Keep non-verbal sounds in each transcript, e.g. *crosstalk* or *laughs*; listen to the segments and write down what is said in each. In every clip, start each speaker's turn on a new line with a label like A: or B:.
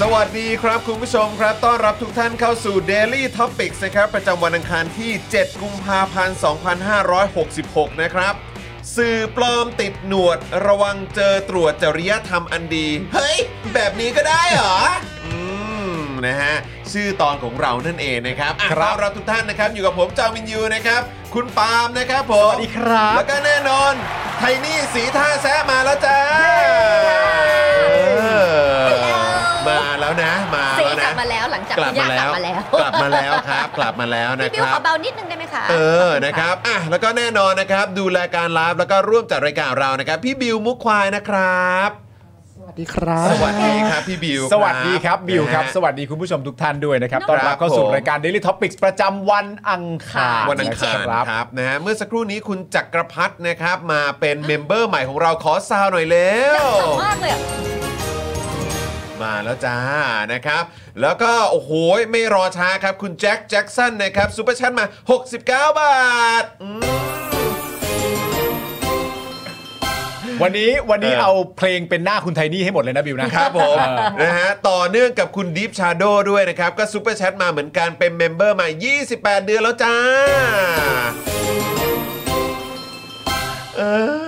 A: สวัสดีครับคุณผู้ชมครับ ต้อนรับทุกท่านเข้าสู่ Daily Topics นะครับ ประจำวันอังคารที่ 7 กุมภาพันธ์ 2566 นะครับ สื่อปลอมติดหนวดระวังเจอตรวจจริยธรรมอันดี เฮ้ย แบบนี้ก็ได้เหรอ อืม นะฮะ ชื่อตอนของเรานั่นเองนะครับอ่ะ
B: ครับ
A: ต้อนรับทุกท่านนะครับ อยู่กับผมจาวินยูนะครับ คุณปาล์มนะครับผม
B: สวัสดีครับ
A: แล้วก็แน่นอน ไทนี่สีท่าแซะมาแล้วจ้าเออมาแล้วนะ มา
C: เซ
A: แล้ว
C: ก
A: นะ
C: ลับมาแล้วหลังจาก
A: กลับ
C: คุณย่า
A: มาแล้
C: กลั
A: ว
C: บมา
A: กลับมาแล้
C: แล้ว
A: วครับ กลับมาแล้วนะค
C: พี่บิว
A: รั
C: ขอบ เบานิดนึงได้ไหมคะ
A: เออ นะครับ อ่ะ แล้วก็แน่นอนนะครับ ดูแลการไลฟ์แล้วก็ร่วมจัดรายการเรานะครับ พี่บิวมุกควายนะครับ สวัสดีครับ สวัสดีครับพี่บิว
D: สวัสดีครับ บิวครับ สวัสดีคุณผู้ชมทุกท่านด้วยนะครับ ต้อนรับเข้าสู่
A: ผม
D: รายการ Daily Topics ประจำวันอังคาร
A: วันอังคาร
D: ครับ
A: ครับนะฮะเมื่อสักครู่นี้คุณจักรพัฒนะครับ มาเป็นเมมเบอร์ใหม่ของเราขอซาวหน่อยเร็ว
C: สดมากเลยอะ
A: มาแล้วจ้านะครับ แล้วก็โอ้โหไม่รอช้าครับ คุณแจ็คแจ็คสันนะครับซูเปอร์แชทมา 69 บาทอืม
D: วันนี้วันนี้
A: เออ
D: เอาเพลงเป็นหน้าคุณไทนี่ให้หมดเลยนะบิวนะครับ
A: ผม
D: เออ
A: *laughs* นะฮะต่อเนื่องกับคุณดีฟชาโดด้วยนะครับ ก็ซูเปอร์แชทมาเหมือนกันเป็นเมมเบอร์มา 28 เดือนแล้วจ้า เอ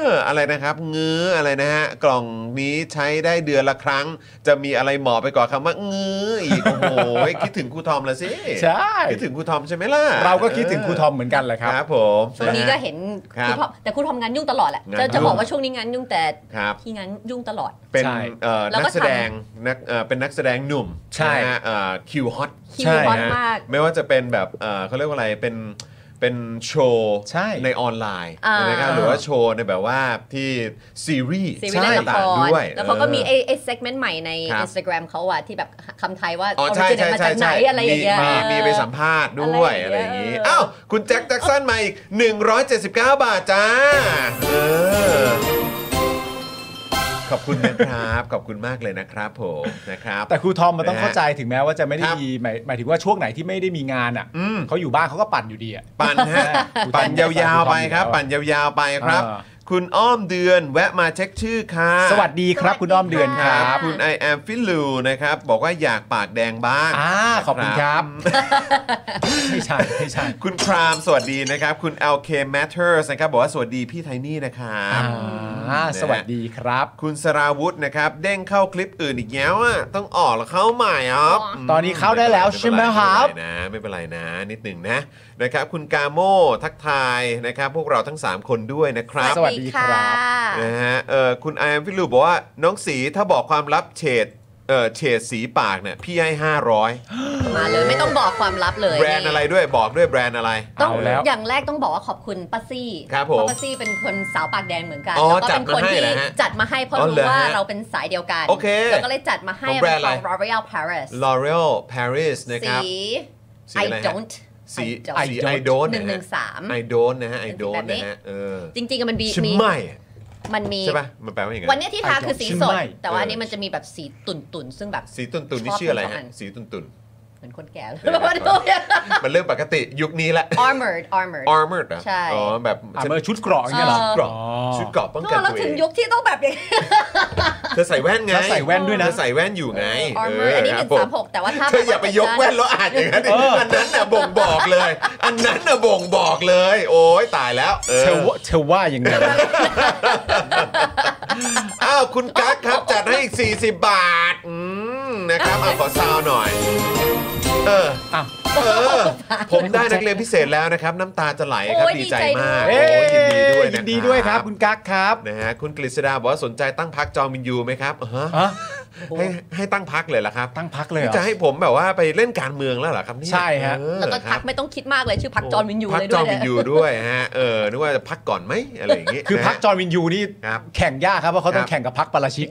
A: อ อะไรนะครับ เงื้ออะไรนะฮะ กล่องนี้ใช้ได้เดือนละครั้ง จะมีอะไรเหมาะไปกว่าคำว่าเงื้ออีกโอ้โหคิดถึงครูทอมละสิ
D: ใช่
A: คิดถึงครูทอมใช่ไหมล่ะ
D: เราก็คิดถึงครูทอมเหมือนกันแหละค
A: ครับ รับผม
C: ช่วงนี้ก็
A: ะฮะ
C: เห็น
A: ครั
C: คุณ
A: บ
C: ทอมแต่คุณทอมงานยุ่งตลอดแหละ
A: งานยุ่ง
C: จะจะบอกว่าช่วงนี้งานยุ่งแต่
A: ครับ
C: ที่งานยุ่งตลอด
A: เป็น
D: ใช่
A: เอ่อ
C: แล้ว
A: นั
C: ก็
A: กแสดงนักเอ่อเป็นนักแสดงหนุ่ม
D: ใช่
A: นะฮะเอ่อคิวฮอต
C: คิวฮอต
A: นะฮะ
C: มาก
A: ไม่ว่าจะเป็นแบบเอ่อเขาเรียกว่าอะไรเป็นเป็นโชว์
D: ใช่
A: ในออนไลน์
C: อ่าน
A: นะครับหรือว่าโชว์ในแบบว่าที่ซีรีส์
C: ซีรีส์เล่นละค
A: ต่างๆ
C: ร
A: ด้วย
C: แล้วเขาก็มี
A: เออ
C: ไอ้ไอ้เซกเมนต์ใหม่ใน
A: ครับ
C: Instagram เขาอะที่แบบคำไทยว่า
A: อ๋อใช่
C: ริจิ
A: ใช่
C: นมา
A: ใช่
C: จากไหน
A: ใช่
C: อะไรอย่างเงี้ย
A: มีมีมีไปสัมภาษณ์ด้วย
C: อะ
A: อะไร ไรอย่
C: อา
A: ย่างง
C: เงี้
A: นี้
C: ย
A: อ้าวคุณแจ็คแจ็คสันมาอีก 179 บาทจ้าเออขอบคุณนะครับ ขอบคุณมากเลยนะครับผมนะครับ
D: แต่ครูทอมมันต้องเข้าใจถึงแม้ว่าจะไม่ได้
A: ครับ
D: มีหมายหมายถึงว่าช่วงไหนที่ไม่ได้มีงานอ่ะ
A: อืม
D: เขาอยู่บ้านเขาก็ปั่นอยู่ดีอ่ะ
A: ปั่นฮะ
D: คุณ
A: ปั่นยาวๆไปครับ ปั่นยาวๆไปครับ
D: เออ
A: คุณอ้อมเดือนแวะมาเช็คชื่อค่ะ
D: สวัสดีครับ คุณอ้อมเดือนครับ
A: คุณ I am f i l u นะครับ บอกว่าอยากปากแดงบ้าง
D: อ่าขอบคุณครับ ไม่ใช่ไม่ใช่
A: คุณพรามสวัสดีนะครับ คุณ LK Matters นะครับ บอกว่าสวัสดีพี่ไทนี่นะครับ
D: อ่าสวัสดีครับ
A: คุณสราวุธนะครับ เด้งเข้าคลิปอื่นอีกแล้วอ่ะต้องออกแล้วเข้าใหม่อ่ะม
D: ตอนนี้เข้าได้แล้วใช่ไหมครับ
A: ไม่เป็นไรนะ ไม่เป็นไรนะ นิดหนึ่งนะนะครับ คุณกาโมทักทายนะครับ พวกเราทั้ง 3 คนด้วยนะครับ
D: สวัสดีครับ
A: นะฮะเออคุณไอแอมพี่ลูบอกว่าน้องสีถ้าบอกความลับเฉดเออเฉดสีปากเนี่ยพี่ให้ 500
C: มาเลยไม่ต้องบอกความลับเลย
A: แบรนด์อะไรด้วยบอกด้วยแบรนด์อะไร
C: ต้อง
D: เอาแล้ว
C: อย่างแรกต้องบอกว่าขอบคุณป้าซี่
A: ครับ
C: เพ
A: ผม
C: ราะป้าซี่เป็นคนสาวปากแดงเหมือนกัน
A: อ๋อ
C: แล้วก็เป็น
A: จัดมา
C: คน
A: ให้
C: ที่
A: เหรอฮะ
C: จัดมาให้เพราะ
A: อ๋อเหรอ
C: รู้ว่า
A: ฮะ
C: เราเป็นสายเดียวกัน
A: โอเค
C: แล้วก็เลยจัดมาให้
A: ของแบรนด์อะไร
C: เป็นของ L'Oreal Paris
A: L'Oreal Paris นะครับ
C: สี
A: สี
C: I
A: อะไรฮะ
C: don't
A: สี
C: I don't
A: สี I don't
C: หนึ่
A: นะ
C: งห
A: ฮะ
C: นึ่งสาม
A: I don't นะฮะ I don't
C: เป็นสีแบบนี้
A: นะฮะเออ
C: จริงๆอะมันมี
A: ชิม
C: มี
A: ไม่
C: มันมี
A: ใช่ปะมันแปลว่าอย่างไง
C: วันเนี้ยที่ทาคือสีสด
D: ใช่
C: แต่ว่าอันนี้มันจะมีแบบสีตุ่นๆ ซึ่งแบบ
A: สีตุนตุนๆนี่
C: ชอบ
A: ชื่ออะไร
C: ทั้งสองอั
A: ฮะ
C: น
A: สีตุนตุน
C: เหมือนคนแก่แล้ว
A: เดี๋ยวนะ
C: มาดูเนี่ย
A: ๆ มันเรื่องปกติยุคนี้ละ
C: armored armored
A: armored เหรอ
C: ใช่
A: อ๋อแบบ
D: อ่ะเมื่อชุดเกราะอย่างเงี้ยเหรอ
C: เออ
A: เกราะชุดเกราะป้องกัน
C: ก็เรา
A: ตัวเอ
C: ถึง
A: ง
C: ยุคที่ต้องแบบอย่างนี้
A: เธอใส่แว่นไง
D: แล้วใส่แว่นด้วยนะ
A: เธอใส่แว่นอยู่ไง
C: armored อันนี้หนึ่งสามหกแต่ว่าถ้า
A: เธออย่าไปยกแว่นแล้วอ่านอย่างนั้นดิ
D: เอออั
A: อันนั้นน่ะบ่งบอกเลย อันนั้นน่ะบ่งบอกเลย โอ้ยตายแล้วเอ
D: เธ
A: อ
D: อว่าเธอว่ายังไง
A: อ้าวคุณกั๊กครับจัดให้อีก 40 บาท อืมนะครับเอาขอซาวหน่อย เออ
D: อ้าว
A: เออ ผมได้นักเรียนพิเศษแล้วนะครับ น้ำตาจะไหลครับ
C: โอ้ย
A: ดีใจ
C: ดีใจ
A: มาก
C: ด้
A: โอ้
C: วย
A: ยยินดีด้วยนะ
D: ยินดีด้วยครับ คุณกั๊กครับ
A: นะฮะคุณกฤษดาบอกว่าสนใจตั้งพักจอมินยูไหมครับฮะ
D: อ่ะ
A: ให้ให้ตั้งพักเลยเหรอครับ
D: ตั้งพักเลยเหรอ
A: จะให้ผมแบบว่าไปเล่นการเมืองแล้วเหรอครับเนี่ย
D: ใช่ฮะ
A: เออ
C: แล้วก็
A: ค
C: พั
A: รั
C: ก
A: บ
C: ไม่ต้องคิดมากเลยชื่อพักจอห์นวินยู
A: พั
C: เลย
A: จ
C: ด้
A: อ
C: วย
A: ห์นวิ
C: เนี่
A: น
C: ย
A: ยูด้วยฮะ เออ นึกว่าจะพักก่อนไหมอะไรอย่างงี้
D: คือพักจ
A: นะ
D: อห์นวินยูนี่
A: ครับ
D: แข่งยากครับเพราะเขาต้
A: ค
D: อง
A: รับ
D: แข่งกับพักปาราชิก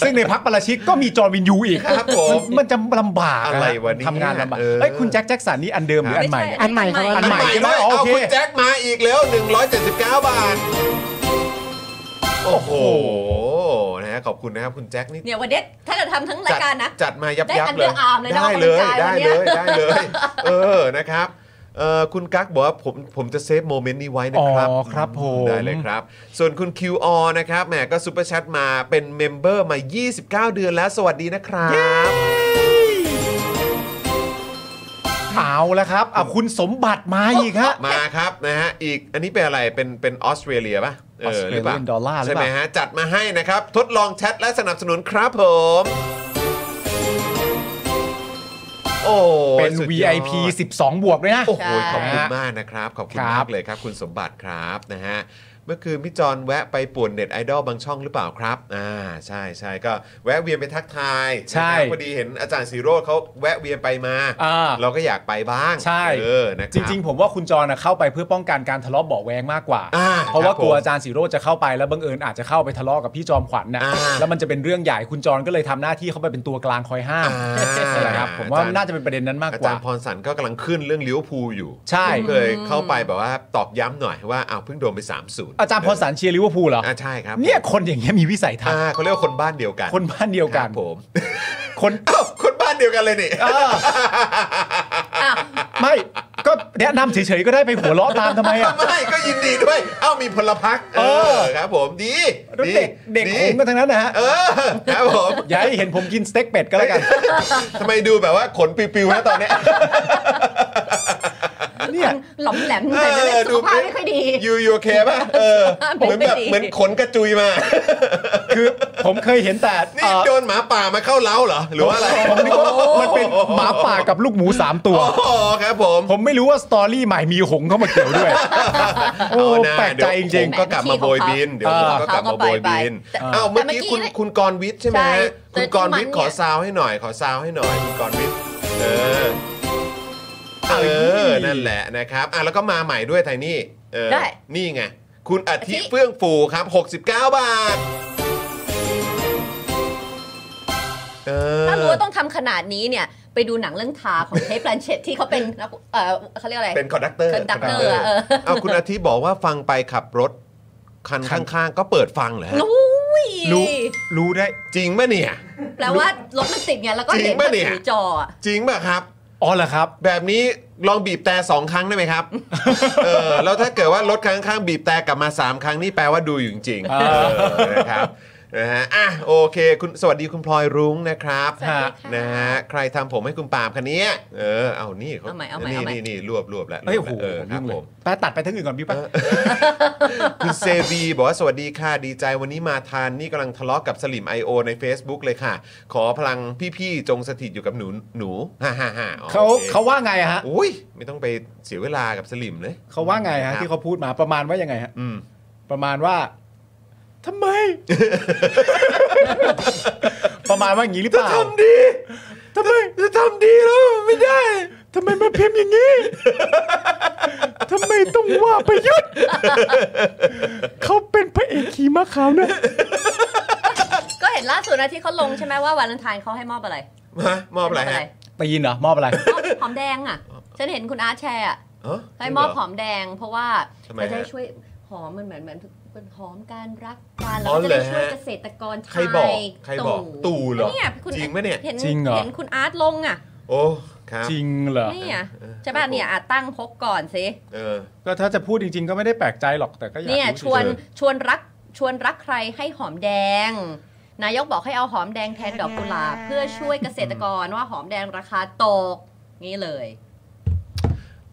D: ซึ่งในพักปาราชิกก็มีจอห์นวินยูอีก
A: ครับผม
D: มันจะลำบาก
A: อะไรวะเนี่ย
D: ทำงานลำบาก
A: เออ
D: เอ้ยคุณแจ็คแจ็คสันนี่อันเดิมหรืออันใหม่
C: ไม่ใช่
E: อันใหม่ครับ
D: อันใหม่
A: ใหม่ด้วย
D: อ๋อ
A: เอา
D: โอเค
A: คุณแจ็คมาอีกแล้ว 179 บาท โอ้โห นะฮะขอบคุณนะครับ คุณแจ็คนี่
C: เนี่ยวันเด็ถ้าจะทำทั้งรา
A: จั
C: ย
A: ด
C: การนะ
A: จัดมายับยับ
C: ได้อัน
A: เลย
C: เดอร์อาร์มเลยนะ
A: ได้เลย
C: ออกกำลังกาย
A: ได้
C: วัน
A: เลย
C: เนี้
A: ยได้เลย เออ นะครับ เออคุณกั๊กบอกว่าผมผมจะเซฟโมเมนต์นี้ไว้นะครับ
D: อ๋อครับผม
A: ได้เลยครับ ส่วนคุณ QR นะครับ แหมก็ซุปเปอร์แชทมาเป็นเมมเบอร์มา 29 เดือนแล้ว สวัสดีนะครับ
D: เอาแล้วครับอ่ะคุณสมบัติมาอีกฮะ
A: *laughs* มาครับนะฮะอีกอันนี้เป็นอะไรเป็นเป็นออสเตรเลียป่ะเออหรือเปล่า
D: Australian dollar หรือเปล่า
A: ใช่ไหมฮะ จัดมาให้นะครับ ทดลองแชทและสนับสนุนครับผม โอ้ย
D: เป็น
A: สุดยอด
D: VIP 12 บวกด้วยนะ
A: โอ้โหข
C: ใช่
A: อบคุณมากนะครับ ขอบคุณ
D: ครั
A: มาก
D: บ
A: เลยครับ คุณสมบัติครับนะฮะเมื่อคืนพี่จอนแวะไปป่วนเน็ตไอดอลบางช่องหรือเปล่าครับอ่าใช่ใช่ก็แวะเวียนไปทักทายนะครับพอดีเห็นอาจารย์สีโรดเขาแวะเวียนไปมา
D: อ่า
A: เราก็อยากไปบ้าง
D: ใช่
A: เออนะค
D: จ
A: บ
D: ริง ๆ ผมว่าคุณจรนะเข้าไปเพื่อป้องกันการทะเลาะเบาะแวงมากกว่า
A: อ่า
D: เพราะว่า
A: ครับ
D: กลั
A: ผ
D: ว
A: ม
D: อาจารย์สีโรจน์จะเข้าไปแล้วบังเอิญอาจจะเข้าไปทะเลาะกับพี่จอมขวัญนะ
A: อ่า
D: แล้วมันจะเป็นเรื่องใหญ่คุณจรก็เลยทำหน้าที่เข้าไปเป็นตัวกลางคอยห้าม
A: อ่า
D: นะครับผมว่าน่าจะเป็นประเด็นนั้นมาก
A: อากจา
D: ว่า
A: รย์พรสันก็กำลังขึ้นเรื่องลิเวอร์พูลอยู่
D: ใช่
A: ผมเคยเข้าไปแบบว่าตอกย้ำหน่อยว่าอ้าวเพิ่งโดนไป 3 0มศูนย์
D: อาจารย์พรสันเชียร์ลิเวอร์พูลเหรอ
A: อ่าใช่ครับ
D: เนี่ยคนอย่างเงี้ยมีวิสัยทัศ
A: อ่า
D: น์
A: เขาเรียกว่าคนบ้านเดียวกัน
D: คนบ้านเดียวกัน
A: ครับผม *laughs*
D: คน
A: อ้าวคนบ้านเดียวกันเลยนี่
D: เออไม่ก็แนะนำเฉยๆก็ได้ไปหัวเราะตามทำไมอะ
A: ไม่ก็ยินดีด้วย เอ้ามีพลพรรค
D: เออ
A: ครับผมดี
D: เด็กเด็กผมกันทั้งนั้นนะฮะ
A: เออครับผม
D: อย่าให้เห็นผมกินสเต็กเป็ดก็แล้วกัน
A: ทำไมดูแบบว่าขนปิวๆนะตอนเนี้ย
D: เนี่ย
C: หลอมแหลมแต่ไม่ได้สุขภาพไม่ค่อยดี
A: ยูยูเคป่ะเออเหมือนแบบ
C: ไม่ดี
A: เหมือนขนกระจุยมา
D: คือผมเคยเห็นแต่
A: นี่
D: เอ่อ
A: โดนหมาป่ามาเข้าเล้าเหรอหรือว่าอะไร
D: ผมนึกว่ามันเป็นหมาป่ากับลูกหมู 3 ตัว
A: โอ้โหครับผม
D: ผมไม่รู้ว่าสตอรี่ใหม่มีหงเข้ามาเกี่ยวด้วย โอ้
A: เาหน้า
D: แปลกใจจ
A: เดี๋
D: ริ
A: ยว
D: ง
A: ผมก็กลับมาโบยบิน เดี๋ยวผม
D: เออ
A: ก็กลับมาโบยบิน
C: แต่
A: เอ้าเมื่อกี้
C: แต่เมื่อกี้
A: คุณคุณกรณ์วิทย์ใช่ไหม
C: ใช่
A: ฮะคุณกรณ์วิทย์
C: แต่ที่มันเนี่ย
A: ขอซาวให้หน่อย ขอซาวให้หน่อยคุณกรณ์วิทย์เออเออนั่นแหละนะครับอ่ะแล้วก็มาใหม่ด้วยไทนี่เออ
C: ได้
A: นี่ไง คุณอาทิ
C: อาทิ
A: เฟื่องฟูครับ 69 บาทเออ
C: ถ้ารู้ว่าต้องทำขนาดนี้เนี่ย ไปดูหนังเรื่องทาของเทปแบนเชตที่เขาเป็นนักเออเขาเรียกอะไร
A: เป็นคอนดักเตอร์
C: conductor อะเออ
A: เอาคุณอาทิบอกว่าฟังไปขับรถ คันข้างๆ ก็เปิดฟังเหรอฮะ
C: รู้ย
D: รู้รู้ได้
A: จริงป่ะเนี่ย
C: แปลว่ารถมันติดไงแล้วก็
A: จริ
C: เห็น
A: งปะเนี่ย
C: ถือจออะ
A: จริงป่ะครับ
D: อ๋อเหรอครับ
A: แบบนี้ลองบีบแต่สองครั้งได้ไหม
D: *laughs*
A: ครับ เออแล้วถ้าเกิดว่ารถข้างๆบีบแต่กลับมา 3 ครั้งนี่แปลว่าดูอยู่จริงๆ
D: อ่า
A: เออนะครับนะฮะอ่ะโอเค คุณสวัสดีคุณพลอยรุ้งนะครับ
C: สวัสดีค่ะ
A: นะฮะใครทำผมให้คุณปาล์มคันนี้ยเออเอานี่
C: เอาใหม่เอาใหม่เอาใหม่
A: นี่นี่รวบรวบแล้ว
D: เอ้ยโอ้โห
A: เออครั
D: ยุ่
A: บ
D: งเล
A: ผ
D: ย
A: ม
D: ไปตัดไปทั้งอื่นก่อนพี่แป๊บ
A: คุณเซบีบอกว่าสวัสดีค่ะดีใจวันนี้มาทานนี่กำลังทะเลาะกับสลิม IO ใน Facebook เลยค่ะ ขอพลังพี่ๆ จงสถิตอยู่กับหนูหนูฮ่าฮ่าฮ่าอ๋อ
D: เขา
A: โอค
D: เขาว่าไงอะฮะ
A: อุ้ยไม่ต้องไปเสียเวลากับสลิมเลย
D: เขาว่าไง
A: ค
D: ฮะ
A: รับ
D: ที่เขาพูดมาประมาณว่ายังไงฮะ
A: อืม
D: ประมาณว่าทำไม ประมาณว่าอย่างนี้หรือเปล่า
A: ทำดี
D: ทำไม
A: จะทำดีแล้วไม่ได้
D: ทำไมมาพิมพ์อย่าง *laughs* นี้ ทำไมต้องว่าประยุทธ์ เขาเป็นพระเอกขี่ม้าขาวนะ
C: ก็เห็นล่าสุดนะที่เขาลงใช่ไหมว่าวาเลนไทน์เขาให้มอบอะไร
A: มามอบอะไรฮะ
D: ตีนเหรอ มอบอะไร
C: มอบหอมแดงอ่ะ ฉันเห็นคุณอาร์ตแชร์อะ
A: อ๋อ
C: ให้มอบ
A: จริงเห
C: อ
A: ร
C: มแดงเพราะว่า
A: ทำไม
C: จะได้
A: ฮะ
C: ช่วยหอมมันเหมือนเหมือน เป็นหอมการรักกันแล้
A: อ๋
C: ว
A: อ
C: ก็จะได้
A: เหรอฮะ
C: ช่วยเกษตรกรชาย
A: ใครบอกใครบอกตู่เหรอ
C: เนี่ยคุณ
A: จริงไหมเนี่ย
C: เห็น
D: จริงเหรอ
C: เห็นคุณอาร์ตลงอ่ะ
A: โอ้ครับ
D: จริงเหรอ
C: เนี่ย
A: เออ
C: ใช่ป่ะเนี่ยอาตั้งพกก่อนสิ
A: เออ
D: ก็ถ้าจะพูดจริง ๆ ก็ไม่ได้แปลกใจหรอกแต่ก็อยาก
C: เนี่ย
D: รู้
C: ชวน
D: เฉย
C: ชวนรักชวนรักใครให้หอมแดง นายกบอกให้เอาหอมแดงแทนดอกกุหลา
A: *laughs*
C: บเพื่อช่วยเกษตรกรว่าหอมแดงราคาตกนี่เลย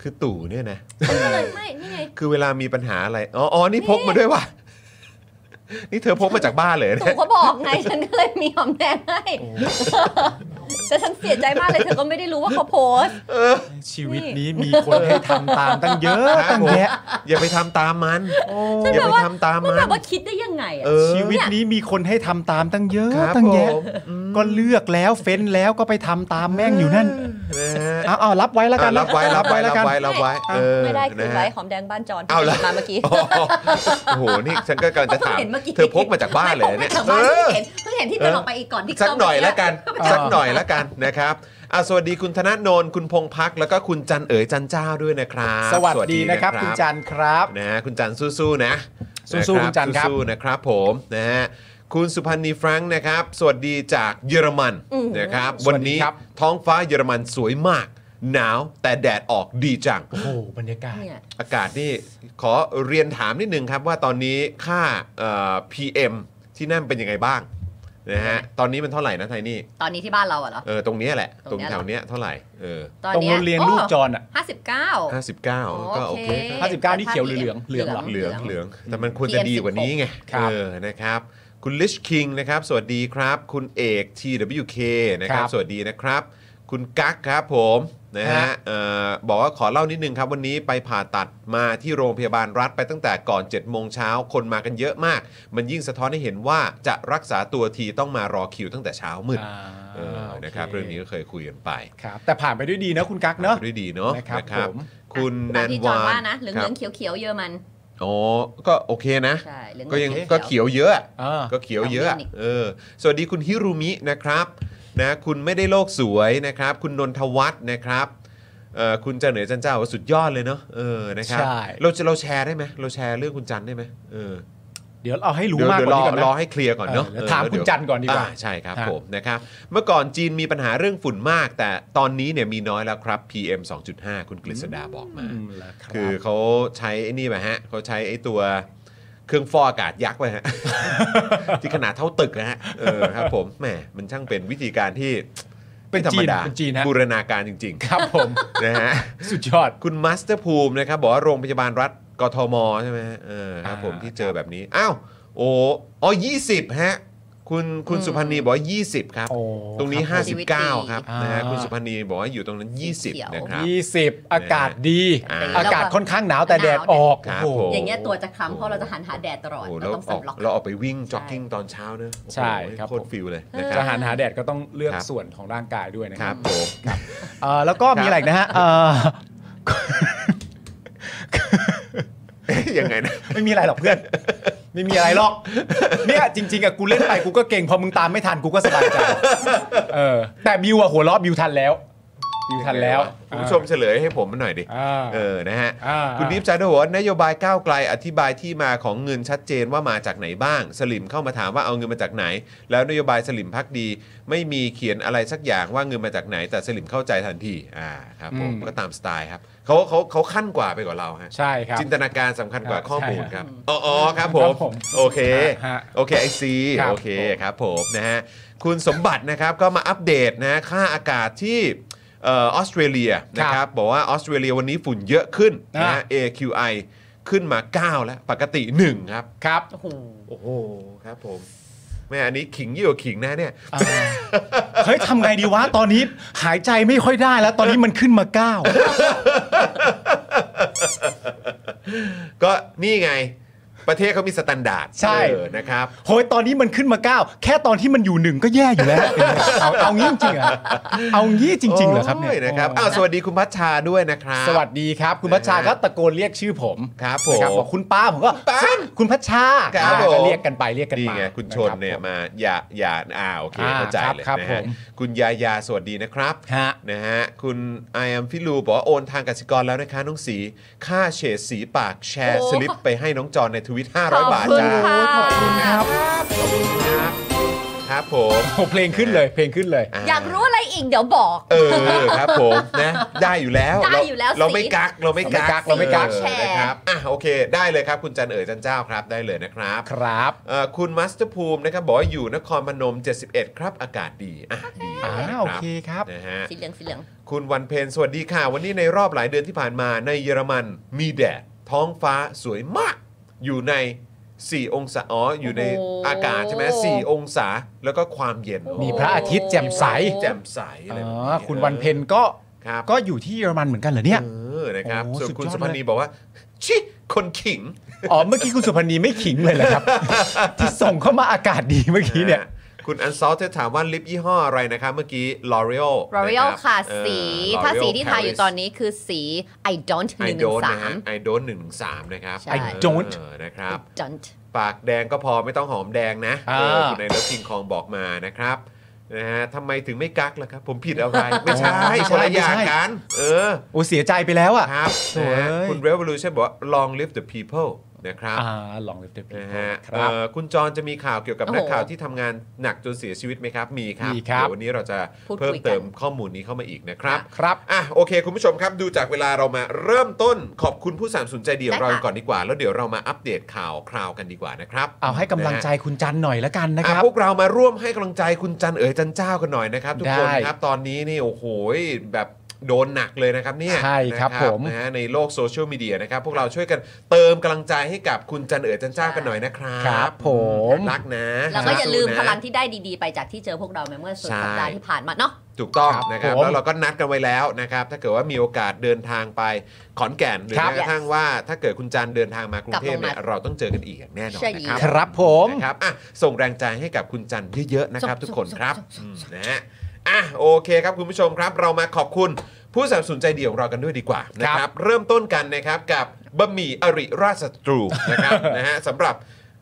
A: คือตู่เนี่ยนะ
C: ก็เลยไม่นี่ไง
A: คือเวลามีปัญหาอะไร อ๋ออ๋อนี่พกมาด้วยว่ะ *laughs* นี่เธอพกมาจากบ้านเลย
C: ตู่
A: นะ
C: เขาบอกไง *laughs* ฉันก็เลยมีหอมแดง
A: *laughs*
C: ให้แต่ฉันเสียใจมากเลยเธอก็ไม่ได้รู้ว่าเขาโพสต์
A: *laughs*
D: ๆชีวิตนี้มีคนให้ทำตามตั้งเยอะ
A: ครับ
D: ตั้งแยะ
A: ผม อย่าไปทำตามมัน อย่าไปทำตาม
C: มัน
A: มั
C: แบ
A: น
C: บว่าคิดได้ยังไงอะ
A: เออ
D: ชีวิตนี้มีคนให้ทำตามตั้งเยอะ
A: ครับ
D: ตั้งแยะ
A: ผมอืม
D: ก็เลือกแล้วเฟ้นแล้วก็ไปทำตามแม่งอยู่นั่น
A: นะฮะ
D: เอาเอารับไว้แล้วกั
A: อ่ะ
D: น
A: รับไว้รับไว้รับ
D: กัน
A: ไว้รับไว้เออ
C: ไม่ได้คื
A: นะ
C: อ
A: ฮะ
C: ไว้หอมแดงบ้านจอนที่
A: เอาละ
C: เห็นมาเมื่อกี้
A: อ๋อโอ้โห นี่ฉันก็กำลังจะถาม
C: เห็นเมื่อกี้
A: เธอพกมาจากบ้านเลยเนี่ย
C: ไม่พกมาจากบ้าน
A: เออ
C: เพิ่งเห็นเพิ่งเห็นที่เดินออกไปอีกก่อนที่
A: สักหน่อยละ *laughs* กัน
D: อ่า
A: สักหน่อยละกันนะครับอ่ะสวัสดีคุณธนาโนนคุณพงพัก แล้วก็คุณจันเอ๋ยจันเจ้าด้วยนะครับ
D: สวัสดีนะครับคุณจันทร์ครับ
A: นะฮะคุณจันสู้ๆนะ
D: สู้ๆคุณจันครับ
A: สู้ๆนะครับผมนะฮะคุณสุพันธ์นีแฟรงค์นะครับ สวัสดีจากเยอรมันนะครับ วันนี้ท้องฟ้าเยอรมันสวยมาก หนาวแต่แดดออกดีจัง
D: โอ้โหบรรยากาศ
C: เนี่ย
A: อากาศนี่ขอเรียนถามนิดนึงครับว่าตอนนี้ค่าเอ่อ PM ที่นั่นเป็นยังไงบ้างนะฮะตอนนี้มันเท่าไหร่นะไทนี่
C: ตอนนี้ที่บ้านเราอะเหรอ
A: เออตรงเนี้ยแหละต
C: ต
A: ร
C: รง งเนี้ย
A: แถวเนี้ยเท่าไหร่เออ
C: ตอน
D: ตรง
C: นี้
D: โรงเรียนลูกจรอ่ะ
C: ห้าสิบเก้า
A: 59 ก็โอเค
D: ห้าสิบเก้านี่เขียวหรือเหลืองเหลืองเหรอ
A: เหลืองเหลืองแต่มันควรจะดีกว่านี้ไง
D: ครับ
A: เออนะครับ คุณลิชคิงนะครับ สวัสดีครับ คุณเอก TWK นะครับ สวัสดีนะครับ คุณกั๊กครับผมนะฮะเอ่อบอกว่าขอเล่านิดนึงครับ วันนี้ไปผ่าตัดมาที่โรงพยาบาลรัฐไปตั้งแต่ก่อน7จ็ดโมงเช้าคนมากันเยอะมาก มันยิ่งสะท้อนให้เห็นว่าจะรักษาตัวทีต้องมารอคิวตั้งแต่เช้ามืด
D: อ่า
A: เออนะครับ เรื่องนี้ก็เคยคุยกันไป
D: ครับแต่ผ่านไปด้วยดีนะคุณกั๊กเนาะ
A: ด้วยดีเนาะ
D: นะครับผม
A: คุณแน
C: ตาม
A: น
C: ที่จ
A: วา
C: อน
A: น
C: ว่านะเหลือง
A: ค
C: เหลื
A: รับ
C: องเขียวเขียวๆเยอรมัน
A: อ๋อก็โอเคนะ
C: ใช่เหลืองๆ
A: ก็ยัง
C: ขีวๆ
A: ก็เขียวเยอะ
D: อ่า
A: ก็เขียวเยอะ
C: เอาเรื่องอีก
A: เออ สวัสดีคุณฮิรุมินะครับนะคุณไม่ได้โลกสวยนะครับ คุณนนทวัฒน์นะครับเออคุณจันเหนือจันเจ้าว่าสุดยอดเลยเนาะเออนะครับ
D: ใช่
A: เราจะเราแชร์ได้ไหมเราแชร์เรื่องคุณจันได้ไหมเออ
D: เดี๋ยวเอาให้รู้
A: เดี๋ยว
D: มาก
A: เดี๋ยว
D: กว่าร
A: อ
D: นี้ก่อนนะ
A: รอให้เคลียร์ก่อนเนาะ
D: เออเดี๋ยว
A: เออ
D: ถามคุณ
A: เยว
D: จันก่อนดีกว่า
A: ใช่ครับ
D: ฮะ
A: ผมนะครับเมื่อก่อนจีนมีปัญหาเรื่องฝุ่นมาก แต่ตอนนี้เนี่ยมีน้อยแล้วครับ PM 2.5 คุณกฤษดาบอกมา
D: อืมแล้วรับ
A: คือเขาใช้ไอ้นี่ไปฮะเขาใช้ไอ้ตัวเครื่องฟอกอากาศยักษ์ไป
D: *laughs*
A: ฮะ ที่ขนาดเท่าตึกนะฮะเออครับผมแหมมันช่างเป็นวิธีการที่
D: เป็น
A: ไม่ธรรมดา
D: จีนฮะ
A: บูรณาการจริง
D: ครับผม *laughs*
A: ๆ นะฮะ
D: สุดยอด
A: คุณมัสเตอร์ภูมินะครับ บอกว่าโรงพยาบาลรัฐกทมใช่ไหมฮะเออครับผม
D: อ่า
A: ที่เจอแบบนี้ อ้าว โอ้อ๋อ20 ฮะ คุณคุณสุพันธ์นีบอกว่า 20 ครับ
D: โอ้
A: ตรงนี้
D: คบผม
A: 59 ครับ
D: อ่าน
A: นะฮะคุณสุพันธ์นีบอกว่าอยู่ตรงนั้น 20 นะครับ
D: ยี่สิบอากาศดี
A: อ่า
D: อากาศค่อนข้างหนาวแต่แดดออก
A: ครับ
D: โอ้โห
A: ผม
C: อย่างเงี้ยตัวจะคล้ำเพราะเราจะหันหาแดดตลอด
A: โอ้โห
C: เรา
A: แล้ว
C: ต้อง
A: อ
C: สั
A: อบ ก
C: ล็อก
A: เราออกไปวิ่งจ็อกกิ้งตอนเช้าเนอะ
D: ใช่ครับ
A: โอ้โหโคตรฟิลเลยนะค
D: จะ
A: รับ
D: หันหาแดดก็ต้องเลือก
A: ครับ
D: ส่วนของร่างกายด้วยนะ
A: ค
D: ค
A: รั
D: รั
A: บบ ผม *laughs*
D: เอ่อแล้วก็มีอะไรอีกนะฮะเอ่อ *laughs*
A: ยังไงนะ
D: ไม่มีอะไรหรอกเพื่อน ไม่มีอะไรหร
A: *laughs*
D: อก เนี่ยจริง ๆอะกูเล่นไปกูก็เก่งพอมึงตามไม่ทันกูก็สบายใจเออแต่บิวอะหัวล้อบิวทันแล้วบิวทันแล้ว
A: คุณผู้ชมเฉลยให้ผมมาหน่อยดิ
D: อ่า
A: เออ นะฮะ
D: อ่า
A: คุณนิพจาร์บอกว่านโยบายก้าวไกลอธิบายที่มาของเงินชัดเจนว่ามาจากไหนบ้าง สลิมเข้ามาถามว่าเอาเงินมาจากไหน แล้วนโยบายสลิมพักดี ไม่มีเขียนอะไรสักอย่างว่าเงินมาจากไหน แต่สลิมเข้าใจทันที อ่า ครับผม
D: อืม
A: ก็ตามสไตล์ครับ เขาเขาเขาขั้นกว่าไปกว่าเราฮะ
D: ใช่ครับ
A: จินตนาการสำคัญกว่า
D: ครับ
A: ข้อมูล
D: ใช่
A: ค
D: ครั
A: รับบ อ๋ออ๋อครับผ
D: ครั
A: ม
D: บผม
A: โอเค
D: ฮะ
A: โอเคไอซี
D: ครับ
A: โอเคครับผมนะฮะคุณสมบัตินะครับก็มาอัปเดตนะค่าอากาศที่เอออสเตรเลียนะค
D: ครั
A: รับบ บอกว่าออสเตรเลียวันนี้ฝุ่นเยอะขึ้นนะ
D: อ่า
A: ฮะ AQI ขึ้นมา 9 แล้ว ปกติ 1 ครับ
D: ครับ
C: โอ้โห
A: โอ้โห ครับผมแม่อันนี้ขิงยิ่งกว่าขิงนะเนี่ย
D: อ่าเฮ้ยทำไงดี
A: *laughs*
D: วะตอนนี้หายใจไม่ค่อยได้แล้ว ตอนนี้มันขึ้นมาเก้า
A: ก็นี่ไงประเทศเขามีสแตนดาร์ด
D: ใช่
A: เออนะครับ
D: โหยตอนนี้มันขึ้นมาเก้าแค่ตอนที่มันอยู่หนึ่งก็แย่อยู่แล้ว *laughs* เอาเอางี้จริงๆเหรอเอางี้จริงๆเหรอครับเนี่ย
A: โอ้นะครับอ้าวสวัสดีคุณพัชชาด้วยนะครับ
D: สวัสดีครับ คุณพัชชาก็ตะโกนเรียกชื่อผม
A: ครับผม
D: นะบอกคุณป้าผมก็
A: ป้า
D: คุณพัชชา
A: ครับ
D: อ่า
A: ผม
D: ก็เรียกกันไปเรียกกัน
A: นี่
D: มา
A: ไงคุณชนะ
D: รับ
A: เนี่ย
D: ผม
A: มาอย่าอย่าอ่าโอเค
D: อ่า
A: เข้าใจเลย
D: ครับ
A: นะครับ ฮะ
D: ผม
A: คุณยายาสวัสดีนะครับ
D: ฮะ
A: นะฮะคุณ I am ฟิลูบอกว่าโอนทางกสิกรแล้วนะคะน้องสี ค่าเฉดสีปากแชร์สลิปไปให้น้องจอนใน Twitter วิต 500 บาทจ้า
C: ขอบคุณค่ะ
A: ครับผม
D: โอ้เพลงขึ้นเลยเพลงขึ้นเลย
C: อยากรู้อะไรอีกเดี๋ยวบอก
A: เออครับผมนะได้อยู่แล้ว
C: ได้อยู่แล้วสิ
A: เราไม่กักเราไม่กัก
D: เราไม่กัก
A: ออ
C: แชร์
A: นะครับอ่ะโอเค ได้เลยครับคุณจันเอ๋ยจันเจ้าครับได้เลยนะครับ
D: ครับ
A: เอ่อคุณมัสเตอร์ภูมินะครับบอกว่าอยู่นครพนม 71 ครับ อากาศดีอ่ะดี
D: อ่า
A: นะรับ
D: โอเคครับ
A: นะฮะ
C: สีเหลืองสีเหลือง
A: คุณวันเพนสวัสดีค่ะ วันนี้ในรอบหลายเดือนที่ผ่านมาในเยอรมันมีแดดท้องฟ้าสวยมาก อยู่ใน 4 องศาอ๋ออยู่ใน
C: โอ้โห
A: อากาศใช่ไหม4องศาแล้วก็ความเย็น
D: มีพระอาทิตย์แจ่มใส
A: แจ่มใสอะไร
D: อ๋
A: แบบ
D: อ
A: นี้
D: คุณวันเพ็ญก็
A: ครับ
D: ก็อยู่ที่เยอรมันเหมือนกันเหรอเนี่ย
A: เออนะครับ
D: โอ้
A: ส่วนคุณ
D: สุ
A: สุ
D: ดยอด
A: พนีบอกว่าชิคนขิง
D: อ๋อเมื่อกี้คุณสุพรรณีไม่ขิงเลยเหรอ
A: *laughs*
D: ครับ ที่ส่งเข้ามาอากาศดีเมื่อกี้เนี่ย
A: อ่าคุณอันซอลเธอถามว่าลิปยี่ห้ออะไรนะครับ เมื่อกี้ L'Oreal
C: Royal
A: นรับ
C: ค่ะ
A: เออ
C: สี
A: L'Oreal
C: ถ้าสีที่ทายอยู่
A: Paris
C: ตอนนี้คือสี I don't 1
A: I
C: 1
A: don't นะฮะ
C: 3
A: I don't หนึ่งสามนะครับ
C: ใช่
D: I don't
A: เออนะครับ
C: don't
A: ปากแดงก็พอไม่ต้องหอมแดงนะ
D: อ่า
A: เออคุณนายเลิฟคิงคองบอกมานะครับนะฮะทำไมถึงไม่กักล่ะครับ ผมผิด *laughs* อะไร ไม่ใช่คนละอย่างกัน เออ
D: โอ้เสียใจไปแล้วอ่ะ
A: ครับนะฮะ
D: โอ้ย
A: คุณ Revolution บอกว่า long live the people นะครับ
D: อ่าลองเต็ม
A: นะฮะ
D: ๆครับ
A: เอ่อคุณจรจะมีข่าวเกี่ยวกับ
C: โอ้โห
A: นักข่าวที่ทำงานหนักจนเสียชีวิตไหมครับ มีครับ
D: มีครับ
A: เดี๋ยววันนี้เราจะ
C: พูดคุยกัน
A: เพิ่มเติมข้อมูลนี้เข้ามาอีกนะครับ
D: ครับ
A: อ่ะโอเค คุณผู้ชมครับ ดูจากเวลาเรามาเริ่มต้นขอบคุณผู้สามสนุนใจเดียวเรากันก่อนดีกว่า แล้วเดี๋ยวเรามาอัปเดตข่าวคราวกันดีกว่านะครับ
D: เอาให้กำลังใจคุณจันหน่อยละกันนะ
A: นะ
D: ค
A: ฮะ
D: รับ
A: อ่ะพวกเรามาร่วมให้กำลังใจคุณจันเอ๋ยจันเจ้ากันหน่อยนะครับทุกคน
D: ได้
A: ครับตอนนี้นี่โอ้โหแบบโดนหนักเลยนะครับเนี่ย
D: ใช่ครับ
A: นะ
D: ผม
A: นะฮะในโลกโซเชียลมีเดียนะครับพวกเราช่วยกันเติมกำลังใจให้กับคุณจันเอ๋ยจันเจ้ากันหน่อยนะครับ
D: ครับผม
A: รักนะ
C: แล้วก็อย่าลืม
A: สู้นะ
C: พลังที่ได้ดีๆ ไปจากที่เจอพวกเราเมื่อสุด
A: ใช่
C: สัปดาห์ที่ผ่านมาเนาะ
A: ถูกต้อง
D: ครับ
A: นะครับ
D: ผม
A: แล้วเราก็นัดกันไว้แล้วนะครับ ถ้าเกิดว่ามีโอกาสเดินทางไปขอนแก่นหรือ
D: ครับ
A: แม้กระทั่งว่า ถ้าเกิดคุณจันเดินทางมากรุงเทพเนี่ย
C: กลับลงมา
A: เราต้องเจอกันอีกอย่างแน่นอนนะค
C: ใช่
A: รับ
D: ครับผม
A: นะครับอ่ะส่งแรงใจให้กับคุณจันเยอะๆนะครับ
C: ส่ง
A: ทุกคน
C: ส่ง
A: ครับ
C: ส่ง
A: อืมนะฮะอ่ะโอเคครับคุณผู้ชมครับ เรามาขอบคุณผู้สนับสนุนใจเดียวของเรากันด้วยดีกว่านะค
D: ครั
A: รับบ เริ่มต้นกันนะครับกับบะหมี่อริราชศัตรูนะครับ *laughs* นะฮะสำหรับ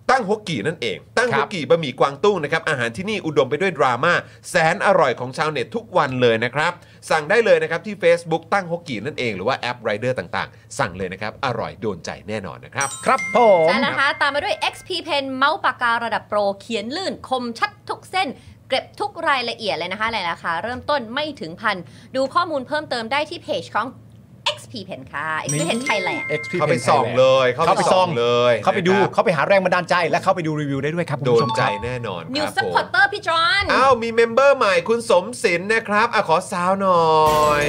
A: ตั้งฮกกี่นั่นเอง ตั้งฮก กีบะหมี่กวางตุ้งนะครับ อาหารที่นี่อุดมไปด้วยดราม่าแสนอร่อยของชาวเน็ตทุกวันเลยนะครับ สั่งได้เลยนะครับ ที่ Facebook ตั้งฮกกีนั่นเองหรือว่าแอปไรเดอร์ต่างๆ สั่งเลยนะครับ อร่อยโดนใจแน่นอนนะครับ
D: ครับผม
C: ใช่นะคะ ตามมาด้วย XP Pen เมาส์ปากการะดับโปร เขียนลื่น คมชัดทุกเส้น เก็บทุกรายละเอียดเลยนะคะในราคาเริ่มต้นไม่ถึงพัน ดูข้อมูลเพิ่มเติมได้ที่เพจของ XP Pen ค่ะ XP Pen Thailand
D: XP
A: เข้าไปส่องเลย เข้าไปส่องเลย
D: เข้าไปดู
A: นะครับ
D: เข้าไปหาแรงบันดาลใจและเข้าไปดูรีวิวได้ด้วยครับคุณ
A: โด
D: ผู้
A: น
D: ชม
A: ใจ
D: ครับ
A: แน่นอนค
C: New
A: รับผม
C: Supporter พี่จอน
A: อ้าวมีเมมเบอร์ใหม่คุณสมศิลป์นะครับอะขอซาวหน่อย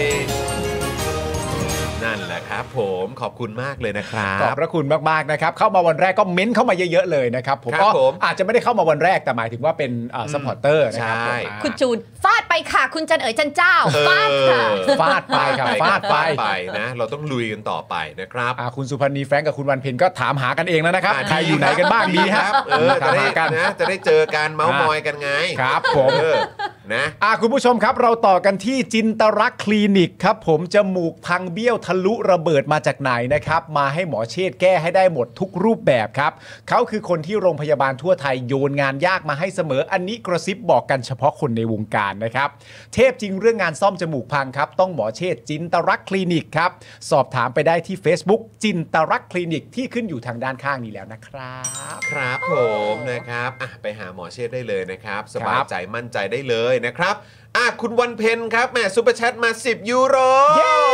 A: นั่นแหละครับผมขอบคุณมากเลยนะครั
D: ขอบ บพระคุณมากๆนะครับ เข้ามาวันแรกก็เม้นต์เข้ามาเยอะๆเลยนะครับผม
A: ครับ
D: ก็
A: ผม
D: อาจจะไม่ได้เข้ามาวันแรกแต่หมายถึงว่าเป็นซัพพอร์เตอร์นะครับ
A: ใช่
D: ผม
C: คุณจูน ฟาดไปค่ะ คุณจันเอ๋ยจันเจ้า
A: เออ
C: ฟาดค่ะ
D: ฟาดไปครับฟาดไป
A: ไปนะเราต้องลุยกันต่อไปนะครับ
D: อ่าคุณสุพันธ์นีแฟรงก์กับคุณวันเพ็ญก็ถามหากันเองแล้วนะครับ
A: อ่า
D: ใครอยู่ไหนกันบ้างดีฮะ
A: เออจะ
D: ถาม
A: ได้
D: หากัน
A: นะจะได้เจอการเมาส์มอยกันไง
D: ครับผม
A: เออนะ
D: อ่ะคุณผู้ชมครับเราต่อกันที่จินตรักษณ์คลินิกครับผมจมูกพังเบี้ยวทะลุระเบิดมาจากไหนนะครับ มาให้หมอเชษฐ์แก้ให้ได้หมดทุกรูปแบบครับ เขาคือคนที่โรงพยาบาลทั่วไทยโยนงานยากมาให้เสมอ อันนี้กระซิบบอกกันเฉพาะคนในวงการนะครับ เทพจริงเรื่องงานซ่อมจมูกพังครับ ต้องหมอเชษฐ์จินตรักษณ์คลินิกครับ สอบถามไปได้ที่ Facebook จินตรักษณ์คลินิกที่ขึ้นอยู่ทางด้านข้างนี้แล้วนะครับ
A: ครับผมนะครับอ่ะไปหาหมอเชษฐ์ได้เลยนะครับ สบายใจมั่นใจได้เลยนะครับอ่ะคุณวันเพ็ญครับแหมซูเปอร์แชทมา 10 ยูโร
D: เย้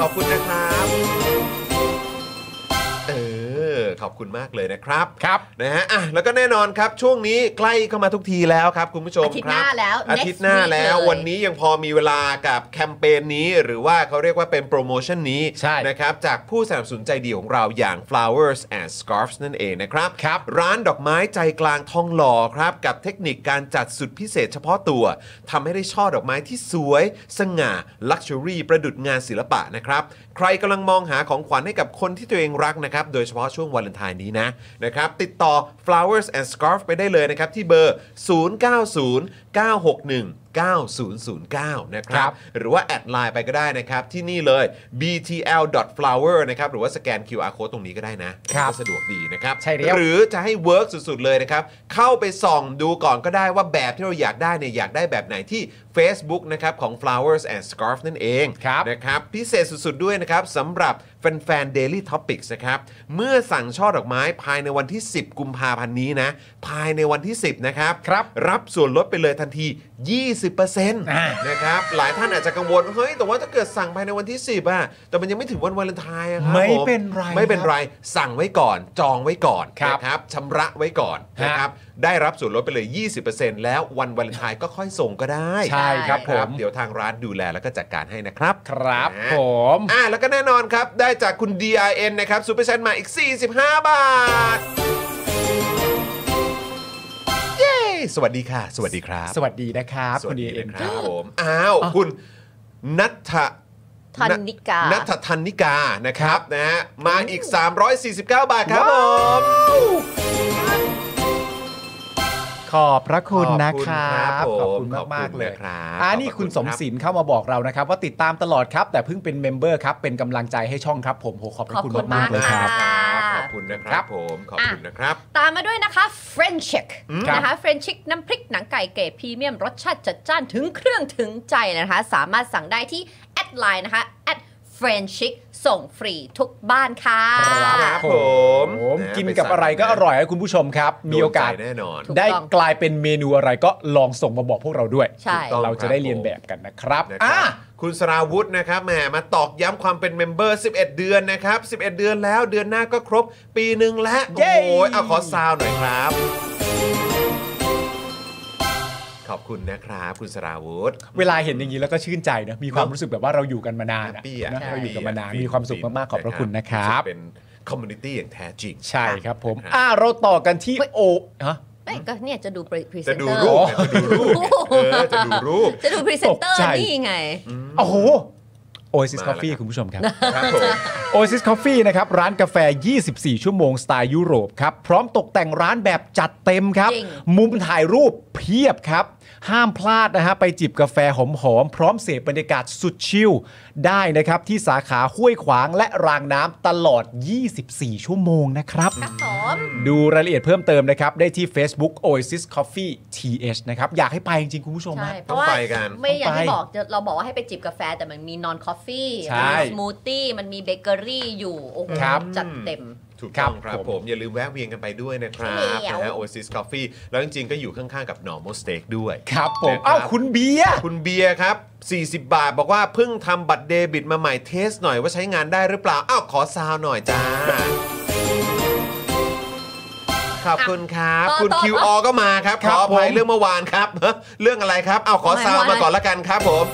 A: ขอบคุณนะครับ เออ ขอบคุณมากเลยนะครับ
D: ครับ
A: นะฮะอ่ะแล้วก็แน่นอนครับ ช่วงนี้ใกล้เข้ามาทุกทีแล้วครับ คุณผู้ชม
C: อาทิตย์
A: ครับ
C: หน้าแล้ว
A: อาทิตย์หน้า
C: next week
A: แล้ว
C: เลย
A: วันนี้ยังพอมีเวลากับแคมเปญนี้ หรือว่าเขาเรียกว่าเป็นโปรโมชั่นนี้
D: ใช่
A: นะครับจากผู้สนับสนุนใจดีของเราอย่าง flowers and scarfs นั่นเองนะครับ
D: ครับ
A: ร้านดอกไม้ใจกลางทองหล่อครับ กับเทคนิคการจัดสุดพิเศษเฉพาะตัวทำให้ได้ช่อดอกไม้ที่สวย สง่า ลักชัวรี่ ประดุจงานศิลปะนะครับ ใครกำลังมองหาของขวัญให้กับคนที่ตัวเองรักนะครับ โดยเฉพาะช่วงวาเลนไทน์นี้นะนะครับ ติดต่อ flowers and scarf ไปได้เลยนะครับ ที่เบอร์ 090 961 9009 นะค
D: ค
A: รั
D: รับ บ
A: หรือว่าแอดไลน์ไปก็ได้นะครับ ที่นี่เลย btl.flower นะครับ หรือว่าสแกน QR code ตรงนี้ก็ได้นะครับ ก็สะดวกดีนะครับ
D: ใช่แล้ว
A: หรือจะให้เวิร์กสุดๆเลยนะครับ เข้าไปส่องดูก่อนก็ได้ว่าแบบที่เราอยากได้เนี่ยอยากได้แบบไหนที่ Facebook นะครับของ flowers and scarf นั่นเอง
D: ครับ
A: นะครับพิเศษสุดๆด้วยนะครับสำหรับแฟนๆ daily topics นะครับเมื่อสั่งช่อดอกไม้ภายในวันที่ 10 กุมภาพันธ์นี้นะภายในวันที่ 10 นะครับ
D: ครับ
A: รับส่วนลดไปเลยทันที 20%
D: อ่า
A: นะครับ หลายท่านอาจจะกังวลว่าเฮ้ย แต่ว่าถ้าเกิดสั่งภายในวันที่ 10อ่ะ แต่มันยังไม่ถึงวันวาเลนไทน์อะครับ
D: ไม่
A: ผม
D: เป็นไร
A: ไม่เป็น
D: ครับ
A: ไร สั่งไว้ก่อน จองไว้ก่อน
D: ครับ
A: นะครับชำระไว้ก่อน
D: ฮะ
A: นะครับ ได้รับส่วนลดไปเลย 20%แล้ววันวาเลนไทน์ก็ค่อยส่งก็ได้
D: ใช่ครับผม
A: เดี๋ยวทางร้านดูแลแล้วก็จัดการให้นะครับ
D: ครับ
A: นะ
D: ผม
A: อ่าแล้วก็แน่นอนครับ ได้จากคุณ DRN นะครับซูเปอร์เซนมาอีก 45 บาท เย้ สวัสดีค่ะ สวัสดีครับ
D: สวัสดีนะครับ
A: สวัสดี
D: เอ็น
A: นะครับผมอ้าว คุณนัท
C: ธันนิกา
A: นัทธันนิกานะครับนะฮะมาอีก 349 บาทครับผม
D: ขอบพระคุณนะครั
A: ข
D: บ
A: อบคุณครับผม
D: ขอบคุณมากมา
A: ข
D: ก
A: อบคุณ
D: ๆเลย
A: นะครับ
D: อ่านี่คุณ
A: ขอบคุณ
D: สม
A: ครับ
D: ศิลเข้ามาบอกเรานะครับ ว่าติดตามตลอดครับ แต่เพิ่งเป็นเมมเบอร์ครับ เป็นกำลังใจให้ช่องครับ ผมโหขอบพระคุณ
C: ขอบคุณ
D: มาก
C: มาก
D: ๆเลยครับ
C: ค่ะ
A: ขอบคุณนะครับผมขอบคุณนะครับ
C: ตามมาด้วยนะคะ French c h i c
D: ครับ
C: นะคะ French c h i c น้ำพริกหนังไก่เกรดพรีเมียมรสชาติจัดจ้านถึงเครื่องถึงใจนะคะ สามารถสั่งได้ที่แอดไลน์นะคะ at French c h i c ส่งฟรีทุกบ้านค่ะ
A: ครับผม
D: ผม
A: นะ
D: กินกับอะไรก็อร่อยให้คุณผู้ชมครับ มีโอกาส
A: โดนใจแน่นอน
C: ถูกต้อง
D: ได้กลายเป็นเมนูอะไรก็ลองส่งมาบอกพวกเราด้วย
C: ใช่
D: เราจะได้เรียนแบบกันนะครับ
A: นะค
D: อ่ะ
A: รับคุณสราวุธนะครับแหมมาตอกย้ำความเป็นเมมเบอร์ 11 เดือนนะครับ 11 เดือนแล้วเดือนหน้าก็ครบปีหนึ่งแล้ว
D: เย้
A: โอ้ยเอาขอซาวหน่อยครับ ขอบคุณนะครับ คุณสราวุธ
D: เวลาเห็นอย่างนี้แล้วก็ชื่นใจนะมีความรู้สึกแบบว่าเราอยู่กันมานานอะ
A: แฮปปี้อ่ะ
D: นะ
A: แฮป
D: เรา
A: ปี้ะ
D: อยู่กันมานาน
A: ฟิ
D: มีความสุขมากๆขอบพระคุณนะครับ
A: สึกเป็นคอมมูนิตี้อย่างแท้จริง
D: ใช่ครับผม
A: ครับ
D: อ่ะเราต่อกันที่โอฮะ
C: เอ้ยก็เนี่ยจะดูพรีเซ
A: จะ
C: น
A: ดู
C: เตอร์
A: รูปไงจะดูรูปไงเออจะดูรูป
C: จะดูพรีเซนเตอร์
D: ตกใจ
C: นี่ไง
D: โอ้โหโอซิส
A: มาแล้ว
D: กาแฟ
A: ครับ
D: คุณผู้ชมครับ
A: ครับผม
D: โอซิส f อฟฟนะครับ ร้านกาแฟ 24 ชั่วโมง สไตล์ยุโรปครับ พร้อมตกแต่งร้านแบบจัดเต็มครับ
C: จริง
D: มุมถ่ายรูปเพียบครับ ห้ามพลาดนะฮะ ไปจิบกาแฟหอม ๆ พร้อมเสพบรรยากาศสุดชิลได้นะครับ ที่สาขาห้วยขวางและรางน้ำตลอด 24 ชั่วโมงนะครับ
C: ครับผม
D: ดูรายละเอียดเพิ่มเติมนะครับ ได้ที่ Facebook Oasis Coffee TH นะครับ อยากให้ไปจริงๆคุณผู้ชม
C: ใช่
D: ฮะ
C: เพราะว่า
A: ต้องไปกัน
C: ไม่อย่างที่
D: ต้องไป
C: บอกจะเราบอกว่าให้ไปจิบกาแฟแต่มันมีนอนคอฟฟี่
D: ใช่
C: มีสมูทตี้มันมีเบเกอรี่อยู่ โอ้โห
D: ครับ
C: จัดเต็ม
A: ถูกต้องค
D: ครั
A: รับบผม อย่าลืมแวะเวียนกันไปด้วยนะครับ
C: ใช่แล้ว
A: นะฮะ Oasis Coffee แล้วจริงๆ ก็อยู่ข้างๆ กับ Normal Steak ด้วย
D: ครับผม
A: นะครับ
D: เอ้าคุณเบียร์
A: คุณเบียร์ครับ 40 บาทบอกว่าเพิ่งทำบัตรเดบิตมาใหม่เทสหน่อยว่าใช้งานได้หรือเปล่า อ้าว ขอซาวหน่อยจ้า ขอบคุณครับ
C: ต่อ
A: คุณ
C: ต่อ
A: QR ก็มาครับ
D: ค
A: ข
D: รับ
A: ออภัย
D: ผม
A: เรื่องเมื่อวานครับ *laughs* เรื่องอะไรครับ เอาขอซาวมาก่อนละกันครับผม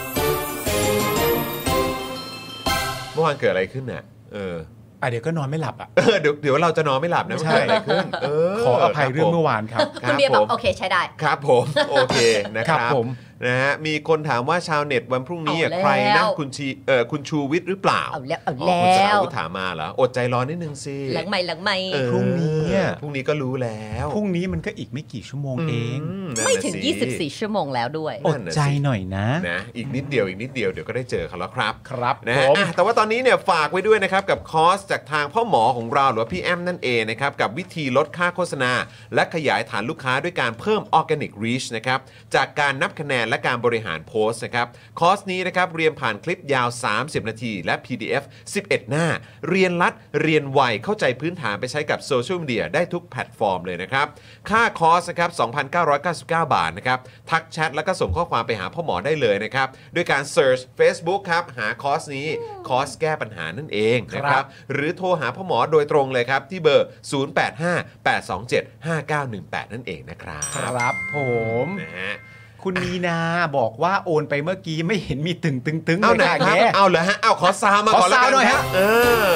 A: เมื่อวานเกิดอะไรขึ้นน่ะ เออ
D: อ่ะเดี๋ยวก็นอนไม่หลับอ่ะ
A: เออเดี๋ยวเดี๋ยวเราจะนอนไม่หลับนะ
D: ใช่
A: เกิดอะไรขึ้นเออ
D: ขออภัยเรื่องเมื่อ
A: คบ
D: วานครับ
A: ครับ
C: คุณเบียร์บอ
A: ผ
C: ก
A: ม
C: โอเคใช้ได้
A: ครับผม โอเคนะค
D: ครั
A: รับบ
D: ผม
A: นะฮะมีคนถามว่าชาวเน็ตวันพรุ่งนี้อ่ะ
C: เอาแล้ว
A: ใครนะคุณชีเออคุณชูวิทย์หรือเปล่า
C: เอาแล้วเอา
A: อ๋อคุณส
C: แล้ว
A: ราวุธถามมาเหรออดใจรอนิดนึงสิ
C: หลังใหม่หลังใหม่
A: เออ
D: พรุ่งนี้เนี่ย
A: พรุ่งนี้ก็รู้แล้ว
D: พรุ่งนี้มันก็อีกไม่กี่ชั่วโมงเอง
A: มนั่นน่ะ
C: ไม่ถึง
A: สิ
C: 24 ชั่วโมงแล้วด้วย
A: โอ้
D: อ
A: นั่
D: ด
A: นน่ะสิ
D: ใจหน่อยนะ
A: นะอีกนิดเดียวอีกนิดเดียวเดี๋ยวก็ได้เจอเขาแล้วครับ
D: ครับ
A: นะ
D: ผ
A: ฮะ
D: ม
A: อ่ะแต่ว่าตอนนี้เนี่ยฝากไว้ด้วยนะครับ กับคอร์สจากทางพ่อหมอของเราหรือว่าพี่แอมนั่นเองนะครับ กับวิธีลดค่าโฆษณา และขยายฐานลูกค้าด้วยการเพิ่มออร์แกนิกรีชนะครับจากการนับคะแนนและการบริหารโพสต์นะครับคอร์สนี้นะครับเรียนผ่านคลิปยาว 30 นาที และ PDF 11 หน้า เรียนรัดเรียนไวเข้าใจพื้นฐานไปใช้กับโซเชียลมีเดียได้ทุกแพลตฟอร์มเลยนะครับ ค่าคอร์สนะครับ 2,999 บาทนะครับ ทักแชทแล้วก็ส่งข้อความไปหาพ่อหมอได้เลยนะครับ ด้วยการ Search Facebook ครับ หาคอร์สนี้ คอร์สแก้ปัญหานั่นเองนะค
D: ครั
A: รับ
D: บ
A: หรือโทรหาพ่อหมอโดยตรงเลยครับ ที่เบอร์ 0858275918 นั่นเองนะครับ
D: ครับผม
A: นะฮะ
D: คุณมีนาบอกว่าโอนไปเมื่อกี้ไม่เห็นมีตึงตึงตึง
A: เอาไหน
D: ลยค่ะ
A: ครับ
D: แง่
A: เอาเหรอฮะ เอาขอซาวมาก่อนแล้ว
D: ขอ
A: กั
D: ซาวหน่อย
A: ครั
D: ฮะ
A: บเออ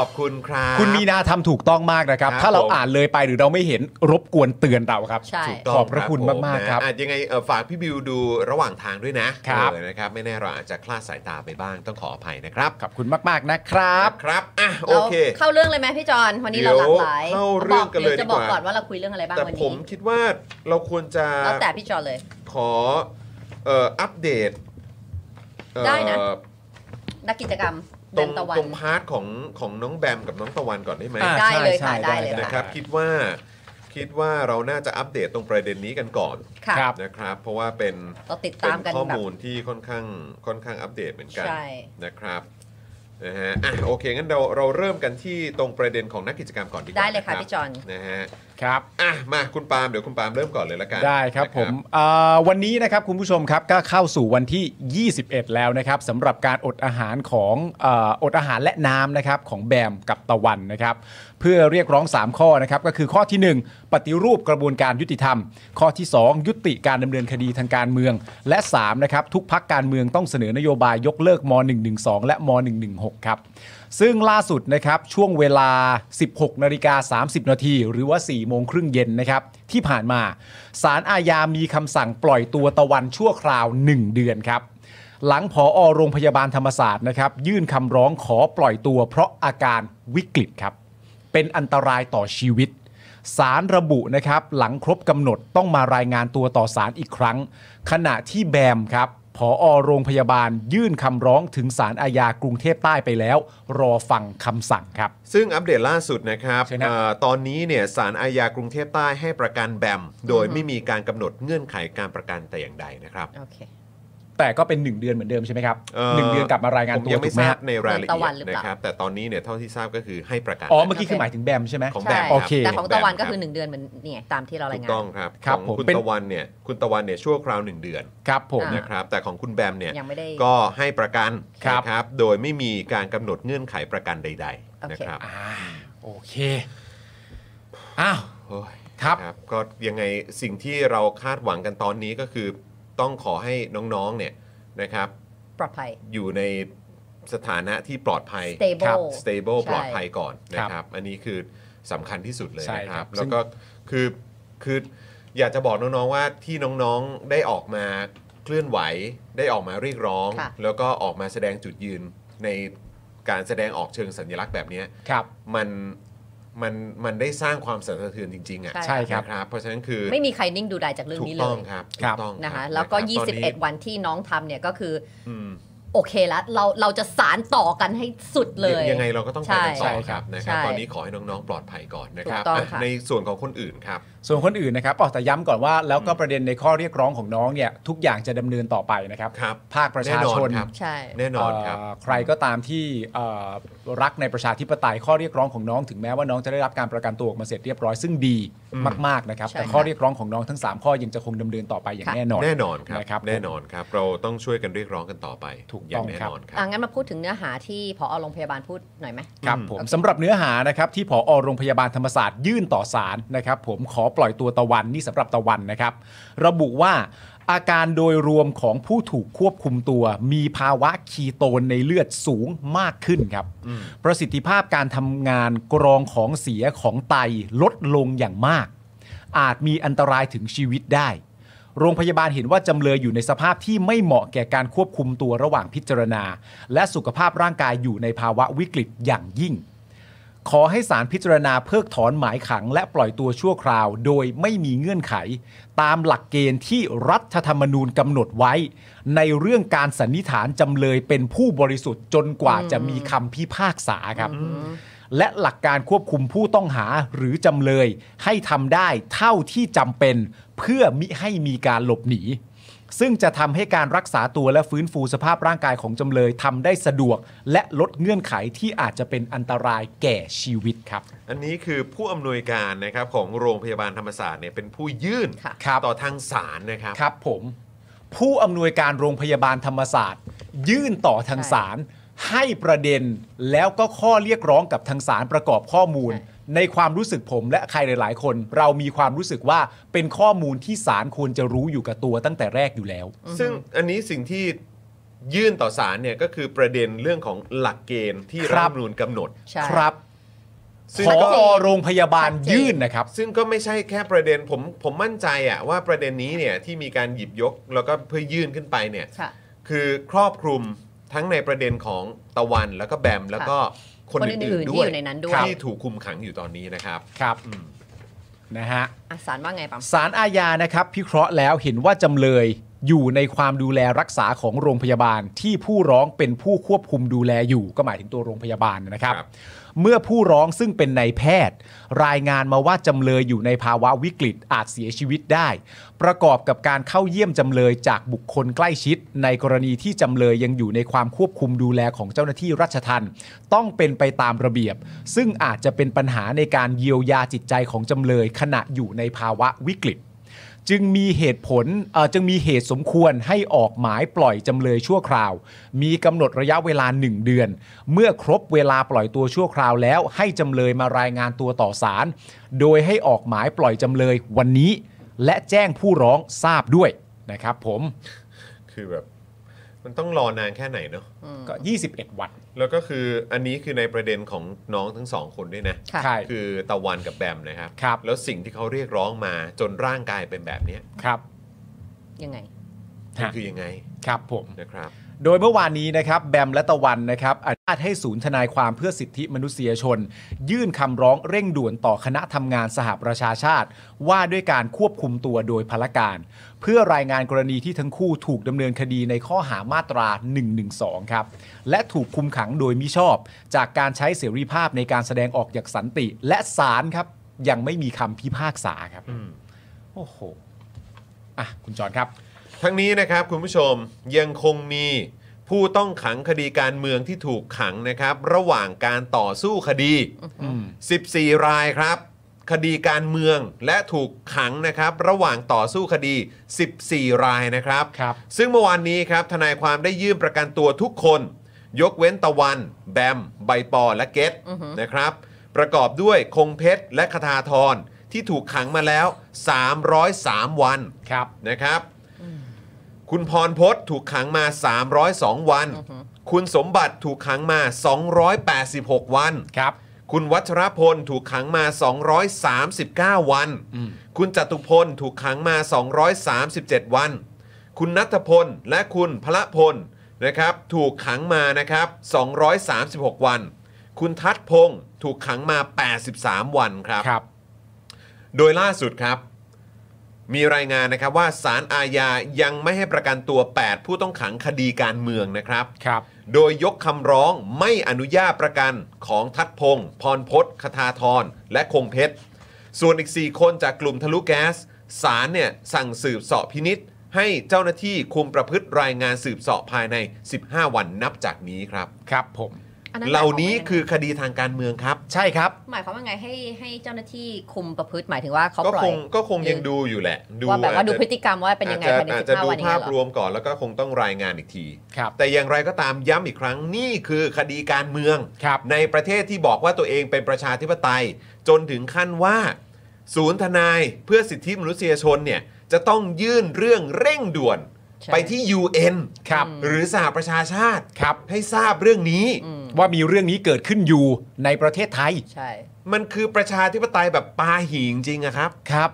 A: ขอบคุณครับ
D: คุณมีนาทำถูกต้องมากนะครับ
A: ครับ
D: ถ้าเรา
A: ผม
D: อ่านเลยไปหรือเราไม่เห็นรบกวนเตือนเราครับ
C: ใช่
A: ถูกต้ง
D: ขอบพระคุณ
A: ผม
D: มากๆ
A: นะครับ อ่ะยังไงเอ่อฝากพี่บิวดูระหว่างทางด้วยนะครับ เออนะครับ ไม่แน่เราอาจจะคลาดสายตาไปบ้างต้องขออภัยนะครับ
D: ขอบคุณมาก ๆ นะครับ
A: ครับอ่ะโอ
C: เรา
A: เค
C: เข้าเรื่องเลยไหมพี่จอนวันนี้เราหลากหลาย
A: เดี๋ยวเข้าเรื่องกันเลย
C: บอดี๋วจะบอก
A: ดีกว่า
C: ก่อนว่าเราคุยเรื่องอะไรบ้าง
A: แต่
C: วัน
A: ผ
C: นี้
A: มคิดว่าเราควรจะ
C: แล้วแต่พี่จอนเลย
A: ขอเอ่ออัปเดตเอ่อ
C: ได้นะ นักกิจกรรม
A: ต
C: เดื
A: ร
C: อง นตะวัน
A: ตรงพาร์ทของของน้องแบมกับน้องตะวันก่อนได้ไหม
D: อ่ะ
C: ได้เลย
D: ใช่
C: ค่ะ
D: ใช่
C: ได้เลยค่ะ
D: ได้
A: นะครับคิดว่าคิดว่าเราน่าจะอัปเดตตรงประเด็นนี้กันก่อน
C: ค่ะ
D: ครับ
A: นะครับ เพราะว่าเป็น
C: เราติด
A: เป็
C: ตาม
A: น
C: กัน
A: ข้อ
C: แบบ
A: มูลที่ค่อนข้างค่อนข้างอัปเดตเหมือนกัน
C: ใช่
A: นะครับนะฮะอ่ะโอเคงั้นเราเราเริ่มกันที่ตรงประเด็นของนักกิจกรรมก่อนดีกว่า
C: ได้เลยค่ะ
A: นรับ
C: พี่จอน
A: นะฮะ
D: ครับ
A: อ่ะมาคุณปาล์มเดี๋ยวคุณปาล์มเริ่มก่อนเลยละกัน
D: ได้ครับ
A: นะ
D: ผมเอ่อวันนี้นะครับคุณผู้ชมครับก็เข้าสู่วันที่ 21 แล้วนะครับสำหรับการอดอาหารของเอ่ออดอาหารและน้ำนะครับของแบมกับตะวันนะครับเพื่อเรียกร้อง 3 ข้อนะครับก็คือข้อทีหนึ่1 ปฏิรูปกระบวนการยุติธรรม ข้อที่ 2 ยุติการดำเนินคดีทางการเมือง และ3นะครับทุกพักการเมืองต้องเสนอนโยบายยกเลิกม .112 และม .116 ครับ ซึ่งล่าสุดนะครับช่วงเวลา 16นาฬิกา30 นาทีหรือว่า 4 โมงครึ่งเย็นนะครับที่ผ่านมาศาลอาญามีคำสั่งปล่อยตัวตะวันชั่วคราว 1 เดือนครับ หลังผออโรงพยาบาลธรรมศาสตร์นะครับ ยื่นคำร้องขอปล่อยตัวเพราะอาการวิกฤตครับ เป็นอันตรายต่อชีวิต สารระบุนะครับ หลังครบกำหนดต้องมารายงานตัวต่อสารอีกครั้ง ขณะที่แบมครับผออโรงพยาบาลยื่นคำร้องถึงสารอาญากรุงเทพใต้ไปแล้ว รอฟังคำสั่งครับ
A: ซึ่งอัปเดตล่าสุดนะครับ
D: เชิญครับ
A: เออตอนนี้เนี่ยศาลอาญากรุงเทพใต้ให้ประกันแบม โดยไม่มีการกำหนดเงื่อนไขการประกันแต่อย่างใดนะครับ
C: โอเค
D: แต่ก็เป็น 1 เดือนเหมือนเดิมใช่ไหมครับหนึ่งเดือนกลับมารายงาน
A: ผม
D: ตัว
A: ยังไม่
D: ถูกไห
A: ท
D: ม
A: ราบ
D: ฮะ
A: ในรายละ
C: ตะ
A: เอี
C: วั
A: ยด
C: นหรือเปล่า
A: นะครับ แต่ตอนนี้เนี่ยเท่าที่ทราบก็คือให้ประกัน
D: อ๋อเมื่อกี้คือหมายถึงแบมใช่ไหม
A: ของ
C: ใช่
A: แบบ
D: โอเค
C: แต่ของตะวันก็
A: แบบ
C: คือ 1 เดือนเหมือนนี่ไงตามที่เรารา
A: ถูก
C: ยงาน
A: ต้องครับ
D: ครับ
A: ของ
D: ผม
A: คุณ
D: เป็น
A: ตะวันเนี่ยคุณตะวันเนี่ยชั่วคราวหนึ่งเดือน
D: ครับผม
C: อ่า
A: นะครับแต่ของคุณแบมเนี่ย
C: ยังไม่ได้
A: ก็ให้ประกัน
D: ครับ
A: นะครับ โดยไม่มีการกำหนดเงื่อนไขประกันใดๆ
C: โอเค
A: นะครับ
D: อ่าโอเคอ้าว
A: โอ้ย
D: ครับ
A: ครับก็ยังไงสิ่งที่เราคาดหวังกันตอนนี้ก็คือต้องขอให้น้องๆเนี่ยนะครับ
C: ปลอดภัย
A: อยู่ในสถานะที่ปลอดภัย
C: Stable
A: ครับ stable
C: ใช่
A: ปลอดภัยก่อนนะค
D: ค
A: รั
D: รับ บ
A: อันนี้คือสำคัญที่สุดเลย
D: ใช่
A: นะค
D: ครั
A: รับ
D: บ
A: แล้วก็คือคืออยากจะบอกน้องๆว่าที่น้องๆได้ออกมาเคลื่อนไหวได้ออกมาเรียกร้อง
C: ค่ะ
A: แล้วก็ออกมาแสดงจุดยืนในการแสดงออกเชิงสัญลักษณ์แบบเนี้ย
D: ครับ
A: มันมันมันได้สร้างความสั่นสะเทือนจริงๆอ่ะ
D: ใช่ครับ
A: นะครับ เพราะฉะนั้นคือ
C: ไม่มีใครนิ่งดูดายจากเรื่อง
A: ถูก
C: นี้เล
A: ต้อง
C: ย
A: ครับ
D: ครับ
A: ถูต้อง
C: นะคะ
A: รับ
C: แล้วก็
A: ะครับตอนนี้
C: 21 วันที่น้องทำเนี่ยก็คือ
A: อืม
C: โอเคละเราเราจะสารต่อกันให้สุดเลย
A: ยังไงเราก็ต้องไปกัน
C: ใช่
A: ต่อครับนะครับ
C: ใช่
A: ตอนนี้ขอให้น้องๆปลอดภัยก่อนนะครับ
C: ถูกต้อง
A: อ่ะ
C: ค่ะ
A: ในส่วนของคนอื่นครับ
D: ส่วนคนอื่นนะครับอ๋อแต่ย้ำก่อนว่าแล้วก็ประเด็นในข้อเรียกร้องของน้องเนี่ยทุกอย่างจะดำเนินต่อไปนะครับ
A: ครับ
D: ภาคประชาชน
A: แอครับ
C: ใช่
A: แน่นอนครับ
D: เอ่อใครก็ตามที่เอ่อรักในประชาธิปไตยข้อเรียกร้องของน้องถึงแม้ว่าน้องจะได้รับการประกันตัวออกมาเสร็จเรียบร้อยซึ่งดี
A: อืม
D: มากๆนะครับ
C: ใช่
D: แต่ข้อ
C: ค่ะ
D: เรียกร้องของน้องทั้ง 3 ข้อยังจะคงดำเนินต่อไปอย่าง
C: ค่ะ
D: แน่นอน
A: แน่นอนครับ
D: นะครับผม
A: แน่นอนครับ เราต้องช่วยกันเรียกร้องกันต่อไป
D: ถูก
A: ย่า
D: ต้อง
A: แน่
D: ครับ
A: นอนครั
C: อ่ะ
A: บ
C: งั้นมาพูดถึงเนื้อหาที่พอโรงพยาบาลพูดหน่อยไหม
D: ครับผม
C: โอเค
D: สำหรับเนื้อหานะครับที่ผอโรงพยาบาลธรรมศาสตร์ยื่นต่อศาลนะครับ ผมขอปล่อยตัวตะวันนี่สำหรับตะวันนะครับ ระบุว่าอาการโดยรวมของผู้ถูกควบคุมตัว มีภาวะคีโตนในเลือดสูงมากขึ้นครับ ประสิทธิภาพการทำงานกรองของเสียของไตลดลงอย่างมาก อาจมีอันตรายถึงชีวิตได้ โรงพยาบาลเห็นว่าจำเลยอยู่ในสภาพที่ไม่เหมาะแก่การควบคุมตัวระหว่างพิจารณา และสุขภาพร่างกายอยู่ในภาวะวิกฤตอย่างยิ่ง ขอให้ศาลพิจารณาเพิกถอนหมายขัง และปล่อยตัวชั่วคราว โดยไม่มีเงื่อนไข ตามหลักเกณฑ์ที่รัฐธรรมนูญกำหนดไว้ ในเรื่องการสันนิษฐานจำเลยเป็นผู้บริสุทธิ์จนกว่าจะมีคำพิพากษาครับ และหลักการควบคุมผู้ต้องหาหรือจำเลย ให้ทำได้เท่าที่จำเป็น เพื่อมิให้มีการหลบหนี ซึ่งจะทำให้การรักษาตัวและฟื้นฟูสภาพร่างกายของจำเลยทำได้สะดวก และลดเงื่อนไขที่อาจจะเป็นอันตรายแก่ชีวิตครับ
A: อันนี้คือผู้อำนวยการนะครับของโรงพยาบาลธรรมศาสตร์เนี่ยเป็นผู้ยื่น
C: ค่ะ
D: ครับ
A: ต่อทางศาลนะครับ
D: ครับผม ผู้อำนวยการโรงพยาบาลธรรมศาสตร์ ยื่นต่อทาง
C: ใช่
D: ศาลให้ประเด็นแล้วก็ข้อเรียกร้องกับทางศาลประกอบข้อมูล
C: ใช่
D: ในความรู้สึกผมและใครหลาย ๆ คน เรามีความรู้สึกว่าเป็นข้อมูลที่ศาลควรจะรู้อยู่กับตัวตั้งแต่แรกอยู่แล้ว
A: ซึ่งอันนี้สิ่งที่ ยื่นต่อศาลเนี่ยก็คือประเด็นเรื่องของหลักเกณฑ์ที่
D: ครั
A: รับ ฐธรรมนูญกำหนด
C: ใช่
D: ครับ
A: ซึ่ง
D: ขอ
A: ก็
D: โรงพยาบาล
C: ชัดเจน
D: ยื่นนะครับ
A: ซึ่งก็ไม่ใช่แค่ประเด็นผมผมมั่นใจอะว่าประเด็นนี้เนี่ยที่มีการหยิบยกแล้วก็เพื่อยื่นขึ้นไปเนี่ย
C: ค่ะ
A: คือครอบคลุมทั้งในประเด็นของตะวันแล้วก็แบม แล้วก็คน
C: คนอื่
A: อื่น
C: นๆ
A: ๆด้
C: ที่
A: วย
C: อยู่ในนั้นด้วย
A: ที่ถูกคุมขังอยู่ตอนนี้นะครับ
D: ครับนะฮะ
C: อ่ะสารว่าไงปั๊ม
D: สารอาญานะครับพิเคราะห์แล้วเห็นว่าจำเลยอยู่ในความดูแลรักษาของโรงพยาบาล ที่ผู้ร้องเป็นผู้ควบคุมดูแลอยู่ก็หมายถึงตัวโรงพยาบาลนะครับ
A: ครับ
D: เมื่อผู้ร้องซึ่งเป็นนายแพทย์ รายงานมาว่าจำเลยอยู่ในภาวะวิกฤตอาจเสียชีวิตได้ ประกอบกับการเข้าเยี่ยมจำเลยจากบุคคลใกล้ชิด ในกรณีที่จำเลยยังอยู่ในความควบคุมดูแลของเจ้าหน้าที่รัชทันต้องเป็นไปตามระเบียบ ซึ่งอาจจะเป็นปัญหาในการเยียวยาจิตใจของจำเลย ขณะอยู่ในภาวะวิกฤต จึงมีเหตุผลเอ่อจึงมีเหตุสมควรให้ออกหมายปล่อยจำเลยชั่วคราว มีกำหนดระยะเวลา 1 เดือน เมื่อครบเวลาปล่อยตัวชั่วคราวแล้ว ให้จำเลยมารายงานตัวต่อศาลโดยให้ออกหมายปล่อยจำเลยวันนี้ และแจ้งผู้ร้องทราบด้วยนะครับผม
A: คือแบบมันต้องรอนานแค่ไหนเนาะ
D: ก็ 21 วัน
A: แล้วก็คืออันนี้คือในประเด็นของน้องทั้งสองคนด้วยนะ
C: ค่ะ
D: ใช่
A: คือตะวันกับแบมนะครับ
D: ครับ
A: แล้วสิ่งที่เขาเรียกร้องมาจนร่างกายเป็นแบบเนี้ย
D: ครับ
C: ยังไง
A: มัน
D: ฮะ
A: คือยังไง
D: ครับผม
A: นะครับ
D: โดยเมื่อวานนี้นะครับแบมและตะวันนะครับอนุญาตให้ศูนย์ทนายความเพื่อสิทธิมนุษยชน ยื่นคำร้องเร่งด่วนต่อคณะทำงานสหประชาชาติ ว่าด้วยการควบคุมตัวโดยพลการ เพื่อรายงานกรณีที่ทั้งคู่ถูกดำเนินคดีในข้อหามาตรา 112 ครับ และถูกคุมขังโดยมิชอบ จากการใช้เสรีภาพในการแสดงออกอย่างสันติ และศาลครับ ยังไม่มีคำพิพากษาครับ
A: อืม
D: โอ้โหอ่ะคุณจอนครับ
A: ทั้งนี้นะครับคุณผู้ชมยังคงมีผู้ต้องขังคดีการเมืองที่ถูกขังนะครับ ระหว่างการต่อสู้คดี
D: อืม
A: 14 รายครับ คดีการเมืองและถูกขังนะครับ ระหว่างต่อสู้คดี 14 รายนะครับ
D: ครับ
A: ซึ่งเมื่อวานนี้ครับทนายความได้ยื่นประกันตัวทุกคน ยกเว้นตะวัน แบม ใบปอและเกต
C: อือหือ
A: นะครับ ประกอบด้วยคงเพชรและคทาทรที่ถูกขังมาแล้ว 303 วัน
D: ครับ
A: นะครับ คุณพรพศถูกขังมา 302 วัน
C: อือหือ
A: คุณสมบัติถูกขังมา 286 วัน
D: ครับ
A: คุณวัชรพลถูกขังมา 239 วัน
D: อืม
A: คุณจตุพลถูกขังมา 237 วัน คุณนัทพลและคุณพละพลนะครับถูกขังมานะครับ 236 วัน คุณทัศพงศ์ถูกขังมา 83 วันครับ
D: ครับ
A: โดยล่าสุดครับ มีรายงานนะครับว่าสารอาญายังไม่ให้ประกันตัว 8 ผู้ต้องขังคดีการเมืองนะครับ
D: ครับ
A: โดยยกคำร้องไม่อนุญาตประกันของทัดพงศ์พรพศคทาทรและคงเพชร ส่วนอีก 4 คนจากกลุ่มทะลุแก๊สสารเนี่ยสั่งสืบเสอบพินิษให้เจ้าหน้าที่คุมประพฤติรายงานสืบเสอบภายใน 15 วันนับจากนี้ครับ
D: ครับผม
C: อัหมย
A: เห
C: ว
A: ล่าม
C: ว่
A: นี้
C: ยังไง
A: คือคดีทางการเมืองครับ
D: ใช่ครับ
C: หมายความว่าไงให้ให้เจ้าหน้าที่คุมประพฤติหมายถึงว่าเขา
A: ก็
C: ปล่อ
A: ค
C: ย
A: งก็คงยังดูอยู่แหละ
C: ว่าแบบว่าดู
A: อาจจะ
C: พฤติกรรมว่าเป็นยังไงภายใน
A: อา
C: สิ
A: จ
C: บ
A: จะ
C: ห้า
A: ดู
C: วันนี้
A: ภาพ
C: เหร
A: ร
C: อ
A: วมก่อนแล้วก็คงต้องรายงานอีกที
D: ครับ
A: แต่อย่างไรก็ตามย้ำอีกครั้งนี่คือคดีการเมือง
D: ครับ
A: ในประเทศที่บอกว่าตัวเองเป็นประชาธิปไตย จนถึงขั้นว่า ศูนย์ทนายเพื่อสิทธิมนุษยชนเนี่ยจะต้องยื่นเรื่องเร่งด่วน
C: ใช่
A: ไปที่ UN
D: ครับ
A: หรือสหประชาชาติ
D: ครับ
A: ให้ทราบเรื่องนี้
D: ว่ามีเรื่องนี้เกิดขึ้นอยู่ในประเทศไทย
C: ใช่
A: มันคือประชาธิปไตยแบบปาหี่จริงๆอะครับ
D: ครับ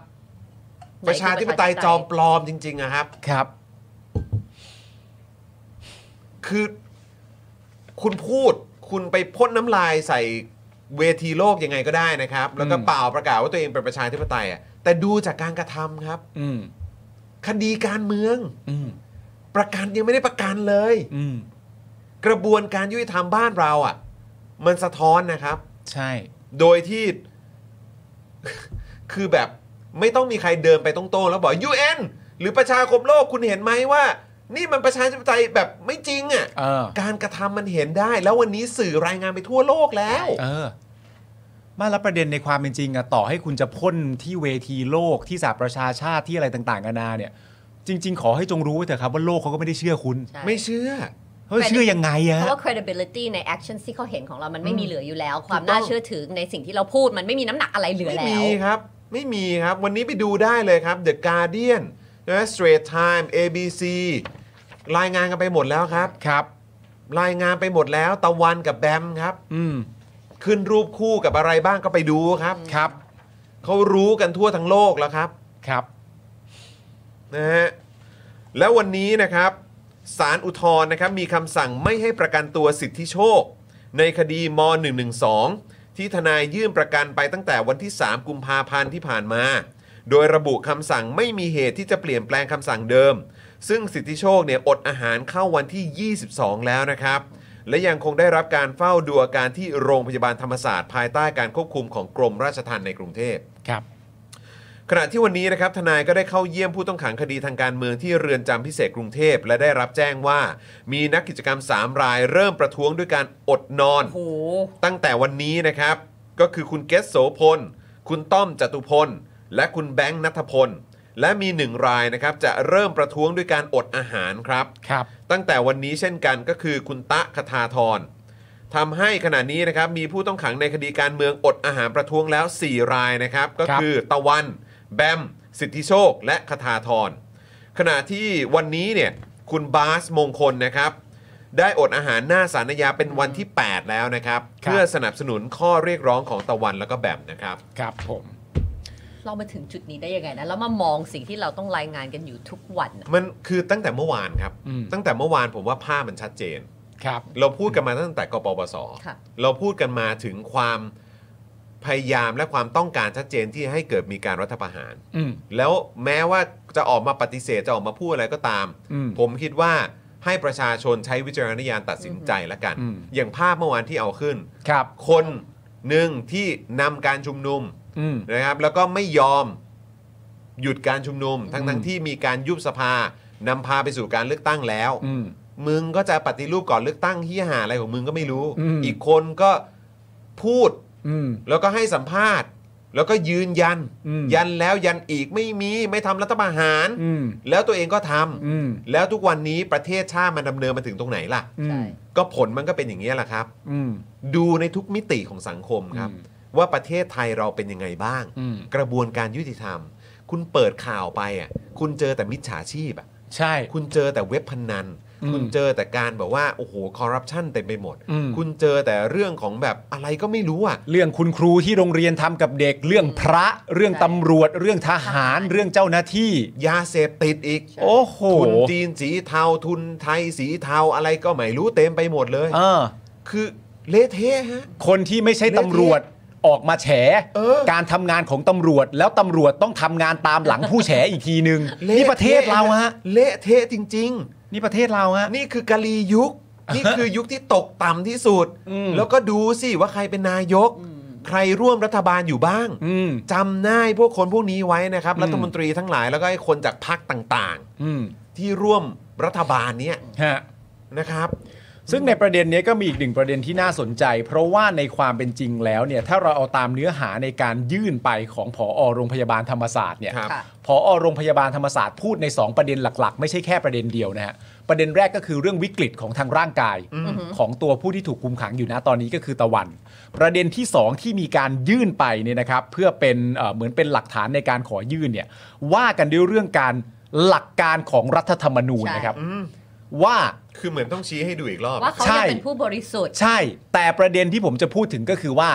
A: ประชาธิปไตยจอมปลอมจริงๆอะครับ
D: ครับ
A: คือคุณพูดคุณไปพ่นน้ำลายใส่เวทีโลกยังไงก็ได้นะครับ แล้วก็
D: อืม
A: เปล่าประกาศว่าตัวเองเป็นประชาธิปไตยอ่ะแต่ดูจากการกระทำครับ
D: อืม
A: คดีการเมือง
D: อืม
A: ประกันยังไม่ได้ประกันเลย
D: อืม
A: กระบวนการยุติธรรมบ้านเราอ่ะ มันสะท้อนนะครับ
D: ใช่
A: โดยที่ *laughs* คือแบบไม่ต้องมีใครเดินไปตรงๆแล้วบอก UN หรือประชาคมโลกคุณเห็นไหมว่า นี่มันประชาธิปไตยแบบไม่จริงอ่ะ
D: เออ
A: การกระทำมันเห็นได้ แล้ววันนี้สื่อรายงานไปทั่วโลกแล้ว
D: เออ มาแล้วประเด็นในความเป็นจริงอะต่อให้คุณจะพ่นที่เวทีโลกที่สหประชาชาติที่อะไรต่างๆกันานาเนี่ย จริง ๆ ขอให้จงรู้ไว้เถอะครับว่าโลกเขาก็ไม่ได้เชื่อคุณ
C: ใช่
A: ไม่เชื่อ
D: เขาเชื่อยังไงอะ
C: เพราะว่า credibility ใน actions ที่เขาเห็นของเรา มันไม่มีเหลืออยู่แล้ว ความน่าเชื่อถือในสิ่งที่เราพูดมันไม่มีน้ำหนักอะไรเหลือ
A: ไม่
C: แล้
A: มี
C: ว
A: ครับ ไม่มีครับ วันนี้ไปดูได้เลยครับ The Guardian นะ Straight Time ABC รายงานกันไปหมดแล้วครับ
D: ครับ
A: รายงานไปหมดแล้วตะวันกับแบมครับ
D: อืม
A: ขึ้นรูปคู่กับอะไรบ้างก็ไปดูครับ
D: ครับ
A: เขารู้กันทั่วทั้งโลกแล้วครับ
D: ครับ
A: นะฮะแล้ววันนี้นะครับศาลอุทธรณ์นะครับมีคำสั่งไม่ให้ประกันตัวสิทธิโชค ในคดีม .112 ที่ทนายยื่นประกันไปตั้งแต่วันที่ 3 กุมภาพันธ์ที่ผ่านมา โดยระบุคำสั่งไม่มีเหตุที่จะเปลี่ยนแปลงคำสั่งเดิม ซึ่งสิทธิโชคเนี่ยอดอาหารเข้าวันที่ 22 แล้วนะครับ และยังคงได้รับการเฝ้าดูอาการที่โรงพยาบาลธรรมศาสตร์ภายใต้การควบคุมของกรมราชทัณฑ์ในกรุงเทพ
D: ครับ
A: ขณะที่วันนี้นะครับทนายก็ได้เข้าเยี่ยมผู้ต้องขังคดีทางการเมืองที่เรือนจำพิเศษกรุงเทพ และได้รับแจ้งว่า มีนักกิจกรรม 3 รายเริ่มประท้วงด้วยการอดนอน
C: โอ้โห
A: ตั้งแต่วันนี้นะครับ ก็คือคุณเกสโสพล คุณต้อมจตุพล และคุณแบงค์นัทพล และมีหนึ่งรายนะครับจะเริ่มประท้วงด้วยการอดอาหารครับ
D: ครับ
A: ตั้งแต่วันนี้เช่นกันก็คือคุณตะคทาธรทำให้ขณะนี้นะครับมีผู้ต้องขังในคดีการเมืองอดอาหารประท้วงแล้ว 4 รายนะครับ ก็
D: ครับ
A: คือตะวัน แบม สิทธิโชค และคทาธรขณะที่วันนี้เนี่ยคุณบาสมงคลนะครับ ได้อดอาหารหน้าสารนยาเป็นวันที่ 8 แล้วนะครับ เพื่อสนับสนุนข้อเรียกร้องของตะวันแล้วก็แบมนะครับ
D: ครับผม
C: เรามาถึงจุดนี้ได้ยังไงนะ แล้วมามองสิ่งที่เราต้องรายงานกันอยู่ทุกวันน่ะ
A: มันคือตั้งแต่เมื่อวานครับ
D: อืม
A: ตั้งแต่เมื่อวานผมว่าภาพมันชัดเจน
D: ครับ
A: เราพูดกันมาตั้งแต่กปปส
C: ค่ะ
A: เราพูดกันมาถึงความพยายามและความต้องการชัดเจนที่ให้เกิดมีการรัฐประหาร
D: อืม
A: แล้วแม้ว่าจะออกมาปฏิเสธจะออกมาพูดอะไรก็ตาม
D: อืม
A: ผมคิดว่าให้ประชาชนใช้วิจารณญาณตัดสินใจละกัน
D: อืม
A: อย่างภาพเมื่อวานที่เอาขึ้น
D: ครับ
A: คนหนึ่งที่นำการชุมนุม
D: อืม
A: นะครับ แล้วก็ไม่ยอมหยุดการชุมนุม ทั้ง
D: อื
A: ทั้ง
D: ม
A: ที่มีการยุบสภานำพาไปสู่การเลือกตั้งแล้ว
D: อืม
A: มึงก็จะปฏิรูปก่อนเลือกตั้งเฮียหาอะไรของมึงก็ไม่รู้
D: อืม
A: อีกคนก็พูด
D: อืม
A: แล้วก็ให้สัมภาษณ์ แล้วก็ยืนยัน
D: อืม
A: ยันแล้วยันอีกไม่มีไม่ทำรัฐประหาร
D: อืม
A: แล้วตัวเองก็ทำ
D: อืม
A: แล้วทุกวันนี้ประเทศชาติมันดำเนินมาถึงตรงไหนล่ะ
D: อืม
C: ใช่
A: ก็ผลมันก็เป็นอย่างนี้ยแหละครับ
D: อืม
A: ดูในทุกมิติของสังคมครับ
D: อืม
A: ว่าประเทศไทยเราเป็นยังไงบ้าง
D: อืม
A: กระบวนการยุติธรรม คุณเปิดข่าวไปอ่ะคุณเจอแต่มิจฉาชีพอ่ะ
D: ใช่
A: คุณเจอแต่เว็บพนัน
D: อืม
A: คุณเจอแต่การแบบว่า โอ้โห คอร์รัปชันเต็มไปหมด
D: อืม
A: คุณเจอแต่เรื่องของแบบอะไรก็ไม่รู้อ่ะ
D: เรื่องคุณครูที่โรงเรียนทำกับเด็ก เรื่องพระ เรื่องตำรวจ เรื่องทหาร เรื่องเจ้าหน้าที่
A: ยาเสพติดอีก
D: โอ้โห
A: ทุนจีนสีเทา ทุนไทยสีเทา อะไรก็ไม่รู้เต็มไปหมดเลย
D: เออ
A: คือเละเทะฮะ
D: คนที่ไม่ใช่ตำรวจออกมาแฉ
A: เออ
D: การทำงานของตำรวจ แล้วตำรวจต้องทำงานตามหลังผู้แฉอีกทีนึง
A: ล
D: นี่ประเทศเราฮะ
A: เละเทะจริง
D: นี่ประเทศเราฮะ
A: ๆ นี่คือกะลียุค นี่คือยุคที่ตกต่ำที่สุด
D: อืม
A: แล้วก็ดูสิว่าใครเป็นนายก ใครร่วมรัฐบาลอยู่บ้าง
D: อืม
A: จำหน้าไอ้พวกคนพวกนี้ไว้นะครับ
D: อืม
A: รัฐมนตรีทั้งหลายแล้วก็ไอ้คนจากพรรคต่าง
D: อืม
A: ๆ ที่ร่วมรัฐบาลเนี้ย
D: ฮะ
A: นะครับ
D: ซึ่งในประเด็นเนี้ยก็มีอีกหนึ่งประเด็นที่น่าสนใจ เพราะว่าในความเป็นจริงแล้วเนี่ยถ้าเราเอาตามเนื้อหาในการยื่นไปของผอโรงพยาบาลธรรมศาสตร์เนี่ย
A: ครับ
C: ค่ะ
D: ผอโรงพยาบาลธรรมศาสตร์พูดใน 2 ประเด็นหลัก ๆ ไม่ใช่แค่ประเด็นเดียวนะฮะประเด็นแรกก็คือเรื่องวิกฤตของทางร่างกาย ของตัวผู้ที่ถูกคุมขังอยู่นะตอนนี้ก็คือตะวัน ประเด็นที่ 2 ที่มีการยื่นไปเนี่ยนะครับ เพื่อเป็นเอ่อเหมือนเป็นหลักฐานในการขอยื่นเนี่ยว่ากันด้วยเรื่องการหลักการของรัฐธรรมนูญนะครับ
A: อืม
D: ว่า
A: คือเหมือนต้องชี้ให้ดูอีกรอบ
C: ว่าเขา
D: ใช่
C: ยังเป็นผู้บริสุทธิ์
D: ใช่ แต่ประเด็นที่ผมจะพูดถึงก็คือว่า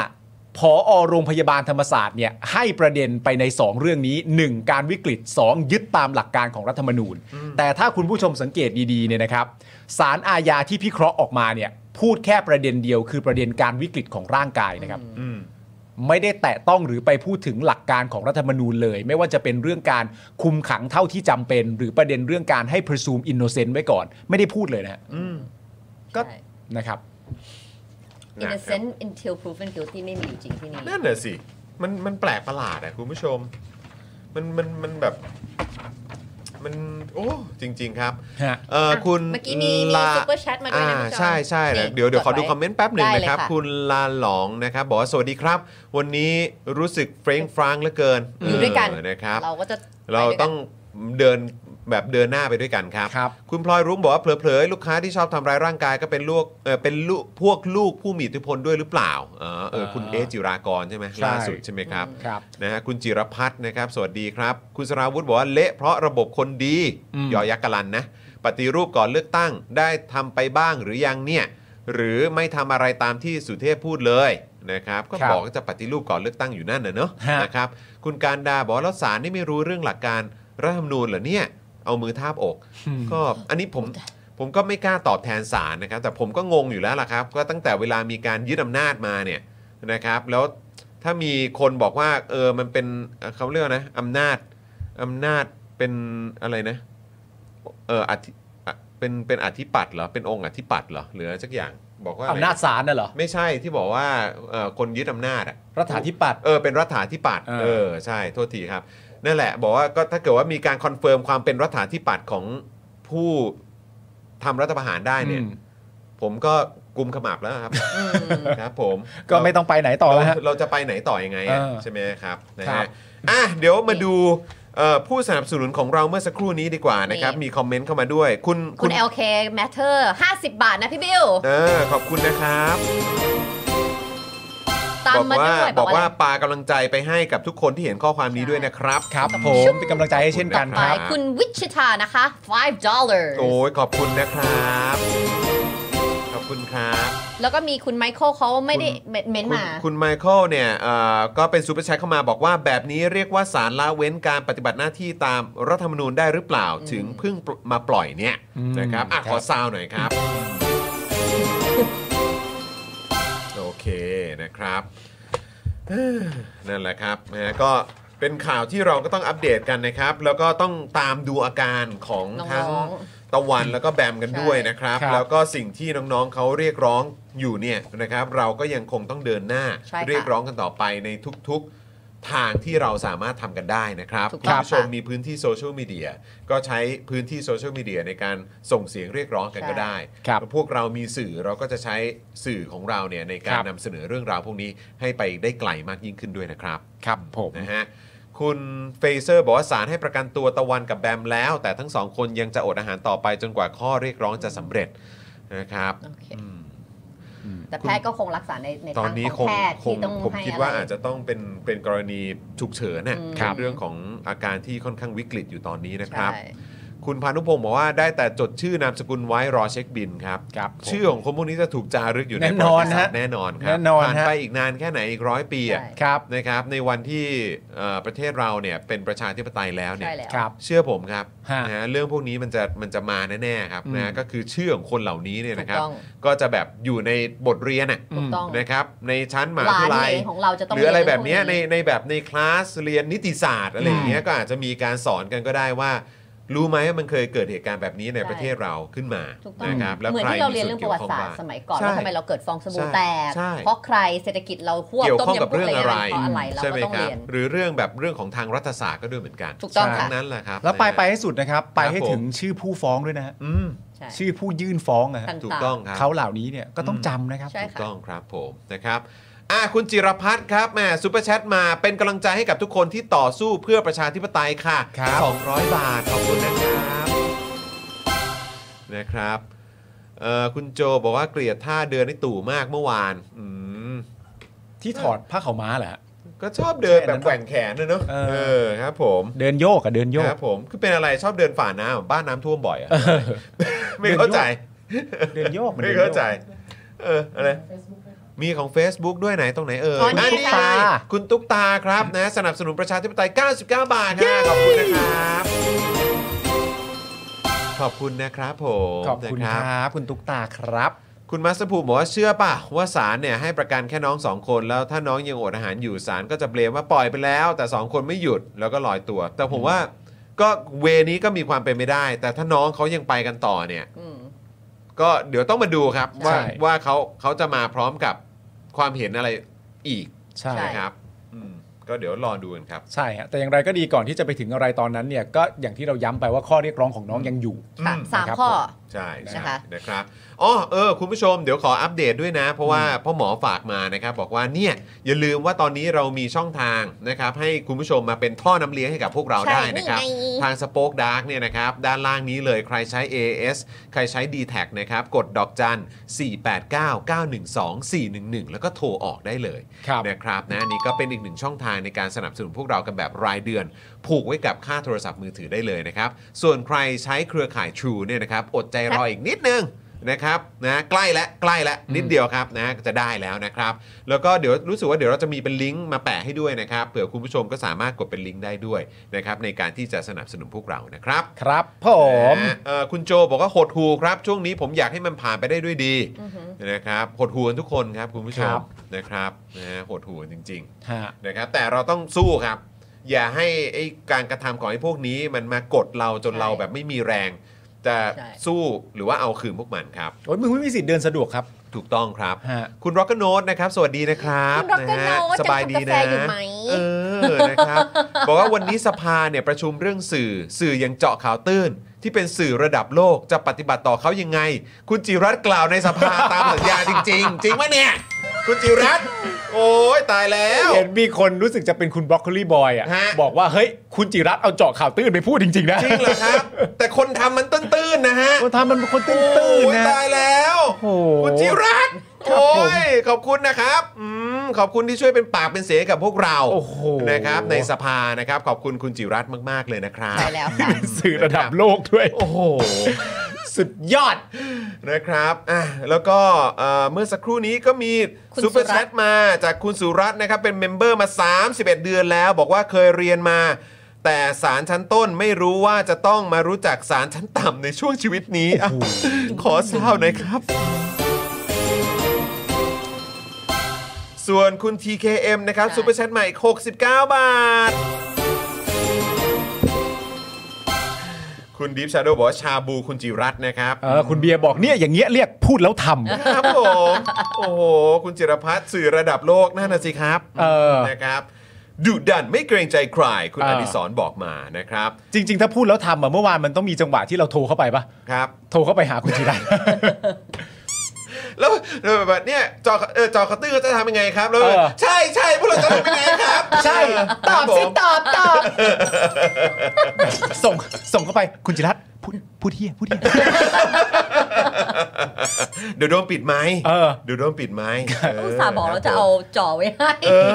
D: พออโรงพยาบาลธรรมศาสตร์เนี่ยให้ประเด็นไปใน 2 เรื่องนี้ 1 การวิกฤต 2 ยึดตามหลักการของรัฐธรรมนูญ แต่ถ้าคุณผู้ชมสังเกตดีๆเนี่ยนะครับสารอาญาที่พิเคราะห์ออกมาเนี่ยพูดแค่ประเด็นเดียว คือประเด็นการวิกฤตของร่างกายนะครับ
A: อืม
D: ไม่ได้แตะต้องหรือไปพูดถึงหลักการของรัฐธรรมนูญเลย ไม่ว่าจะเป็นเรื่องการคุมขังเท่าที่จำเป็น หรือประเด็นเรื่องการให้ presume innocent ไว้ก่อน ไม่ได้พูดเลยนะฮะ
A: อืม
D: ก็
C: ใช่
D: นะครับ
C: innocent until proven guilty ไม่มีอยู่จริงที่นี่
A: นั่นน่ะสิ มันมันแปลกประหลาดอะคุณผู้ชม มันมันมันแบบมันโอ้จริง ๆ ครับ
D: ฮะ
A: เออคุณ
C: เมื่อกี้มีมี
A: ลา
C: ซุปเปอร์แชทมาด้วยนะพี่จอย
A: ใช่ใช่
C: นี่
A: เดี๋ยวเดี๋ยวขอดู
C: ไ
A: คอมเมนต์แป๊บหนึ่งนะ
C: ได้เลย
A: ครับ คุณลาหลองนะครับบอกว่าสวัสดีครับ วันนี้รู้สึกเฟรงฟรังเหลือเกิน
C: อยู่ด้วยกัน
A: เนะครับ
C: เราก็จะ
A: เราต้องเดินแบบเดินหน้าไปด้วยกันครับ
D: ครับ
A: คุณพลอยรุ้งบอกว่าเผลอๆลูกค้าที่ชอบทำร้ายร่างกายก็เป็นลูกเออเป็นลูกพวกลูกผู้มีอิทธิพลด้วยหรือเปล่าเออเออคุณเอสจิรากรใช่ไหม
D: ใช่
A: ล่าสุดใช่ไหมครับ
D: ครับ
A: นะฮะคุณจิรพัฒน์นะครับ สวัสดีครับ คุณสราวุธบอกว่าเละเพราะระบบคนดี
D: อืม
A: ยอยักษ์กลันนะ ปฏิรูปก่อนเลือกตั้งได้ทำไปบ้างหรือยังเนี่ย หรือไม่ทำอะไรตามที่สุเทพพูดเลยนะครับ ก็
D: ครับ
A: บอกว่าจะปฏิรูปก่อนเลือกตั้งอยู่นั่นนะเนาะ
D: ฮะ
A: นะครับ คุณการดาบอกว่าแล้วสารนี่ไม่รู้เรื่องหลักการรัฐธรรมนูญเหรอเนี่ย เอามือทาบอก ก็อันนี้ผมผมก็ไม่กล้าตอบแทนศาลนะครับ แต่ผมก็งงอยู่แล้วล่ะครับ ก็ตั้งแต่เวลามีการยึดอำนาจมาเนี่ยนะครับ แล้วถ้ามีคนบอกว่าเออมันเป็นเอ่อเขาเรียกว่านะอำนาจอำนาจเป็นอะไรนะเอออธิอะเป็นเป็นอธิปัตย์เหรอเป็นองค์อธิปัตย์เหรอหรืออะไรสักอย่างบอกว่าะไร
D: อำนาจศาลน่ะเหรอ
A: ไม่ใช่ที่บอกว่าเอ่อคนยึดอำนาจอะ
D: รัฐาธิปัตย์
A: เออเป็นรัฐาธิปัตย์
D: เออ
A: เออใช่โทษทีครับ นั่นแหละ บอกว่าก็ถ้าเกิดว่ามีการคอนเฟิร์มความเป็นรัฐาธิปัตย์ของผู้ทำรัฐประหารได้เนี่ย
D: อืม
A: ผมก็กุมขมับแล้วครับ
C: อืม
A: ครับ ผม
D: ก็ไม่ต้องไปไหนต่อแล้วฮะ
A: เราเราจะไปไหนต่อยังไงอะ
D: เออ
A: ใช่ไหมครับนะ
D: ครั
A: ฮะ
D: บ
A: อ่ะเดี๋ยวมาดูเอ่อผู้สนับสนุนของเราเมื่อสักครู่นี้ดีกว่านะครับ
C: นี่
A: มีคอมเมนต์เข้ามาด้วย คุณ
C: คุณ LK Matter 50 บาทนะพี่บิว
A: เออขอบคุณนะครับ
C: ตาม
A: บอก
C: มา
A: ว่า
C: ด้วย
A: บอกว่า
C: ะไร
A: ปากำลังใจไปให้กับทุกคนที่เห็นข้อความนี้ด้วยนะครับ
D: ครับผมเป็นกำลังใจให้เช่นกัน
C: ไป
D: ครับ
C: คุณวิชิตานะคะ 5 dollars
A: โอ้ยขอบคุณนะครับ ขอบคุณครับ
C: แล้วก็มีคุณไมเคิลเขาไม่ได้เม้น
A: คุณ
C: มา
A: คุณไมเคิลเนี่ยเอ่อก็เป็นซูเปอร์แชทเข้ามาบอกว่าแบบนี้เรียกว่าสารละเว้นการปฏิบัติหน้าที่ตามรัฐธรรมนูญได้หรือเปล่าถึงเพิ่งมาปล่อยเนี่ย
D: อืม
A: นะครับอ่ะ
D: ครับ
A: ขอซาวหน่อยครับ โอเคนะครับเอ้อนั่นแหละครับนะฮะก็เป็นข่าวที่เราก็ต้องอัปเดตกันนะครับ แล้วก็ต้องตามดูอาการของทั้ง
C: น้อง
A: ตะวันแล้วก็แบมกันด้วยนะครับ
D: ครับ
A: แล้วก็สิ่งที่น้องๆเขาเรียกร้องอยู่เนี่ยนะครับ เราก็ยังคงต้องเดินหน้า
C: ใช่ค่ะ
A: เรียกร้องกันต่อไปในทุกๆทางที่เราสามารถทำกันได้นะครับ
C: ถูก
A: คุ
C: ต้
A: ณ
C: อง
A: ผู้ชม
C: ค่ะ
A: มีพื้นที่โซเชียลมีเดียก็ใช้พื้นที่โซเชียลมีเดียในการส่งเสียงเรียกร้องกัน
C: ใช่
A: ก็ได้
D: ครับ
A: พวกเรามีสื่อเราก็จะใช้สื่อของเราเนี่ยในการ
D: ครับ
A: นำเสนอเรื่องราวพวกนี้ให้ไปได้ไกลมากยิ่งขึ้นด้วยนะครับ
D: ครับผม
A: นะฮะคุณเฟเซอร์บอกว่าศาลให้ประกันตัวตะวันกับแบมแล้ว แต่ทั้งสองคนยังจะอดอาหารต่อไปจนกว่าข้อเรียกร้องจะสำเร็จนะครับ
C: โอเค
A: อืม
C: แต่แพทย์ก็คงรักษาในใน
A: ตอ
C: ทาน ง
A: นี้
C: ข
A: ค
C: อง
A: ง
C: แพทย์
A: คง
C: ที่ต้อง
A: ผม
C: ให้
A: คิด
C: อะ
A: ว่า
C: ไร
A: อาจจะต้องเป็นเป็นกรณีฉุกเฉินน่ะ
C: อืม
A: เป็นเรื่องของอาการที่ค่อนข้างวิกฤตอยู่ตอนนี้นะครับ
C: ใช่
A: คุณพานุพงศ์บอกว่าได้แต่จดชื่อนามสกุลไว้รอเช็คบินครับ
D: ครับผม
A: ชื่อของคนพวกนี้จะถูกจารึกอยู่ใน
D: แน่นอน
A: ประวัติศาสต
D: ฮะ
A: ร์แน่นอนครั
D: แน่นอน
A: ผ่าน
D: ฮะ
A: ไปอีกนานแค่ไหนอีกร้อยปีอะ
C: ใช่
D: ครับ
A: นะครับในวันที่เอ่อประเทศเราเนี่ยเป็นประชาธิปไตยแล้วเนี่ย
C: ใช่แล้ว
D: ครับ
A: เชื่อผมครับ
D: ฮะ
A: นะฮะเรื่องพวกนี้มันจะมันจะมาแน่ๆครับ
D: อืม
A: นะก็คือชื่อของคนเหล่านี้เนี่ยนะครับ
C: ถูกต้อง
A: ก็จะแบบอยู่ในบทเรียนน่ะ
C: ถูกต้อง
A: นะครับในชั้นมหา
C: ห
A: วิ
C: ลา
A: ทยาลั
C: น
A: ย
C: เองของเราจะต้อง
A: หรืออะไรแบบเนี้ย
C: เรียน
A: ใน
C: เรื่องพวกนี้
A: ในแบบในคลาสเรียนนิติศาสตร์อะไรอย่างเงี้ยก็อาจจะมีการสอนกันก็ได้ว่า รู้ไหมว่ามันเคยเกิดเหตุการณ์แบบนี้ใน
C: ใช่
A: ประเทศเราขึ้นมา
C: ถูกต้อง
A: นะครับแล้ว
C: เหมือน
A: ใคร
C: ที่เรา
A: มี
C: เรียน
A: ส่
C: เรื่
A: ว
C: อน งป
A: เกี่ยว
C: ระวั
A: ข้อง
C: ติศา
A: บ้าง
C: สตร์สมัยก่อน
A: ใช่
C: ว่าทำไมเราเกิดฟองสบู่แตก
A: ใช่
C: เพราะใครเศรษฐกิจเราควบ
A: เกี่ยว
C: ต้ม
A: ข้องกับ
C: ยำกุ้ง
A: เรื่อง
C: อะไร
A: อะไร
C: เพราะอะไรเรา
A: ใช่ไหม
C: ก็ต้อง
A: ครับ
C: เรียน
A: หรือเรื่องแบบเรื่องของทางรัฐศาสตร์ก็ด้วยเหมือนกัน
C: ถูกต้อง
D: ใช่
C: ค่ะ
A: ทั้งนั้นแหละครับ
D: แล้วไป
A: นะฮะ
D: ไปให้สุดนะครับ ไปให้
A: ครับผม
D: ถึงชื่อผู้ฟ้องด้วยนะฮะ
A: อืม
C: ใช่
D: ชื่อผู้ยื่นฟ้องนะฮะ
C: ต่างๆ
A: ถูกต้องครับ
D: เขาเหล่านี้เนี่ยก็ต้อง
A: อืม
D: จำนะครับ
C: ใช่
A: ถูกต้องครับผมนะครับอ่ะคุณจิรพัฒน์ครับแหมซูเปอร์แชทมาเป็นกำลังใจให้กับทุกคนที่ต่อสู้เพื่อประชาธิปไตยค่ะ
D: ครับ
A: 200 บาท ขอบคุณนะครับนะครับเอ่อคุณโจบอกว่าเกลียดท่าเดินในตู่มากเมื่อวานอืม
D: ที่ถอดผ้าขาวม้าเหรอฮะ
A: ก็ชอบเดินแบบแกว่งแขนนะเนอะ
D: เออ
A: เออครับผม
D: เดินโยกอะเดินโย
A: ค
D: ก
A: รับผมคือเป็นอะไรชอบเดินฝ่าน้ำเหรอบ้านน้ำท่วมบ่อยอะไม่เข้าใจ
D: เดินโยกหมือน
A: ไม่
D: ดินโยก
A: เข้าใจเอออะไรมีของ Facebook ด้วยไหนตรงไหนเออ
C: อ๋อนี่
A: อันนี้
D: ตุ๊กตา
A: คุณตุ๊กตาครับนะสนับสนุนประชาธิปไตย 99 บาทค่ะขอบคุณนะครับ ขอบคุณนะครับผม
D: ขอบคุณ
A: นะครับ
D: คุณตุ๊กตาครับ
A: คุณมัสภูมิบอกว่าเชื่อป่ะว่าศาลเนี่ยให้ประกันแค่น้องสองคนแล้วถ้าน้องยังอดอาหารอยู่ศาลก็จะเบลมว่าปล่อยไปแล้ว แต่สองคนไม่หยุดแล้วก็ลอยตัว แต่ผมว่าก็เวนี้ก็มีความเป็นไม่ได้ แต่ถ้าน้องเขายังไปกันต่อเนี่ย
C: อืม
A: ก็เดี๋ยวต้องมาดูครับว่า
D: ใช่
A: ว่าเขาเขาจะมาพร้อมกับความเห็นอะไรอีก
D: ใช่
C: ใช่
A: นะครับอืมก็เดี๋ยวรอดูกันครับ
D: ใช่ฮะแต่อย่างไรก็ดีก่อนที่จะไปถึงอะไรตอนนั้นเนี่ยก็อย่างที่เราย้ำไปว่าข้อเรียกร้องของน้องยังอยู่
C: ค่ะ
A: อืม
C: สาม
D: นะครับ
C: ข้อ
A: ใช่ใช่
C: นะคะ
A: นะครับอ๋อเออคุณผู้ชมเดี๋ยวขออัปเดตด้วยนะ เพราะว่าพ่อหมอฝากมานะครับบอกว่าเนี่ยอย่าลืมว่าตอนนี้เรามีช่องทางนะครับให้คุณผู้ชมมาเป็นท่อน้ำเลี้ยงให้กับพวกเราได้นะครับ ทางสป็อคดาร์กเนี่ยนะครับ ด้านล่างนี้เลยใครใช้ AS ใครใช้ d t แทนะครับ กดดอกจัน 489-912-411 แล้วก็โทรออกได้เลย
D: ครับ
A: นะครับนะอันนี่ก็เป็นอีกหนึ่งช่องทางในการสนับสนุนพวกเรากันแบบรายเดือน ผูกไว้กับค่าโทรศัพท์มือถือได้เลยนะครับ ส่วนใครใช้เครือข่าย True เนี่ยนะครับ อดใจรออีกนิดนึงนะครับนะใกล้และใกล้และนิดเดียวครับนะจะได้แล้วนะครับ แล้วก็เดี๋ยวรู้สึกว่าเดี๋ยวเราจะมีเป็นลิงก์มาแปะให้ด้วยนะครับเผื่อคุณผู้ชมก็สามารถกดเป็นลิงก์ได้ด้วยนะครับในการที่จะสนับสนุนพวกเรานะครับ
D: ครับผม
A: นะเอ่อคุณโจบอกว่าหดหูครับ ช่วงนี้ผมอยากให้มันผ่านไปได้ด้วยดีนะครับหดหูกันทุกคนครับคุณผู้ชม
D: ครับ
A: นะครับนะหดหูกันจริง ๆ
D: ฮะ
A: นะครับแต่เราต้องสู้ครับ อย่าให้ไอ้การกระทำของไอ้พวกนี้มันมากดเราจน
C: ใช่
A: เราแบบไม่มีแรง จะ
C: ใช่
A: สู้หรือว่าเอาคืนพวกมันครับ
D: โอ้ยมึงไม่มีสิทธิ์เดินสะดวกครับ
A: ถูกต้องครับ
D: ฮะ
A: คุณร็อกเกอร์โนนะครับ สวัสดีนะครับ
C: คุณ Rocker
A: ะฮะ
C: Note
A: สบายดี
C: จะทำกา
A: นะ
C: แฟอยู่ไหม
A: เออนะครับ *laughs* บอกว่าวันนี้สภาเนี่ยประชุมเรื่องสื่อสื่อยังเจาะข่าวตื้น ที่เป็นสื่อระดับโลกจะปฏิบัติต่อเขายังไง คุณจิรัตน์กล่าวในสภา ตามสัญญาจริง ๆ จริงไหมเนี่ย คุณจิรัตน์โอ้ยตายแล้ว
D: เห็นมีคนรู้สึกจะเป็นคุณบรอกโคลีบอยอ่ะ
A: ฮะ
D: บอกว่าเฮ้ยคุณจิรัตน์เอาเจาะข่าวตื้นไปพูดจริง ๆ นะ
A: จริงเหรอครับ แต่คนทำมันตื้นๆนะฮะ
D: คนทำมันเป็นคนตื้
A: โอ้ย
D: นๆนะ
A: ตายแล้ว
D: โอ้โห
A: คุณจิรัตน์
D: ครับ
A: โอ้
D: ผม
A: ยขอบคุณนะครับอืมขอบคุณที่ช่วยเป็นปากเป็นเสียงให้กับพวกเรา
D: โอ้โห
A: นะครับ ในสภานะครับ ขอบคุณคุณจิรัตน์มากๆเลยนะครับ
C: ใช่แล้วค่ะ
D: สื่อระดับโลกด้วย
A: โอ้โห
D: สุดยอด
A: นะครับอ่ะแล้วก็เอ่อเมื่อสักครู่นี้ก็มี
C: คุณ
A: ซูเปอร์
C: สุ
A: แช
C: รั
A: ท
C: ตน์
A: มาจากคุณสุรัตน์นะครับ เป็นเมมเบอร์มา 31 เดือนแล้ว บอกว่าเคยเรียนมา แต่สารชั้นต้นไม่รู้ว่าจะต้องมารู้จักสารชั้นต่ำในช่วงชีวิตนี้อ่ะขอเศร้าหน่อยครับ ส่วนคุณ TKM นะครับซูเปอร์แชทใหม่อีก69 บาท คุณดิฟชาโดบอกว่าชาบูคุณจิรัตน์นะครับ
D: เออคุณเบียร์บอกเนี่ยอย่างเงี้ยเรียกพูดแล้วทำ
A: ครับผม โอ้โห คุณจิรพัฒน์สื่อระดับโลกนั่นน่ะสิครับ
D: เออ
A: นะครับดุดันไม่เกรงใจใครคุณ
D: เอ
A: อ
D: อ
A: ดิศรบอกมานะครับ
D: จริง ๆ ถ้าพูดแล้วทำอ่ะเมื่อวานมันต้องมีจังหวะที่เราโทรเข้าไปปะ
A: ครับ
D: โทรเข้าไปหาคุณจิรัตน์
A: แล้วแล้วแบบเนี้ยจอเออจอคัตเตอร์จะทำยังไงครับแล้ว
D: เออ
A: ใช่ใช่พวกเราจะทำยังไงครับ
D: ใช่
A: ตอบสิตอบ
D: ส่งส่งเข้าไปคุณจิรัตน์พูดพูดเฮียพูดเฮีย
A: เดี๋ยวโดนปิดไหมค์
D: เออ
A: เดี๋ยวโดนปิดไหมค์เ
C: อุตส่าห์บอกแล้วจะเอาจ่อไว้ให้
A: เออ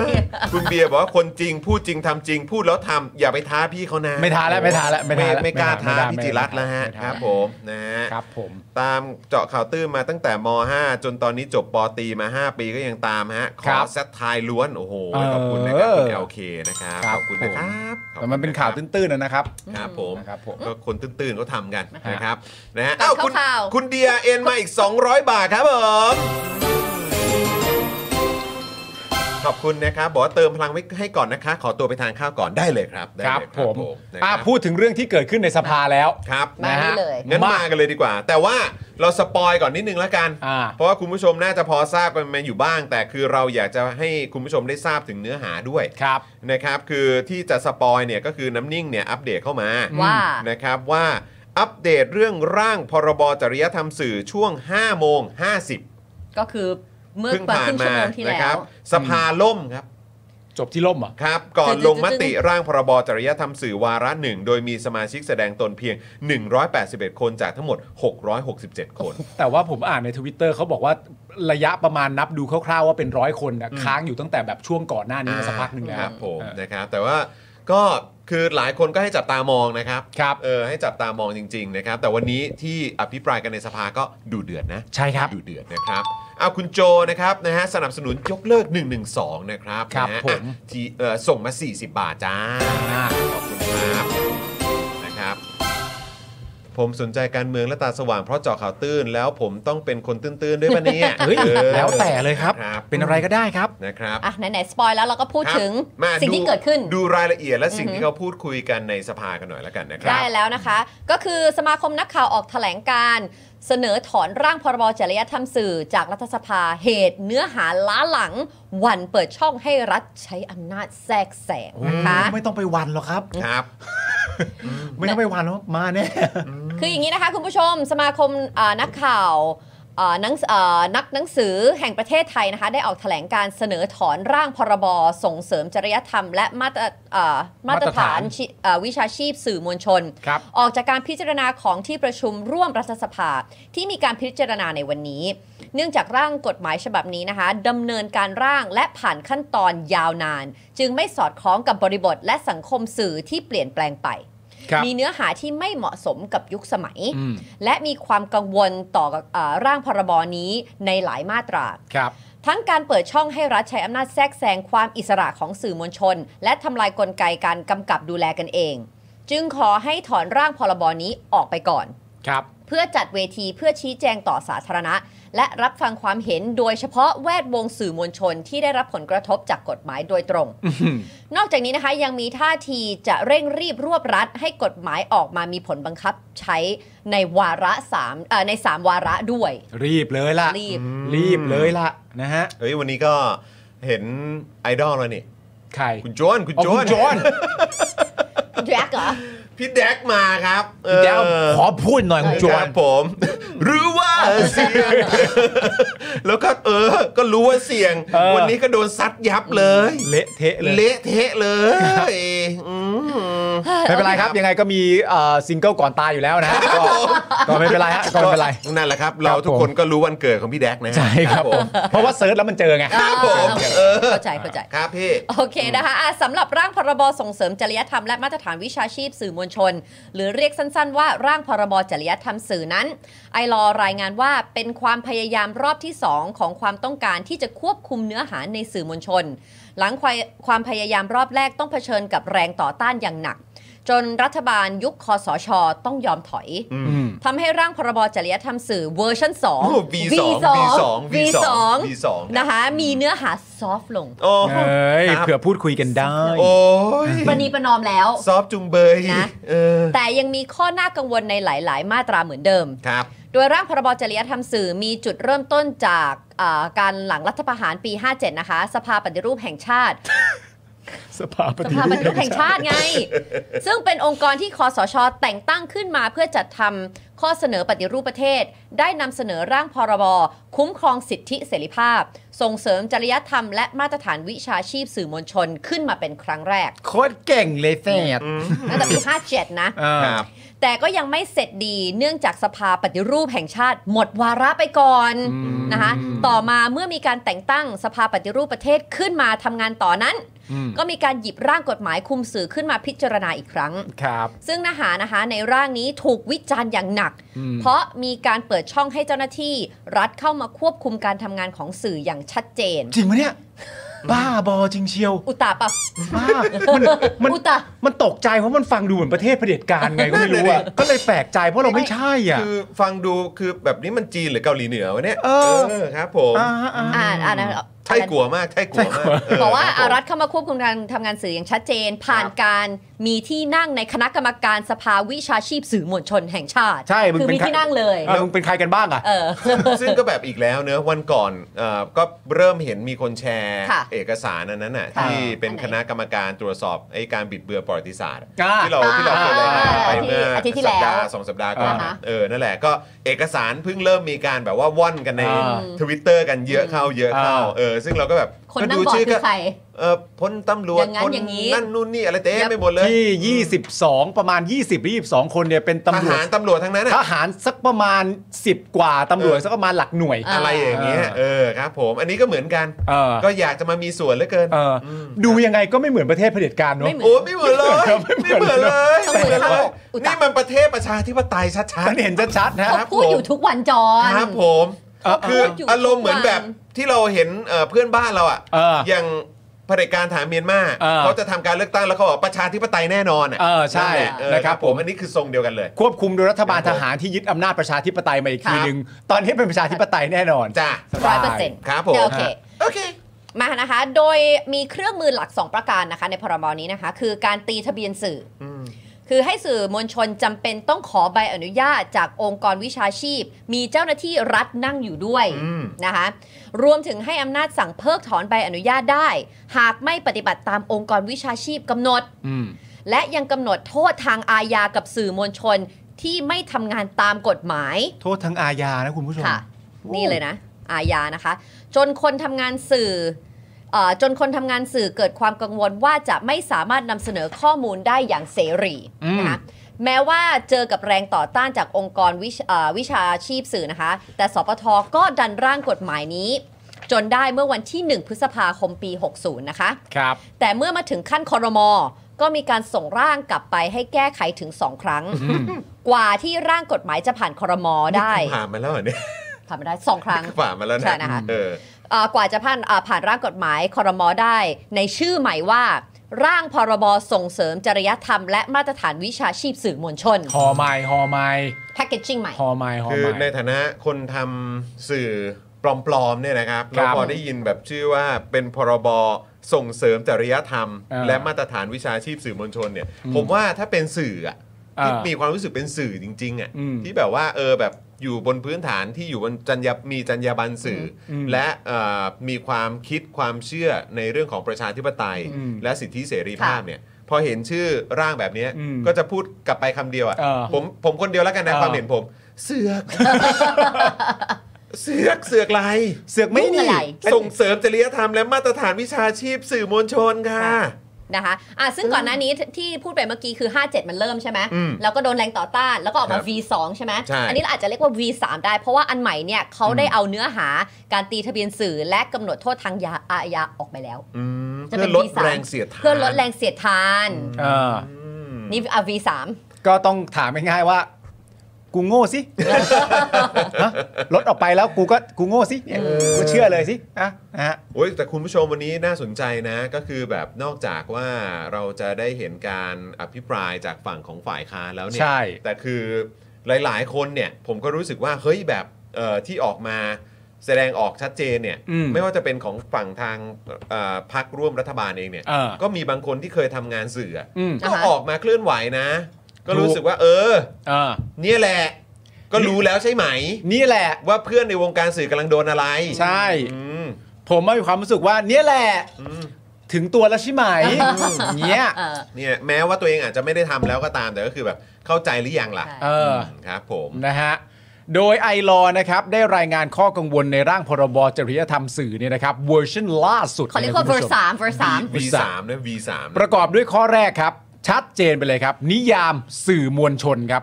A: คุณเบียร์บอกว่าคนจริงพูดจริงทำจริง พูดแล้วทำอย่าไปท้าพี่เขานะ
D: ไม่ท้าแล้วไม่ท้าแล้วไม่ท้าแล้ว
A: ไม่กล้าท้า
D: ไม่ท้า
A: พี่จิรัตน์แล้วฮะ
D: ไม่
A: ค
D: ท้า
A: รับผมนะฮะ
D: ครับผม
A: ตามเจาะข่าวตื้นมาตั้งแต่ม 5 จนตอนนี้จบปอตรีมา 5 ปีก็ยังตามฮะ ขอแซทไทายล้วน โอ้โห ขอบคุณนะครับ คุณ LK นะครับ ขอบคุณนะครับ
D: แต่มันเป็นข่าวตื้นๆนะนะครับ
A: ครับผม
D: นะครับผม
A: ก็คนตื้นๆเขาทำกัน
D: ฮะ
A: นะครับนะฮะ
C: ตาม
A: เอ้าคุณ
C: ข่าว
A: คุณเดียเอ็นมาอีก 200 บาทครับผมขอบคุณนะครับ บอกว่าเติมพลังไว้ให้ก่อนนะคะ ขอตัวไปทานข้าวก่อนได้เลยครับได้
D: ครับ
A: เลย
D: ผม
A: นะ
D: อ่ะ
A: ครับ
D: พูดถึงเรื่องที่เกิดขึ้นในสภาแล้ว
A: ครับ
C: มานี่เลย
A: งั้น
D: มาม
A: มากันเลยดีกว่า แต่ว่าเราสปอยก่อนนิดนึงแล้วกัน
D: อ่า
A: เพราะว่าคุณผู้ชมน่าจะพอทราบกันมาอยู่บ้าง แต่คือเราอยากจะให้คุณผู้ชมได้ทราบถึงเนื้อหาด้วย
D: ครับ
A: นะครับ คือที่จะสปอยเนี่ยก็คือน้ำนิ่งเนี่ยอัปเดตเข้ามา
C: ว่า
A: นะครับว่าอัปเดตเรื่องร่างพรบจริยธรรมสื่อช่วง5โมง50
C: ก็คือเมื่อ
A: เพิ่ง
C: ประมาณ
A: ผ่า
C: คน รึ่งชั่
A: มาว
C: โมงที่
A: นะ
C: แล้
A: ครั
C: ว
A: บสภาล่มครับ
D: จบที่ล่มเหรอ่ะ
A: ครับ ก่อน
C: จึ๊ดจึ๊ด
A: ลงมติ
C: จึ๊ด
A: ร่างพรบจริยธรรมสื่อวาระหนึ่ง โดยมีสมาชิกแสดงตนเพียง 181 คนจากทั้งหมด 667 คน
D: แต่ว่าผมอ่านในทวิตเตอร์เขาบอกว่าระยะประมาณนับดูคร่าวๆว่าเป็นร้อยคนนะ
A: อืม
D: ค้างอยู่ตั้งแต่แบบช่วงก่อนหน้านี้มาสักพักหนึ่งแล้
A: คว รับผม
D: เออ
A: นะครับแต่ว่าก็คือหลายคนก็ให้จับตามองนะครับ
D: ครับ
A: เออให้จับตามองจริง ๆ นะครับ แต่วันนี้ที่อภิปรายกันในสภาก็ดูเดือดนะ
D: ใช่ครับ
A: ดูเดือดนะครับเอาคุณโจนะครับนะฮะสนับสนุนยกเลิก 112 นะครับ
D: ครับ
A: นะฮะ
D: ผม
A: อ่ะที่เอ่อส่งมา 40 บาทจ้าขอบคุณครับนะครับ ผมสนใจการเมืองและตาสว่างเพราะเจาะข่าวตื้น แล้วผมต้องเป็นคนตื้นๆด้วยปะเนี่ย
D: เฮ้ย
A: ออ
D: แล้วแต่เลยครับ
A: ครับ
D: เป็นอะไรก็ได้ครับ
A: นะครับ
C: อ่ะไหนๆสปอยแล้วเราก็พูด
A: ครับ
C: ถึง
A: มา
C: สิ่งที่เกิดขึ้น
A: ดูรายละเอียดและสิ่งที่เขาพูดคุยกันในสภากันหน่อยแล้วกันนะครั
C: ได้แล้วนะคะ ก็คือสมาคมนักข่าวออกแถลงการเสนอถอนร่างพรบจริยธรรมสื่อจากรัฐสภาเหตุเนื้อหาล้าหลังหวันเปิดช่องให้รัฐใช้อำนาจแทรกแซงนะคะ
D: ไม่ต้องไปวันหรอกครับ
A: ครับ
D: ไม่ต้องไปหวานหรอกมาแน่
C: คืออย่างนี้นะคะคุณผู้ชมสมาคมเอ่อนักข่าวเอ่อนักเอ่อนักหนังสือแห่งประเทศไทยนะคะได้ออกแถลงการเสนอถอนร่างพรบส่งเสริมจริยธรรม และมาตรเอ่อมาตรฐาน
D: มาตรฐาน
C: ชีเอ่อวิชาชีพสื่อมวลชน
D: ครับ
C: ออกจากการพิจารณาของที่ประชุมร่วมรัฐสภาที่มีการพิจารณาในวันนี้ เนื่องจากร่างกฎหมายฉบับนี้นะคะดำเนินการร่างและผ่านขั้นตอนยาวนาน จึงไม่สอดคล้องกับบริบทและสังคมสื่อที่เปลี่ยนแปลงไป
D: ครับ
C: มีเนื้อหาที่ไม่เหมาะสมกับยุคสมัย
D: อืม
C: และมีความกังวลต่อเออร่างพรบนี้ในหลายมาตรา
D: ครับ
C: ทั้งการเปิดช่องให้รัฐใช้อำนาจแทรกแซงความอิสระของสื่อมวลชน และทำลายกลไกการกำกับดูแลกันเอง จึงขอให้ถอนร่างพรบนี้ออกไปก่อน
D: ครับ
C: เพื่อจัดเวทีเพื่อชี้แจงต่อสาธารณะ และรับฟังความเห็นโดยเฉพาะแวดวงสื่อมวลชนที่ได้รับผลกระทบจากกฎหมายโดยตรง นอกจากนี้นะคะยังมีท่าทีจะเร่งรีบรวบรัดให้กฎหมายออกมามีผลบังคับใช้ในวาระสามเอ่อใน 3 วาระด้วย
D: รีบเลยล่ะ
C: รีบ
D: รีบเลยล่ะนะฮะ
A: เฮ้ยวันนี้ก็เห็นไอดอลแล้วนี่
D: ใคร
A: คุณโจนคุณ
D: อ๋อ
A: โจ
D: คุณ
A: น
D: โจน
C: คุณแจ็คเหรอ
A: พี่แดกมาครับ
D: เดี๋ยว
A: เ
D: ขอพูดหน่อยคุณโจ
A: คน รับผม รู้ว่าเสียง แล้วก็เออ ก็รู้ว่าเสียง
D: เออ
A: วันนี้ก็โดนซัดยับเลย
D: เละเทะเลย
A: เละเทะเลยอืม
D: ไม่เป็นไรครับ ยังไงก็มีเอ่อซิงเกิลก่อนตายอยู่แล้วนะฮะก็ก็ไม่เป็นไรฮะก็ไม่เป็นไร
A: ก็นั่นแหละครับ เราทุกคนก็รู้วันเกิดของพี่แดกนะฮะ
D: ใช่ครับ
A: ผม
D: เพราะว่าเซิร์ชแล้วมันเจอไง
A: ครับผมเออ
C: เข้าใจเข้าใจ
A: ครับพี่
C: โอเคนะคะอ่ะสำหรับร่างพรบส่งเสริมจริยธรรมและมาตรฐานวิชาชีพสื่อมวลชน หรือเรียกสั้นๆ ว่าร่างพรบจริยธรรมสื่อนั้น ไอลอรายงานว่าเป็นความพยายามรอบที่ 2 ของความต้องการที่จะควบคุมเนื้อหาในสื่อมวลชน หลังความความพยายามรอบแรกต้องเผชิญกับแรงต่อต้านอย่างหนัก จนรัฐบาลยุคคอสช ต้องยอมถอยทำให้ร่างพรบจริยธรรมสื่อเวอร์ชัน
A: โอ้โห
C: 2
A: V2 V2 V2
C: นะคะมีเนื้อหาซอฟลง
A: โอ้โห
D: เอ้ย
A: ครับ
D: เผื่อพูดคุยกันได้
A: โอ้ย
C: ประนีประนอมแล้ว
A: ซอฟต์จุงเบย
C: นะ
A: เออ
C: แต่ยังมีข้อน่ากังวลในหลาย ๆ มาตราเหมือนเดิม
A: ครับ
C: โดยร่างพรบจริยธรรมสื่อมีจุดเริ่มต้นจากอ่าการหลังรัฐประหารปี 57 นะคะ สภาปฏิรูปแห่งชาติ
D: สภาป
C: ส
D: ฏิ
C: ภา
D: รู
C: ป
D: ป
C: ฏิรูปแห่งชาติไง ซึ่งเป็นองค์กรที่คอสช แต่งตั้งขึ้นมาเพื่อจัดทำข้อเสนอปฏิรูปประเทศ ได้นำเสนอร่างพรบ คุ้มครองสิทธิเสรีภาพ ส่งเสริมจริยธรรมและมาตรฐานวิชาชีพสื่อมวลชนขึ้นมาเป็นครั้งแรก
D: โคตรเก่งเลยแฟด
C: ตั้งแต่ปี 57 นะ
D: อ่า
A: ครับ
C: แต่ก็ยังไม่เสร็จดีเนื่องจากสภาปฏิรูปแห่งชาติ หมดวาระไปก่อนนะคะต่อมาเมื่อมีการแต่งตั้งสภาปฏิรูปประเทศขึ้นมาทำงานต่อนั้น ก็มีการหยิบร่างกฎหมายคุมสื่อขึ้นมาพิจารณาอีกครั้ง
D: ครับ
C: ซึ่งเนื้อหานะคะในร่างนี้ถูกวิจารณ์อย่างหนัก เพราะมีการเปิดช่องให้เจ้าหน้าที่ รัฐเข้ามาควบคุมการทำงานของสื่ออย่างชัดเจน
D: จริงไหมเนี่ย บ้าบอจริงเชียว
C: อุตาปะ
D: บ้ามันมัน
C: อุตา
D: มันตกใจเพราะมันฟังดูเหมือนประเทศเผด็จการไงก็ไม่รู้อะก็เลยแปลกใจเพราะเราไม่ใช่อ่ะ
A: คือฟังดูคือแบบนี้มันจีนหรือเกาหลีเหนือวะเนี่ย
D: เออ
A: ครับผม
D: อ่าอ่า
C: อ่านอ่านนะ
A: ไทยกลัวมากไทยกลัวมากเ
C: บอกว่า
A: ค
C: อ่า
A: บผม
C: รัฐเข้ามาควบคุมการทำงานสื่ออย่างชัดเจน ผ่าน
A: ครับ
C: การมีที่นั่งในคณะกรรมการสภาวิชาชีพสื่อมวลชนแห่งชาติ
D: ใช่มึง
C: คือ
D: เป็น
C: มี
D: ใคร
C: ที่นั่งเลย
D: อ่ามึงเป็นใครกันบ้างอ่ะ
C: เออ
A: ซึ่งก็แบบอีกแล้วเนอะวันก่อนเอ่อก็เริ่มเห็นมีคนแชร์
C: ค่ะ
A: เอกสารอันนั้นน่ะ
C: ค่ะ
A: ที่เป็น
C: อัน
A: ค
C: ไหน
A: ณะกรรมการตรวจสอบไอ้การบิดเบือนประวัติศาสตร์
D: อ่า
A: ที่เราที่เราเคยรายงานไปเมื่ออา
C: ทิตย์ที่
A: สัปดา
C: แล้
A: ห์
C: ว
A: สองสัปดาห์ก่อน
C: อ่าฮะ
A: เออนั่นแหละก็เอกสารเพิ่งเริ่มมีการแบบว่าว่อนกันใน
D: อ่า
A: ทวิตเตอร์กันเยอะเข้าเยอะเข้า
D: อ่า
A: เออซึ่งเราก็แบบ
C: คน
A: ก็
C: นั่ง
A: ดู
C: บอร์ด
A: ชื่อ
C: คื
A: ก็
C: อใคร
A: เออพ้นตำรวจ
C: อย่างนั้น
A: พ้น
C: อย่างนี้
A: นั่นนู่นนี่อะไรเต็มไปหมดเลย
D: ที่ 22 ประมาณ 20หรือ22 คนเนี่ยเป็น
A: ท
D: ตำรว
A: หา
D: จ
A: รตำรวจทั้งนั้นน่ะ
D: ทหารสักประมาณ 10 กว่าตำรวจสักประมาณหลักหน่วย
C: อ่
A: อะไรอย่างเงี้ยเออครับผมอันนี้ก็เหมือนกัน
D: เออ
A: ก็อยากจะมามีส่วนเหลือเกิน
D: เอออดูยังไงก็ไม่เหมือนประเทศเผด็จการเนอะ
C: ไม่เหมืน
A: โอ้ไม่เหมือนเลยไม่เหมือนเลย
C: ต้องเหมือน
A: เลย
C: อุตะ
A: นี่มันประเทศประชาธิปไตยชัด
D: มันเห็นชัดๆนะ
C: เขาพูดอยู่ทุกวันจอน
A: ครับผม
D: เออ
A: คืออารมณ์เหมือนแบบที่เราเห็นเอ่อเพื่อนบ้านเราอ่ะ
D: เอออย่าง
A: เผด็จการถามเมียนมา
D: เออ
A: เขาจะทำการเลือกตั้งแล้วเขาบอกประชาธิปไตยแน่นอนอะ
D: เออใช่
A: นั่นแหละเออ
D: นะครับผม
A: อันนี้คือทรงเดียวกันเลย
D: ควบคุมโดยรัฐบาล
A: ค
D: ท
A: รับผม
D: หารที่ยึดอำนาจประชาธิปไตยมาอีกที
A: ครับ
D: หนึ่งตอนนี้เป็นประชาธิปไตยแน่นอน
A: จ้า
C: ร้อยเปอร์เซ็นต์
A: ครับผม
C: โอเค
A: โอเค
C: มานะคะ โดยมีเครื่องมือหลัก 2 ประการนะคะ ในพรบนี้นะคะ คือการตีทะเบียนสื่ออ
A: ม
C: คือให้สื่อมวลชนจำเป็นต้องขอใบอนุญาตจากองค์กรวิชาชีพ มีเจ้าหน้าที่รัฐนั่งอยู่ด้วยนะคะ รวมถึงให้อำนาจสั่งเพิกถอนใบอนุญาตได้ หากไม่ปฏิบัติตามองค์กรวิชาชีพกำหนด และยังกำหนดโทษทางอาญากับสื่อมวลชนที่ไม่ทำงานตามกฎหมาย
D: โทษทางอาญานะคุณผู้ชม
C: ค่ะ นี่เลยนะ อาญานะคะ จนคนทำงานสื่อเอ่อจนคนทำงานสื่อเกิดความกังวลว่าจะไม่สามารถนำเสนอข้อมูลได้อย่างเสรี
D: อืม
C: นะคะแม้ว่าเจอกับแรงต่อต้านจากองค์กรวิชเอ่อวิชาชีพสื่อนะคะ แต่สปทก็ดันร่างกฎหมายนี้ จนได้เมื่อวันที่ 1 พฤษภาคมปี 60 นะคะ
D: ครับ
C: แต่เมื่อมาถึงขั้นคอรมอ ก็มีการส่งร่างกลับไปให้แก้ไขถึง 2 ครั้ง กว่าที่ร่างกฎหมายจะผ่านคอรมอได้
A: ผ่านมาแล้วเหรอเนี่ย
C: ผ่านมาได้ 2 ครั้ง
A: ผ่านมาแล้วนะ
C: ใช่นะคะ
A: เออ
C: เอ่อกว่าจะผ่านอ่าผ่านร่างกฎหมายคอรมอได้ ในชื่อใหม่ว่า ร่างพรบส่งเสริมจริยธรรม และมาตรฐานวิชาชีพสื่อมวลชน
D: หอไม้หอไม้
C: แพคเกจจิ้งใหม่
D: หอไม้หอ
A: คือ
D: ไม้
A: ในฐานะคนทำสื่อปลอมๆเนี่ยนะครับ
D: ครั
A: เรา
D: บ
A: พอได้ยินแบบชื่อว่าเป็นพรบส่งเสริมจริยธรรม
D: อ่า
A: และมาตรฐานวิชาชีพสื่อมวลชนเนี่ย
D: อืม
A: ผมว่าถ้าเป็นสื่ออะ
D: อ่า
A: ที่มีความรู้สึกเป็นสื่อจริงๆอ่ะ
D: อืม
A: ที่แบบว่าเออแบบอยู่บนพื้นฐานที่อยู่บนจรรยามีจรรยาบรรณสื่ออ
D: ม
A: และเอ่อมีความคิดความเชื่อในเรื่องของประชาธิปไตย
D: อืม
A: และสิทธิเสรีภาพเนี่ยพอเห็นชื่อร่างแบบเนี้ย
D: อืม
A: ก็จะพูดกลับไปคำเดียวอ่ะ
D: เออ
A: ผมผมคนเดียวแล้วกันนะ
D: เออ
A: ความเห็นผม เสือก เสือกเสือกไร
D: เสือกไม่
C: ยุ่ง
D: นี่
C: อะไร
A: ส่งเสริมจริยธรรมและมาตรฐานวิชาชีพสื่อมวลชนค่ะ
C: นะคะอ่ะซึ่งก่อนหน้านี้ที่พูดไปเมื่อกี้คือ 57 มันเริ่มใช่ไหม
A: อืม
C: แล้วก็โดนแรงต่อต้าน แล้วก็ออก
A: ครั
C: มา
A: บ
C: V2 ใช่ไหม
A: ใช่
C: อันี้เราอาจจะเรียกว่า V3 ได้ เพราะว่าอันใหม่เนี่ยเขาได้เอาเนื้อหาการตีทะเบียนสื่อและกำหนดโทษทางยาอาญาออกไปแล้ว
A: อืม
C: จะ
A: เพื่
C: เป็
A: อน ลด
C: ปีสาม
A: แรงเสียดทาน
C: เพื่อลดแรงเสียดทาน
D: เออ
A: อืม
C: นี่อ่ะ V3
D: ก็ต้องถามง่ายๆว่า กูโง่สิฮะลดออกไปแล้วกูก็กูโง่สิเนี่ยกูเชื่อเลยสิอ่ะนะฮะ
A: โอ้ยแต่คุณผู้ชมวันนี้น่าสนใจนะ ก็คือแบบนอกจากว่าเราจะได้เห็นการอภิปรายจากฝั่งของฝ่ายค้านแล้วเนี่ย
D: ใช่
A: แต่คือหลายๆคนเนี่ย ผมก็รู้สึกว่าเฮ้ยแบบเอ่อที่ออกมาแสดงออกชัดเจนเนี่ย
D: อืม
A: ไม่ว่าจะเป็นของฝั่งทางเอ่อพรรคร่วมรัฐบาลเองเนี่ย
D: เออ
A: ก็มีบางคนที่เคยทำงานสื่ออะ
D: อืม
A: ก็
C: อ่าฮะ
A: ออกมาเคลื่อนไหวนะ ก็รู้สึกว่า เออ
D: เออ
A: เนี่ยแหละ ก็รู้แล้วใช่ไหม
D: นี่แหละ
A: ว่าเพื่อนในวงการสื่อกำลังโดนอะไร
D: ใช่
A: อืม
D: ผมมีความรู้สึกว่าเนี่ยแหละ
A: อืม
D: ถึงตัวแล้วใช่ไหมอย่างเงี้ย
C: เออ
A: เนี่ยแม้ว่าตัวเองอาจจะไม่ได้ทำแล้วก็ตามแต่ก็คือแบบเข้าใจหรือยังล่ะ
C: ใช่
D: เออ
A: มครับผม
D: นะฮะ โดยไอรอนะครับ ได้รายงานข้อกังวลในร่างพรบจริยธรรมสื่อเนี่ยนะครับเวอร์ชันล่าสุด
C: เขาเรียกว่า
D: นะคุณผู้ช
C: V3
D: ม
C: V3
A: V3 นะ V3
D: ป
A: นะ
D: ระกอบด้วยข้อแรกครับ ชัดเจนไปเลยครับ นิยามสื่อมวลชนครับ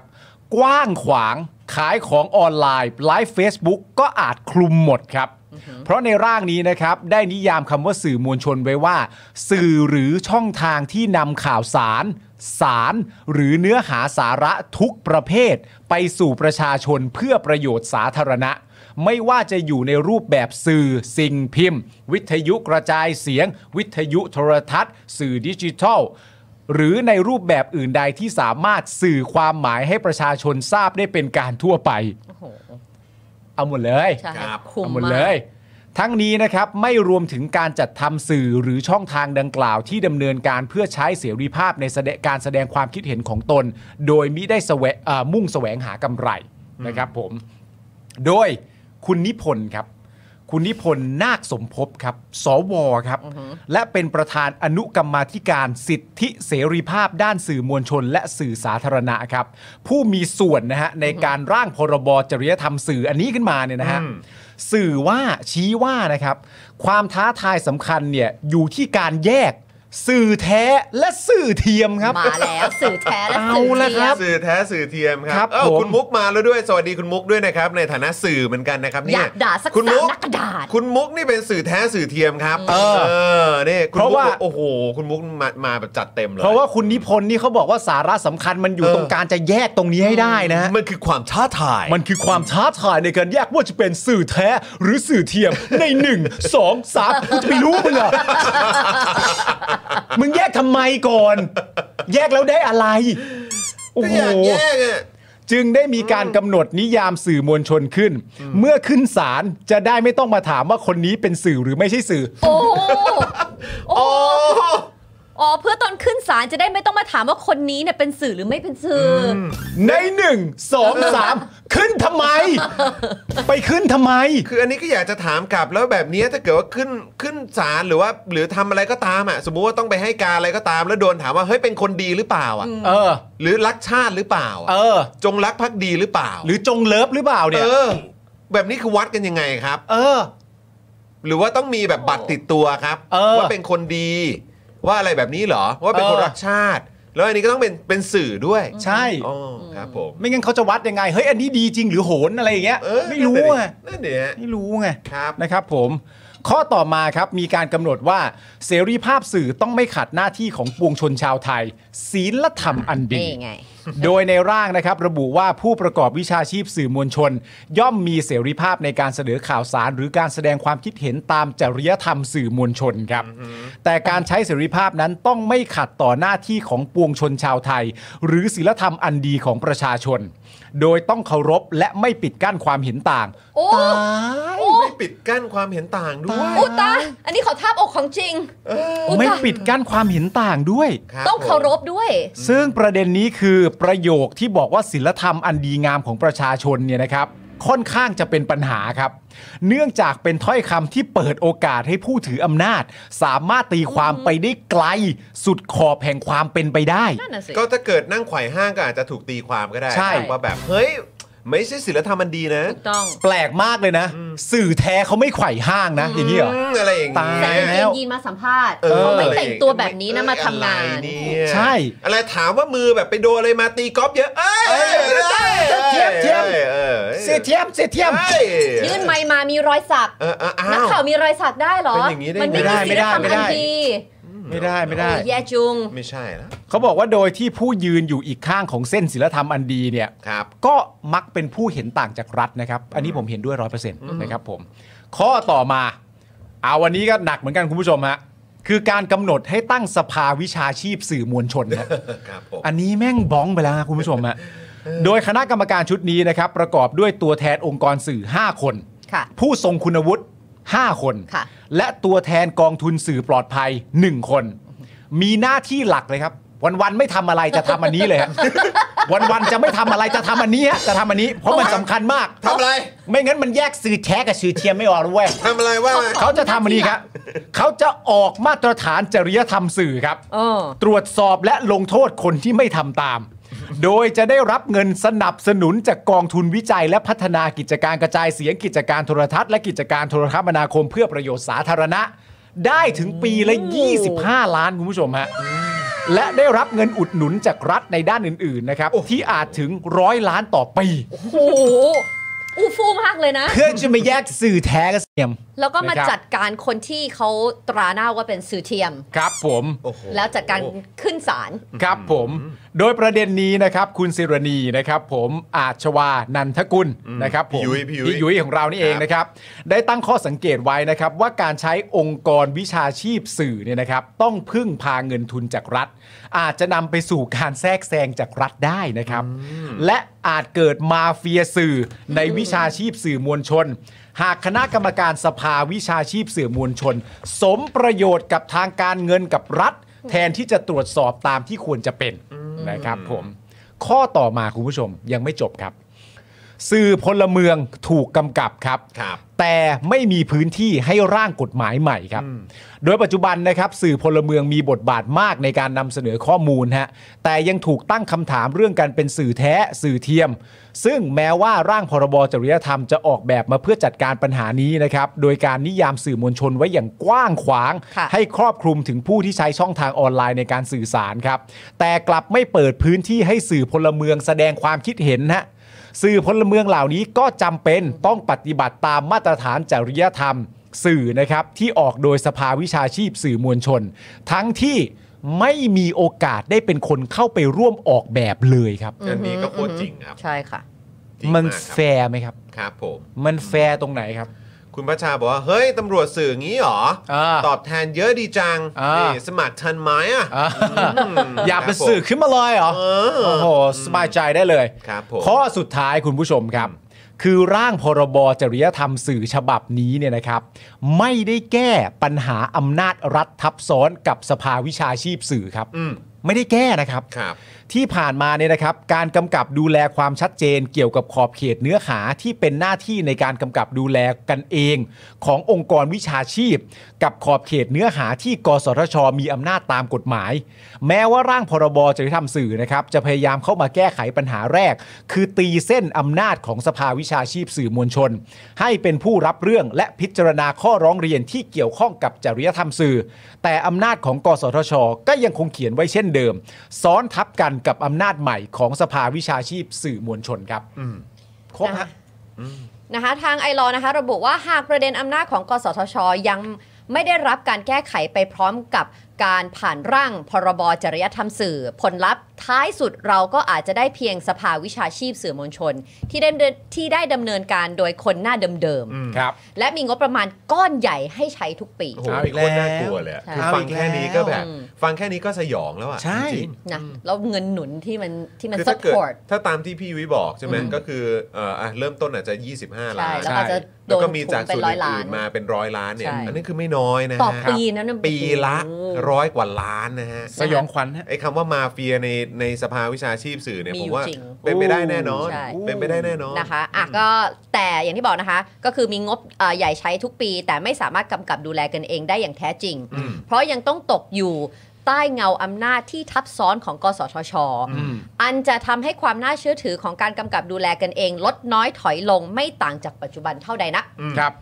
D: กว้างขวางขายของออนไลน์ ไลฟ์ Facebook ก็อาจคลุมหมดครับ เพราะในร่างนี้นะครับ ได้นิยามคำว่าสื่อมวลชนไว้ว่า สื่อหรือช่องทางที่นำข่าวสาร สารหรือเนื้อหาสาระทุกประเภท ไปสู่ประชาชนเพื่อประโยชน์สาธารณะ ไม่ว่าจะอยู่ในรูปแบบสื่อสิ่งพิมพ์ วิทยุกระจายเสียง วิทยุโทรทัศน์ สื่อดิจิทัล หรือในรูปแบบอื่นใดที่สามารถสื่อความหมายให้ประชาชนทราบได้เป็นการทั่วไป
C: โอ้โห
D: เอาหมดเลย
C: ใช่คุม
D: เอาหมด
C: มา
D: เล
C: ก
D: ย ทั้งนี้นะครับไม่รวมถึงการจัดทำสื่อหรือช่องทางดังกล่าวที่ดำเนินการเพื่อใช้เสรีภาพในแสดงการแสดงความคิดเห็นของตน โดยมิได้แสวเอ่อมุ่งแสวงหากำไรนะครับผม โดยคุณนิพนธ์ครับ คุณนิพนธ์นาคสมภพครับ สวครับ และเป็นประธานอนุกรรมาธิการสิทธิเสรีภาพด้านสื่อมวลชน และสื่อสาธารณะครับ ผู้มีส่วนนะฮะในการร่างพรบจริยธรรมสื่ออันนี้ขึ้นมาเนี่ยนะฮะ สื่อว่าชี้ว่านะครับ ความท้าทายสำคัญเนี่ยอยู่ที่การแยก สื่อแท้และสื่อเทียมครับ
C: มาแล้วสื่อแท้และสื่อ
D: เอาละ
C: เที
D: ค
C: ย
D: รั
C: ม
D: บ
A: สื่อแท้สื่อเทียมค
D: ครั
A: รับบ เอ้า
D: ผม
A: คุณมุกมาแล้วด้วย สวัสดีคุณมุกด้วยนะครับ ในฐานะสื่อเหมือนกันนะครับเนี่
C: อย ยากด่าสัก
A: คุณมุก
C: สามนักกระดาษ
A: คุณมุกนี่เป็นสื่อแท้สื่อเทียมครับ
D: เออ
A: อนี่คุณ
D: เพราะ
A: มุก
D: ว่า
A: บอกโอ้โห คุณมุกมามาแบบจัดเต็มเลย
D: เพราะว่าคุณนิพนธ์นี่เขาบอกว่าสาระสำคัญมันอยู่
A: เออ
D: ตรงการจะแยกตรงนี้ให้ได้นะฮะ
A: มันคือความท้าทาย
D: มันคือความท้าทายในการแยกว่าจะเป็นสื่อแท้หรือสื่อเทียม ในหนึ่งสองสามกูจะไปรู้มึงเหรอ มึงแยกทำไมก่อน แยกแล้วได้อะไรโอ้
A: ก็
D: โห
A: อยากแยกอะ
D: จึงได้มีการกำหนดนิยามสื่อมวลชนขึ้น เมื่อขึ้นศาลจะได้ไม่ต้องมาถามว่าคนนี้เป็นสื่อหรือไม่ใช่สื่อ
C: โอ้โหโอ้
A: โอ้
C: อ๋อเพื่อตอนขึ้นศาลจะได้ไม่ต้องมาถามว่าคนนี้เนี่ยเป็นสื่อหรือไม่เป็นสื่ออ
D: ในหนึ่งสองสามขึ้นทำไม ไปขึ้นทำไม
A: คืออันนี้ก็อยากจะถามกลับแล้วแบบเนี้ยถ้าเกิดว่าขึ้นขึ้นศาลหรือว่าหรือทำอะไรก็ตามอ่ะสมมุติว่าต้องไปให้การอะไรก็ตาม แล้วโดนถามว่าเฮ้ยเป็นคนดีหรือเปล่าอ่ะ
D: เออ
A: หรือรักชาติหรือเปล่าอ่ะ
D: เออ
A: จงรักภักดีหรือเปล่า
D: หรือจงเลิฟหรือเปล่าเนี่ย
A: เออ แบบนี้คือวัดกันยังไงครับ
D: เออ
A: หรือว่าต้องมีแบบบัตรติดตัวครับ
D: เออ
A: ว่าเป็นคนดีว่าอะไรแบบนี้เหรอ ว่าเป็น
D: เออ
A: คนรักชาติ แล้วอันนี้ก็ต้องเป็นเป็นสื่อด้วย
D: ใช่
A: อ๋อครับผม
D: ไม่งั้นเขาจะวัดยังไง เฮ้ย อันนี้ดีจริงหรือโหนอะไรอย่างเงี้ย
A: เออ
D: ไม่รู้อ่ะ
A: นั่นเดี๋ยว
D: ไม่รู้ไง
A: ครับ
D: นะครับผมข้อต่อมาครับมีการกำหนดว่าเสรีภาพสื่อต้องไม่ขัดหน้าที่ของปวงชนชาวไทย ศีลธรรมอันดี
C: นี่ไง
D: *laughs* โดยในร่างนะครับระบุว่าผู้ประกอบวิชาชีพสื่อมวลชน ย่อมมีเสรีภาพในการเสนอข่าวสาร หรือการแสดงความคิดเห็นตามจริยธรรมสื่อมวลชนครับ แต่การใช้เสรีภาพนั้นต้องไม่ขัดต่อหน้าที่ของปวงชนชาวไทย หรือศีลธรรมอันดีของประชาชน โดยต้องเคารพและไม่ปิดกั้นความเห็นต่าง
C: โอ้
D: ตาย
C: โอ้
A: ไม่ปิดกั้นความเห็นต่างด้วย
C: อุยตายอันนี้ขอทาบอกของจริงย
D: ไม่
C: ตาย
D: ปิดกั้นความเห็นต่างด้วย
A: คบ
C: ต้องเคารพด้วย
D: ซึ่งประเด็นนี้คือประโยคที่บอกว่าศิลธรรมอันดีงามของประชาชนเนี่ยนะครับ ค่อนข้างจะเป็นปัญหาครับ เนื่องจากเป็นถ้อยคำที่เปิดโอกาสให้ผู้ถืออำนาจ สามารถตีความไปได้ไกล สุดขอบแห่งความเป็นไปได้
C: นั่นน่ะสิ
A: ก็ถ้าเกิดนั่งไขว่ห้างก็อาจจะถูกตีความก็ได้
D: ใช่
A: ว่าแบบ เฮ้ย ไม่ใช่ศิลธรรมอันดีนะ
C: ถูกต้อง
D: แปลกมากเลยนะ สื่อแท้เขาไม่ไขว่ห้างนะ อย่างนี้เหรอ
A: มอะไรอย่าง
D: ตา
A: เงี้
D: ย
C: ใส่
A: ย
C: กางเกงยีนมาสัมภาษณ์
A: ออ
C: เขาไม่
A: อะร
C: แต่งตัวแบบนี้นะมาทำงาน
A: อะไรเนี่ย
D: ใช่
A: อะไรถามว่ามือแบบไปโดนอะไรมาตีกอล์ฟเยอะ เอ้ย
D: เทียมเทียม
A: อ้อ้อ้
D: เสียเทียมเสียเทียม
A: อ้
C: ยื่นไมค์มามีรอยสัก
A: เออเอออ้า
C: นัก
A: ว
C: ข่าวมีรอยสักได้เหรอ
A: เป็นอย่างนี้ได้
C: มัไม่
A: ไง
C: มีศี
D: ไม่
C: ล
D: ได้
C: ธรรม
D: ไม่
C: อั
D: ได้
C: นดี
D: ไม่ได้ไม่ได้
C: โอ้ยแย่จุง
A: ไม่ใช่แล้ว
D: เขาบอกว่าโดยที่ผู้ยืนอยู่อีกข้างของเส้นศิลธรรมอันดีเนี่ย
A: ครับ
D: ก็มักเป็นผู้เห็นต่างจากรัฐนะครับ อันนี้ผมเห็นด้วยร้อยเปอร์เซ็นต์นะครับผม ข้อต่อมา เอาวันนี้ก็หนักเหมือนกันคุณผู้ชมฮะ คือการกำหนดให้ตั้งสภาวิชาชีพสื่อมวลชนนะ
A: ครับผม
D: อันนี้แม่งบ้องไปแล้วฮะคุณผู้ชมฮะ โดยคณะกรรมการชุดนี้นะครับ ประกอบด้วยตัวแทนองค์กรสื่อ 5 คน
C: ค่ะ
D: ผู้ทรงคุณวุฒิ 5 คน
C: ค่ะ
D: และตัวแทนกองทุนสื่อปลอดภัย 1 คน มีหน้าที่หลักเลยครับ วันๆไม่ทำอะไรจะทำอันนี้
C: *laughs*
D: เลยฮะ วันๆจะไม่ทำอะไรจะทำอันนี้ฮะจะทำอันนี้ เพราะมันสำคัญมาก
A: ทำอะไร
D: ไม่งั้นมันแยกสื่อแท้กับสื่อเทียมไม่ออกนะเว้ย
A: ทำอะไรว่ามา
D: เขาจะทำอันนี้ครับ เขาจะออกมาตรฐานจริยธรรมสื่อครับ
C: เออ
D: ตรวจสอบและลงโทษคนที่ไม่ทำตาม โดยจะได้รับเงินสนับสนุนจากกองทุนวิจัยและพัฒนากิจการกระจายเสียงกิจการโทรทัศน์และกิจการโทรคมนาคมเพื่อประโยชน์สาธารณะ ได้ถึงปีละ 25 ล้านคุณผู้ชมฮะ และได้รับเงินอุดหนุนจากรัฐในด้านอื่นๆนะครับ ที่อาจถึงร้อยล้านต่อปี
C: โอ้โหอู้ฟู่มากเลยนะ
D: เพื่อจะมาแยกสื่อแท้กับเสียม
C: แล้วก็มา
D: นะครับ
C: จัดการคนที่เขาตราหน้าว่าเป็นสื่อเทียม
D: ครับผม
A: โอ้โห
C: แล้วจัดการขึ้นศาล
D: ครับผม โดยประเด็นนี้นะครับคุณศิรณีนะครับ ผมอาชวานันทกุลนะครับผม
A: พี่ยุ้ยพี่ยุ้ย
D: พี่ยุ้ยของเรานี่เอ
A: ค
D: ง
A: รับ
D: นะครับ ได้ตั้งข้อสังเกตไว้นะครับ ว่าการใช้องค์กรวิชาชีพสื่อเนี่ยนะครับ ต้องพึ่งพาเงินทุนจากรัฐ อาจจะนำไปสู่การแทรกแซงจากรัฐได้นะครับ และอาจเกิดมาเฟียสื่อในวิชาชีพสื่อมวลชน หากคณะกรรมการสภาวิชาชีพสื่อมวลชน สมประโยชน์กับทางการเงินกับรัฐ แทนที่จะตรวจสอบตามที่ควรจะเป็นนะครับผม ข้อต่อมาคุณผู้ชมยังไม่จบครับ สื่อพลเมืองถูกกำกับครับ
A: ครับ
D: แต่ไม่มีพื้นที่ให้ร่างกฎหมายใหม่ครับ โดยปัจจุบันนะครับ สื่อพลเมืองมีบทบาทมากในการนำเสนอข้อมูลฮะแต่ยังถูกตั้งคำถามเรื่องการเป็นสื่อแท้สื่อเทียม ซึ่งแม้ว่าร่างพรบจริยธรรมจะออกแบบมาเพื่อจัดการปัญหานี้นะครับโดยการนิยามสื่อมวลชนไว้อย่างกว้างขวาง
C: ค่ะ
D: ให้ครอบคลุมถึงผู้ที่ใช้ช่องทางออนไลน์ในการสื่อสารครับ แต่กลับไม่เปิดพื้นที่ให้สื่อพลเมืองแสดงความคิดเห็นฮะ สื่อพลเมืองเหล่านี้ก็จำเป็นต้องปฏิบัติตามมาตรฐานจริยธรรม สื่อนะครับที่ออกโดยสภาวิชาชีพสื่อมวลชน ทั้งที่ไม่มีโอกาสได้เป็นคนเข้าไปร่วมออกแบบเลยครับ
A: อันนี้ก็โคตรจริงครับ
C: ใช่ค่ะ
A: จริงาก
D: มัน
A: ครับ
D: แฟร์ไหมครับ
A: ครับผม
D: มันแฟร์ตรงไหนครับ
A: คุณพระชาบอกว่า เฮ้ย ตำรวจสื่องี้เหรอ
D: อ่า
A: ตอบแทนเยอะดีจัง
D: อ่านี่
A: นี่สมัครทันไหมอ่ะ
D: อ่า
A: อืม
D: อยากเป็น
A: ครับผม
D: สื่อขึ้นมาเลอยเหรอ
A: เออ
D: โอ้โห สบายใจได้เลย
A: ครับผม
D: ข้อสุดท้ายคุณผู้ชมครับ คือร่างพรบจริยธรรมสื่อฉบับนี้เนี่ยนะครับ ไม่ได้แก้ปัญหาอำนาจรัฐทับซ้อนกับสภาวิชาชีพสื่อครับ
A: อืม
D: ไม่ได้แก้นะครับ
A: ครับ
D: ที่ผ่านมาเนี่ยนะครับ การกำกับดูแลความชัดเจนเกี่ยวกับขอบเขตเนื้อหาที่เป็นหน้าที่ในการกำกับดูแลกันเอง ขององค์กรวิชาชีพ กับขอบเขตเนื้อหาที่กสทช มีอำนาจตามกฎหมาย แม้ว่าร่างพรบจริยธรรมสื่อนะครับ จะพยายามเข้ามาแก้ไขปัญหาแรก คือตีเส้นอำนาจของสภาวิชาชีพสื่อมวลชน ให้เป็นผู้รับเรื่องและพิจารณาข้อร้องเรียนที่เกี่ยวข้องกับจริยธรรมสื่อ แต่อำนาจของกสทช ก็ยังคงเขียนไว้เช่นเดิม ซ้อนทับกันกับอำนาจใหม่ของสภาวิชาชีพสื่อมวลชนครับครบฮะ
C: นะคะทางไอรอนะคะระบุว่าหากประเด็นอำนาจของกสทช ยังไม่ได้รับการแก้ไขไปพร้อมกับการผ่านร่างพรบจริยธรรมสื่อ ผลลัพธ์ท้ายสุดเราก็อาจจะได้เพียงสภาวิชาชีพสื่อมวลชน ที่ได้ที่ได้ดำเนินการโดยคนหน้าเดิม
A: อืม
D: ครับ
C: ๆ และมีงบประมาณก้อนใหญ่ให้ใช้ทุกปี
A: โอ้โห
D: เอาอีก
A: โคตรน่ากลัวเลยอะ
C: ใช่
A: คือฟังแค่นี้ก็แบบ
C: อืม
A: ฟังแค่นี้ก็สยองแล้วอ่ะ
D: ใช่
A: จริง
C: นะแล้วเงินหนุนที่มันที่
A: ๆ
C: มัน
A: คือ
C: s ั
A: ถ้า
C: p
A: เกิด
C: p อร์ต
A: ถ้าตามที่พี่วิบอกใช่ไหม
C: อืม
A: ก็คือเอ่ออ่ะเริ่มต้นอาจจะ 25
C: ใช่
A: ล้าน
C: แล้วก็จะโด
A: แล้ว
C: น
A: ก็มีจาก
C: ทุน
A: ส่วน น
C: เป็ร้อยล้า
A: อื่
C: น
A: นๆมาเป็นร้อยล้านเนี่ย
C: ใช่
A: อันนี้คือไม่น้อยนะ
C: ต่อ
A: ฮะ
C: ปีนะเนี่ย
A: ปีละ
C: โอ้โห
A: ร้อยกว่าล้านนะฮะ
D: สยองขวัญฮะ
A: ไอ้คำว่ามาเฟียในในสภาวิชาชีพสื่อเนี่ย
C: มี
A: ผม
C: อยู่
A: ว่า
C: จริง
A: เป็นไปได้แน่นอน
C: ใช่
A: เป็นไปได้แน่นอน
C: นะคะ อ่ะก็แต่อย่างที่บอกนะคะ ก็คือมีงบเอ่อใหญ่ใช้ทุกปี แต่ไม่สามารถกำกับดูแลกันเองได้อย่างแท้จริง
A: อืม
C: เพราะยังต้องตกอยู่ใต้เงาอำนาจที่ทับซ้อนของกสทช อันจะทำให้ความน่าเชื่อถือของการกำกับดูแลกันเอง ลดน้อยถอยลงไม่ต่างจากปัจจุบันเท่าใดนัก
A: อืม
D: ครับ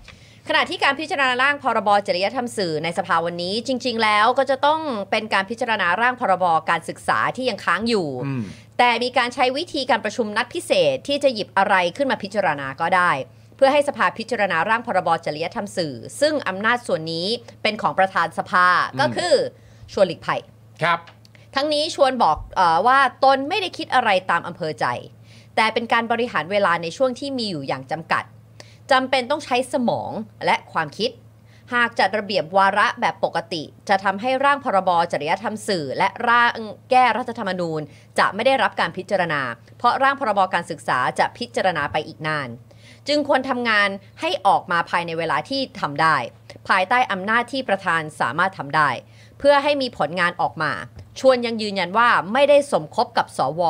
C: ขณะที่การพิจารณาร่างพรบจริยธรรมสื่อในสภาวันนี้ จริง ๆ แล้วก็จะต้องเป็นการพิจารณาร่างพรบการศึกษาที่ยังค้างอยู่
D: อืม
C: แต่มีการใช้วิธีการประชุมนัดพิเศษที่จะหยิบอะไรขึ้นมาพิจารณาก็ได้ เพื่อให้สภาพิจารณาร่างพรบจริยธรรมสื่อ ซึ่งอำนาจส่วนนี้เป็นของประธานสภาก็คือชวนหลีกภัย
D: ครับ
C: ทั้งนี้ชวนบอกเออว่าตนไม่ได้คิดอะไรตามอำเภอใจ แต่เป็นการบริหารเวลาในช่วงที่มีอยู่อย่างจำกัดจำเป็นต้องใช้สมองและความคิด หากจัดระเบียบวาระแบบปกติ จะทำให้ร่างพรบจริยธรรมสื่อ และร่างแก้รัฐธรรมนูญ จะไม่ได้รับการพิจารณา เพราะร่างพรบการศึกษาจะพิจารณาไปอีกนาน จึงควรทำงานให้ออกมาภายในเวลาที่ทำได้ ภายใต้อำนาจที่ประธานสามารถทำได้ เพื่อให้มีผลงานออกมา ชวนยังยืนยันว่าไม่ได้สมคบกับสว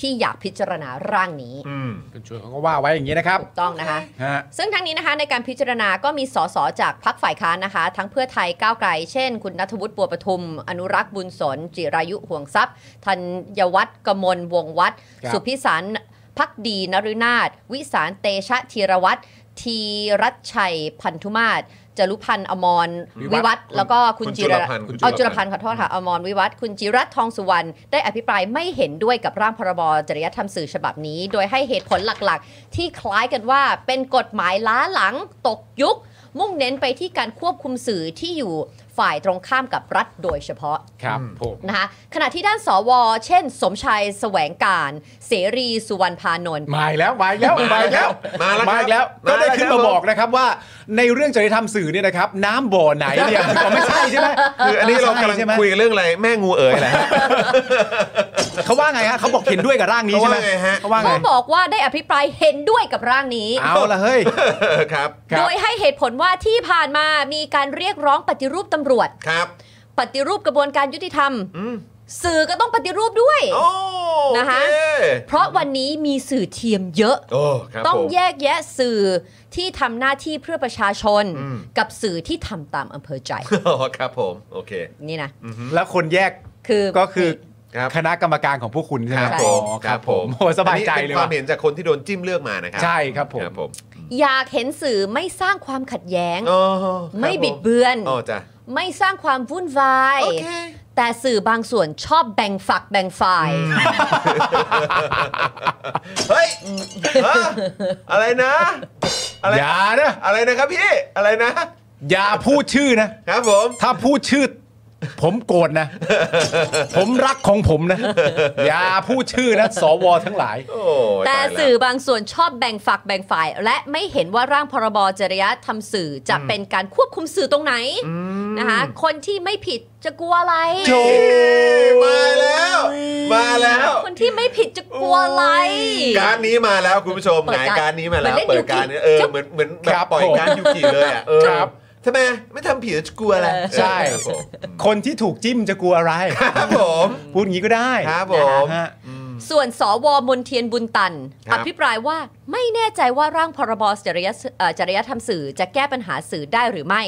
C: ที่อยากพิจารณาร่างนี้
A: อืม
D: คุณชวนเขาก็ว่าไว้อย่างนี้นะครับ
C: ถูกต้องนะคะ
D: ฮะ
C: ซึ่งทั้งนี้นะคะในการพิจารณาก็มีสสจากพักฝ่ายค้านนะคะ ทั้งเพื่อไทยก้าวไกล เช่น คุณนัทวุฒิบัวประทุม อนุรักษ์บุญสน จิรายุห่วงทรัพย์ธัญวัฒน์กมลวงศ์วัฒน์
D: ครับ
C: สุพิสารพักดีนรุนาถวิสารเตชะธีรวัตรธีรัชชัยพันธุมาศจรุพันธ์อมร
A: วิ
C: วิ
A: วั
C: วั
A: ฒ
C: ฒ
A: น์
C: น์แล้วก็คุณ
A: คุณ
C: จิร
A: จุลพันธ์คุณจุลพันธ์
C: เอาจุลพันธ์ขอโทษค่ะอมรวิวัฒน์คุณจิรัตน์ทองสุวรรณได้อภิปรายไม่เห็นด้วยกับร่างพรบจริยธรรมสื่อฉบับนี้ โดยให้เหตุผลหลัก ๆ ที่คล้ายกันว่าเป็นกฎหมายล้าหลังตกยุค มุ่งเน้นไปที่การควบคุมสื่อที่อยู่ฝ่ายตรงข้ามกับรัฐโดยเฉพาะ
D: ครับผม
C: นะคะขณะที่ด้านสว เช่น สมชัยแสวงการ เสรีสุวรรณพานนท์
D: มาอีกแล้วมาอีกแล้วมาอีกแล้ว
A: มาแล้ว
D: มาอีกแล้ว
A: ครับ
D: ก็ได้
A: มาแล้ว
D: ขึ้น
A: ครั
D: มา
A: บ
D: บอกนะครับว่าในเรื่องจริยธรรมสื่อเนี่ยนะครับ น้ำบ่อไหนเนี่ยอ๋อไม่ใช่ใช่ไหม
A: คืออันนี้เรากำลัง
D: ใช่ไหม
A: คุยกันเรื่องอะไรแม่งูเอ๋ย
C: *laughs*
A: แหละ
D: เขาว่าไงฮะเขาบอกเห็นด้วยกับร่างนี้ใช่ไหม
A: เขาว่าไงฮะ
D: เขาว่าไง
C: เขาบอกว่าได้อภิปรายเห็นด้วยกับร่างนี้
D: เอาละเฮ้ย
A: เออครับ
D: ครั
C: โด
D: บ
C: ยให้เหตุผลว่าที่ผ่านมามีการเรียกร้องปฏิรูปตำรวจ
A: ครับ
C: ปฏิรูปกระบวนการยุติธรรม
A: อืม
C: สื่อก็ต้องปฏิรูปด้วย
A: โอ้โอ
C: นะคะ
A: เค
C: เพราะวันนี้มีสื่อเทียมเยอะ
A: โอ้ครับ
C: ต้อง
A: ผม
C: แยกแยะสื่อที่ทำหน้าที่เพื่อประชาชน
A: อืม
C: กับสื่อที่ทำตามอำเภอ
A: *laughs*
C: ใจ
A: อ๋อครับผมโอเค
C: นี่นะ
D: แล้วคนแยก
C: คือ
D: ก็คือ
A: ครับ
D: คณะกรรมการของผู้คุณใช่ไหม
C: ครับ
D: อ๋อครับผมโอ้สบายใจ
A: อันนี้ป็นค
D: เลย
A: วา
D: ว่ะ
A: มเห็นจากคนที่โดนจิ้มเลือกมานะครั
D: ใช่ครับผม
A: ครับผม
C: อยากเห็นสื่อไม่สร้างความขัดแย้ง
A: อ๋อครับผม
C: ไม่บิดเบือน
A: อ๋อจ้ะ
C: ไม่สร้างความวุ่นวาย
A: โอเค *laughs*
C: แต่สื่อบางส่วนชอบแบ่งฝักแบ่งฝ่าย
A: เฮ้ยฮะอะไรนะ อะไร
D: อย่านะ
A: อะไรนะครับพี่ อะไรนะ
D: อย่าพูดชื่อนะ
A: ครับผม
D: ถ้าพูดชื่อ ผมโกรธนะ ผมรักของผมนะ อย่าพูดชื่อนะ สวทั้งหลาย
A: โอ้
C: แต่
A: ยายล้ว
C: สื่อบางส่วนชอบแบ่งฝักแบ่งฝ่าย และไม่เห็นว่าร่างพรบจริยธรรมสื่อจะเป็นการควบคุมสื่อตรงไหนนะคะคนที่ไม่ผิดจะกลัวอะไร
D: โจ้
A: มาแล้ว มาแล้ว
C: คนที่ไม่ผิดจะกลัวอะไร
A: การดนี้มาแล้วคุณผู้ชม
C: เปิ
A: ห
C: ด
A: งาย
C: การ์ด
A: การดนี้มาแล้ว
C: เหมือนเล่น
A: เปิดการดเนี่ยเออ
C: ยูกิ
A: เหมือนเหมือนแบ
D: ครับ บ
A: ปล่อย
D: ผม
A: การดยูกิเลยอ่ะเออ
D: ครับ
A: ทำไมไม่ทำผิดแล้วจะกลัวอะไร
C: เออ
A: เออ
D: ใช่
A: ครับผม
D: คนที่ถูกจิ้มจะกลัวอะไร
A: ครับผม
D: พูดอย่างนี้ก็ได้
A: ครับผม
D: ฮะ
C: ส่วนสวมนเทียนบุญตัน
A: ค
C: อ
A: รับ
C: ภิปรายว่าไม่แน่ใจว่าร่างพรบจริยเอ่อจริยธรรมสื่อจะแก้ปัญหาสื่อได้หรือไม่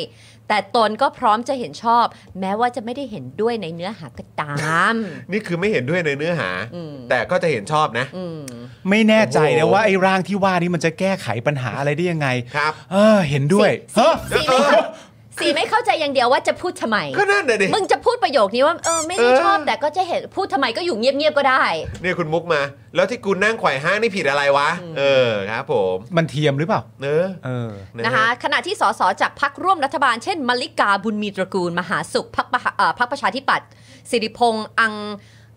C: แต่ตนก็พร้อมจะเห็นชอบ แม้ว่าจะไม่ได้เห็นด้วยในเนื้อหาก็ตาม
A: *laughs* นี่คือไม่เห็นด้วยในเนื้อหา
C: อืม
A: แต่ก็จะเห็นชอบนะ
C: อืม
D: ไม่แน่ใจนะ
A: โอ้โห
D: ว่าไอ้ร่างที่ว่านี้มันจะแก้ไขปัญหาอะไรได้ยังไง
A: ครับ
D: เออเห็นด้วย
C: สิ
D: ฮะ
C: สีไม่เข้าสีไม่เข้าใจอย่างเดียวว่าจะพูดทำไม
A: ก็นั่นน่ะดิ
C: มึงจะพูดประโยคนี้ว่าเออไม่ได้
A: เออ
C: ชอบแต่ก็จะเห็นพูดทำไมก็อยู่เงียบๆก็ได้
A: เนี่ยคุณมุกมา แล้วที่กูนั่งไขว่ห้างนี่ผิดอะไรวะ เออครับผม
D: มันเทียมหรือเปล่า
A: เนอ
D: เออ
A: ะ
C: นะคะขณะที่สสจากพักร่วมรัฐบาลเช่น มลิกาบุญมีตระกูล มหาสุขพักพักประชาธิปัตย์สิริพงษ์อัง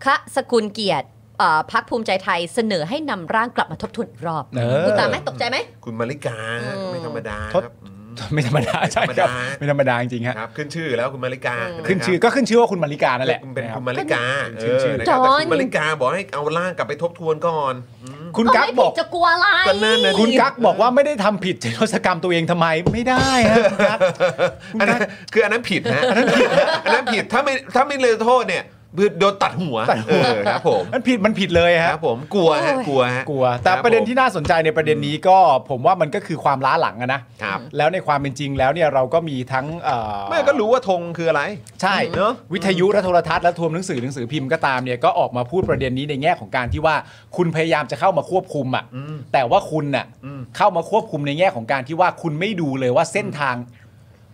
C: คะสกุลเกียรติเอ่อพักภูมิใจไทยเสนอให้นำร่างกลับมาทบทวนอีกรอบ
D: เออ
C: คุณตามไหมตกใจไหม
A: คุณมาริกา
C: อืม
A: ไม่ธรรมดาค
D: ท
A: รั
D: ด
A: บอืม
D: ไม่ธรรมดาใช่ครับ
A: ไม่ธรรมดา
D: ไม่ธรรมดาจริงๆฮะ
A: ครับขึ้นชื่อแล้วคุณมาริกาะครับ
D: ขึ้นชื่อก็ขึ้นชื่อว่าคุณมาริกานั่นแหละ
A: เป็น
D: นะครั
A: คุ
D: บ
A: ณมาริกาเอ
D: ขึ้น
A: อ
D: ชื่อ
A: นะครับแต่
C: จอห์น
A: คุณมาริกาบอกให้เอาร่างกลับไปทบทวนก่อน
D: คุณ
C: ก็
D: กั๊ก
C: ไม่
D: บ
C: ผิ
D: อ
C: ด
D: ก
C: จะกลัวอะไร
A: ก็นั่นน่ะดิ
D: คุณกั๊กบอกว่าไม่ได้ทำผิดจริยศกรรมตัวเองทำไมไม่ได้ฮะคุณกั๊ก
A: อันนั้นคืออันนั้นผิด
D: *laughs*
A: นะ อันนั้นผิดอันนั้นผิดถ้าไม่ถ้าไม่เลยโทษเนี่ยคือโดนตัดหัว
D: ตัดหัว
A: เออครับผม
D: มันผิดมันผิดเลย
A: ค
D: ฮะ
A: รับผมกลัวฮะกลัวฮะ
D: กลัว แต่
A: คบ
D: ประเด็น
A: ผม
D: ที่น่าสนใจในประเด็นนี้ก็ผมว่ามันก็คือความล้าหลังอะนะครับ แล้วในความเป็นจริงแล้วเนี่ยเราก็มีทั้งเอ่อ
A: ไม่ก็รู้ว่าธงคืออะไร
D: ใช่
A: เนอะ
D: วิทยุและโทรทัศน์และทวมหนังสือหนังสือพิมพ์ก็ตามเนี่ยก็ออกมาพูดประเด็นนี้ในแง่ของการที่ว่าคุณพยายามจะเข้ามาควบคุมอ่ะแต่ว่าคุณน่ะเข้ามาควบคุมในแง่ของการที่ว่าคุณไม่ดูเลยว่าเส้นทาง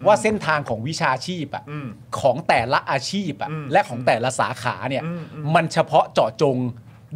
D: ว่าเส้นทางของวิชาชีพอ่ะ
A: อืม
D: ของแต่ละอาชีพอ่ะ
A: อืม
D: และของแต่ละสาขาเนี่ย
A: อืมอืม
D: มันเฉพาะเจาะจง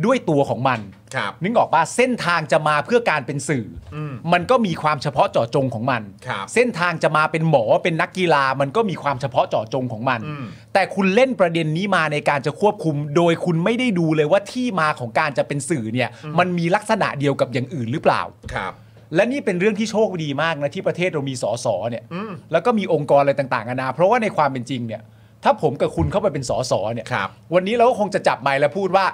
D: ด้วยตัวของมัน
A: ครับ
D: นึกออกป่ะเส้นทางจะมาเพื่อการเป็นสื่ออ
A: ม
D: มันก็มีความเฉพาะเจาะจงของมัน
A: ครับ
D: เส้นทางจะมาเป็นหมอเป็นนักกีฬามันก็มีความเฉพาะเจาะจงของมัน
A: อืม
D: แต่คุณเล่นประเด็นนี้มาในการจะควบคุม โดยคุณไม่ได้ดูเลยว่าที่มาของการจะเป็นสื่อเนี่ย มันมีลักษณะเดียวกับอย่างอื่นหรือเปล่า
A: ครับ
D: และนี่เป็นเรื่องที่โชคดีมากนะที่ประเทศเรามีสอสอเนี่ย
A: อืม
D: แล้วก็มีองค์กรอะไรต่างๆนานาเพราะว่าในความเป็นจริงเนี่ย ถ้าผมกับคุณเข้าไปเป็นสอสอเนี่ย
A: ครับ
D: วันนี้เราก็คงจะจับไมค์แล้วพูดว่า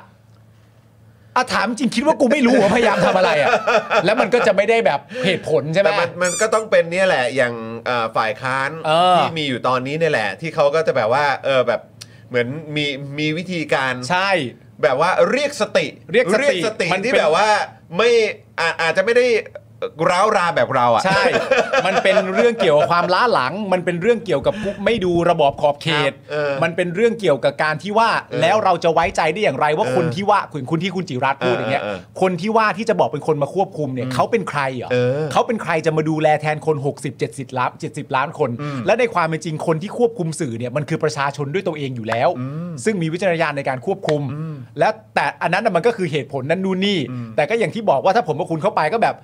D: อาถามจริงคิดว่ากูไม่รู้ว่าพยายามทำอะไรอ่ะ แล้วมันก็จะไม่ได้แบบเหตุผลใช่ไหม
A: แต่มันมันก็ต้องเป็นเนี่ยแหละอย่างเอ่อฝ่ายค้าน
D: เออ
A: ที่มีอยู่ตอนนี้เนี่ยแหละ ที่เขาก็จะแบบว่าเออแบบเหมือนมีมีวิธีการ
D: ใช่
A: แบบว่าเรียกสติ
D: เรียกสติมันเป็น
A: ที่แบบว่าไม่อาอาจจะไม่ได้ร้าวรานแบบเราอ่ะ
D: ใช่ *laughs* มันเป็นเรื่องเกี่ยวกับความล้าหลัง มันเป็นเรื่องเกี่ยวกับกูไม่ดูระบอบขอบเขต
A: ครับเออ
D: มันเป็นเรื่องเกี่ยวกับการที่ว่าแล้วเราจะไว้ใจได้อย่างไรว่า
A: เออ
D: คนที่ว่าคุณคุณที่คุณจิรัตน์พูดอย่างเงี้ย
A: เออเออ
D: คนที่ว่าที่จะบอกเป็นคนมาควบคุมเนี่ยเขาเป็นใครเหรอ
A: เออ
D: เขาเป็นใครจะมาดูแลแทนคน 60 70ล้าน70 ล้านคน และในความเป็นจริงคนที่ควบคุมสื่อเนี่ยมันคือประชาชนด้วยตัวเองอยู่แล้ว ซึ่งมีวิจารณญาณในการควบคุม และแต่อันนั้นน่ะมันก็คือเหตุผลนั่นนู่นนี่ แต่ก็อย่างที่บอกว่าถ้าผมกับคุณเข้าไปก็แบบ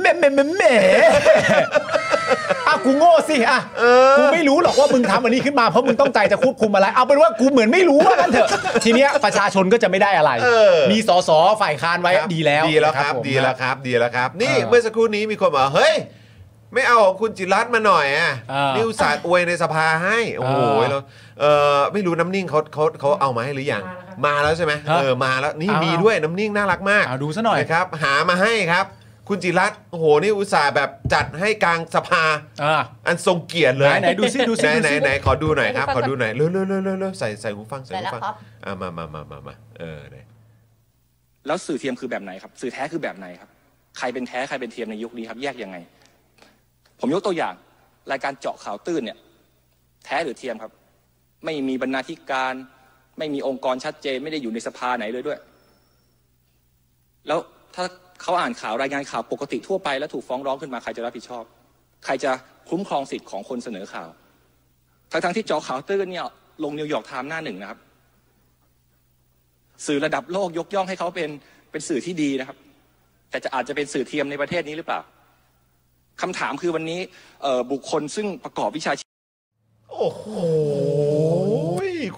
D: แหม่แหม่แหม่แหม่ *laughs* อ่ะกูโง่สิอ่ะกูไม่รู้หรอกว่ามึงทำอันนี้ขึ้นมาเพราะมึงต้องใจจะควบคุมอะไร เอาเป็นว่ากูเหมือนไม่รู้ว่านั่นเถอะ *laughs* ทีเนี้ยประชาชนก็จะไม่ได้อะไร
A: เออ
D: มีสสฝ่ายค้านไว้
A: ครับ
D: ดีแล้ว
A: ดีแล้วครับ
D: ผม
A: ดีแล้วครับ ดีแล้วครับ นี่
D: เออ
A: เมื่อสักครู่นี้มีคนบอกเฮ้ย ไม่เอาของคุณจิรัตน์มาหน่อยอ่ะ
D: เออ
A: นี่อุตส่าห์อวยในสภาให้โอ้โห
D: เออ
A: แล้วเออไม่รู้น้ำนิ่งเขาเขาเขาเอามาให้หรือยังมาแล้วใช่ไหม
D: ฮะ
A: เออมาแล้วนี่
D: เอามี
A: มีด้วยน้ำนิ่งน่ารักมาก
D: เอาดูซะหน่อย
A: นะครับ หามาให้ครับ คุณจิรัตน์โอ้โหนี่อุตส่าห์แบบจัดให้กลางสภา
D: เออ
A: อันทรงเกียรติเลย
D: ไหนๆดูสิดูสิ
A: ไหน
D: ดู
A: ไหน
D: สิ
A: ไหนขอดูหน่อยครับขอดูหน่อยเร็วเร็วเร็วเร็วเร็วใส่ใส่หูฟังใส่หูฟัง
C: ใส่แล้วครับ
A: อ่ะมามามามามาเออเนี่ย
E: แล้วสื่อเทียมคือแบบไหนครับ สื่อแท้คือแบบไหนครับ ใครเป็นแท้ ใครเป็นเทียมในยุคนี้ครับ แยกยังไง ผมยกตัวอย่าง รายการเจาะข่าวตื้นเนี่ย แท้หรือเทียมครับ ไม่มีบรรณาธิการ ไม่มีองค์กรชัดเจน ไม่ได้อยู่ในสภาไหนเลยด้วย แล้วถ้าเขาอ่านข่าวรายงานข่าวปกติทั่วไปแล้วถูกฟ้องร้องขึ้นมาใครจะรับผิดชอบ ใครจะคุ้มครองสิทธิ์ของคนเสนอข่าวทั้งๆที่เจาะข่าวตื้นเนี่ย ลงนิวยอร์กไทม์หน้าหนึ่งนะครับ สื่อระดับโลกยกย่องให้เขาเป็นเป็นสื่อที่ดีนะครับ แต่จะอาจจะเป็นสื่อเทียมในประเทศนี้หรือเปล่าคำถามคือวันนี้เอ่อบุคคลซึ่งประกอบวิชาชีพ
A: โอ้โห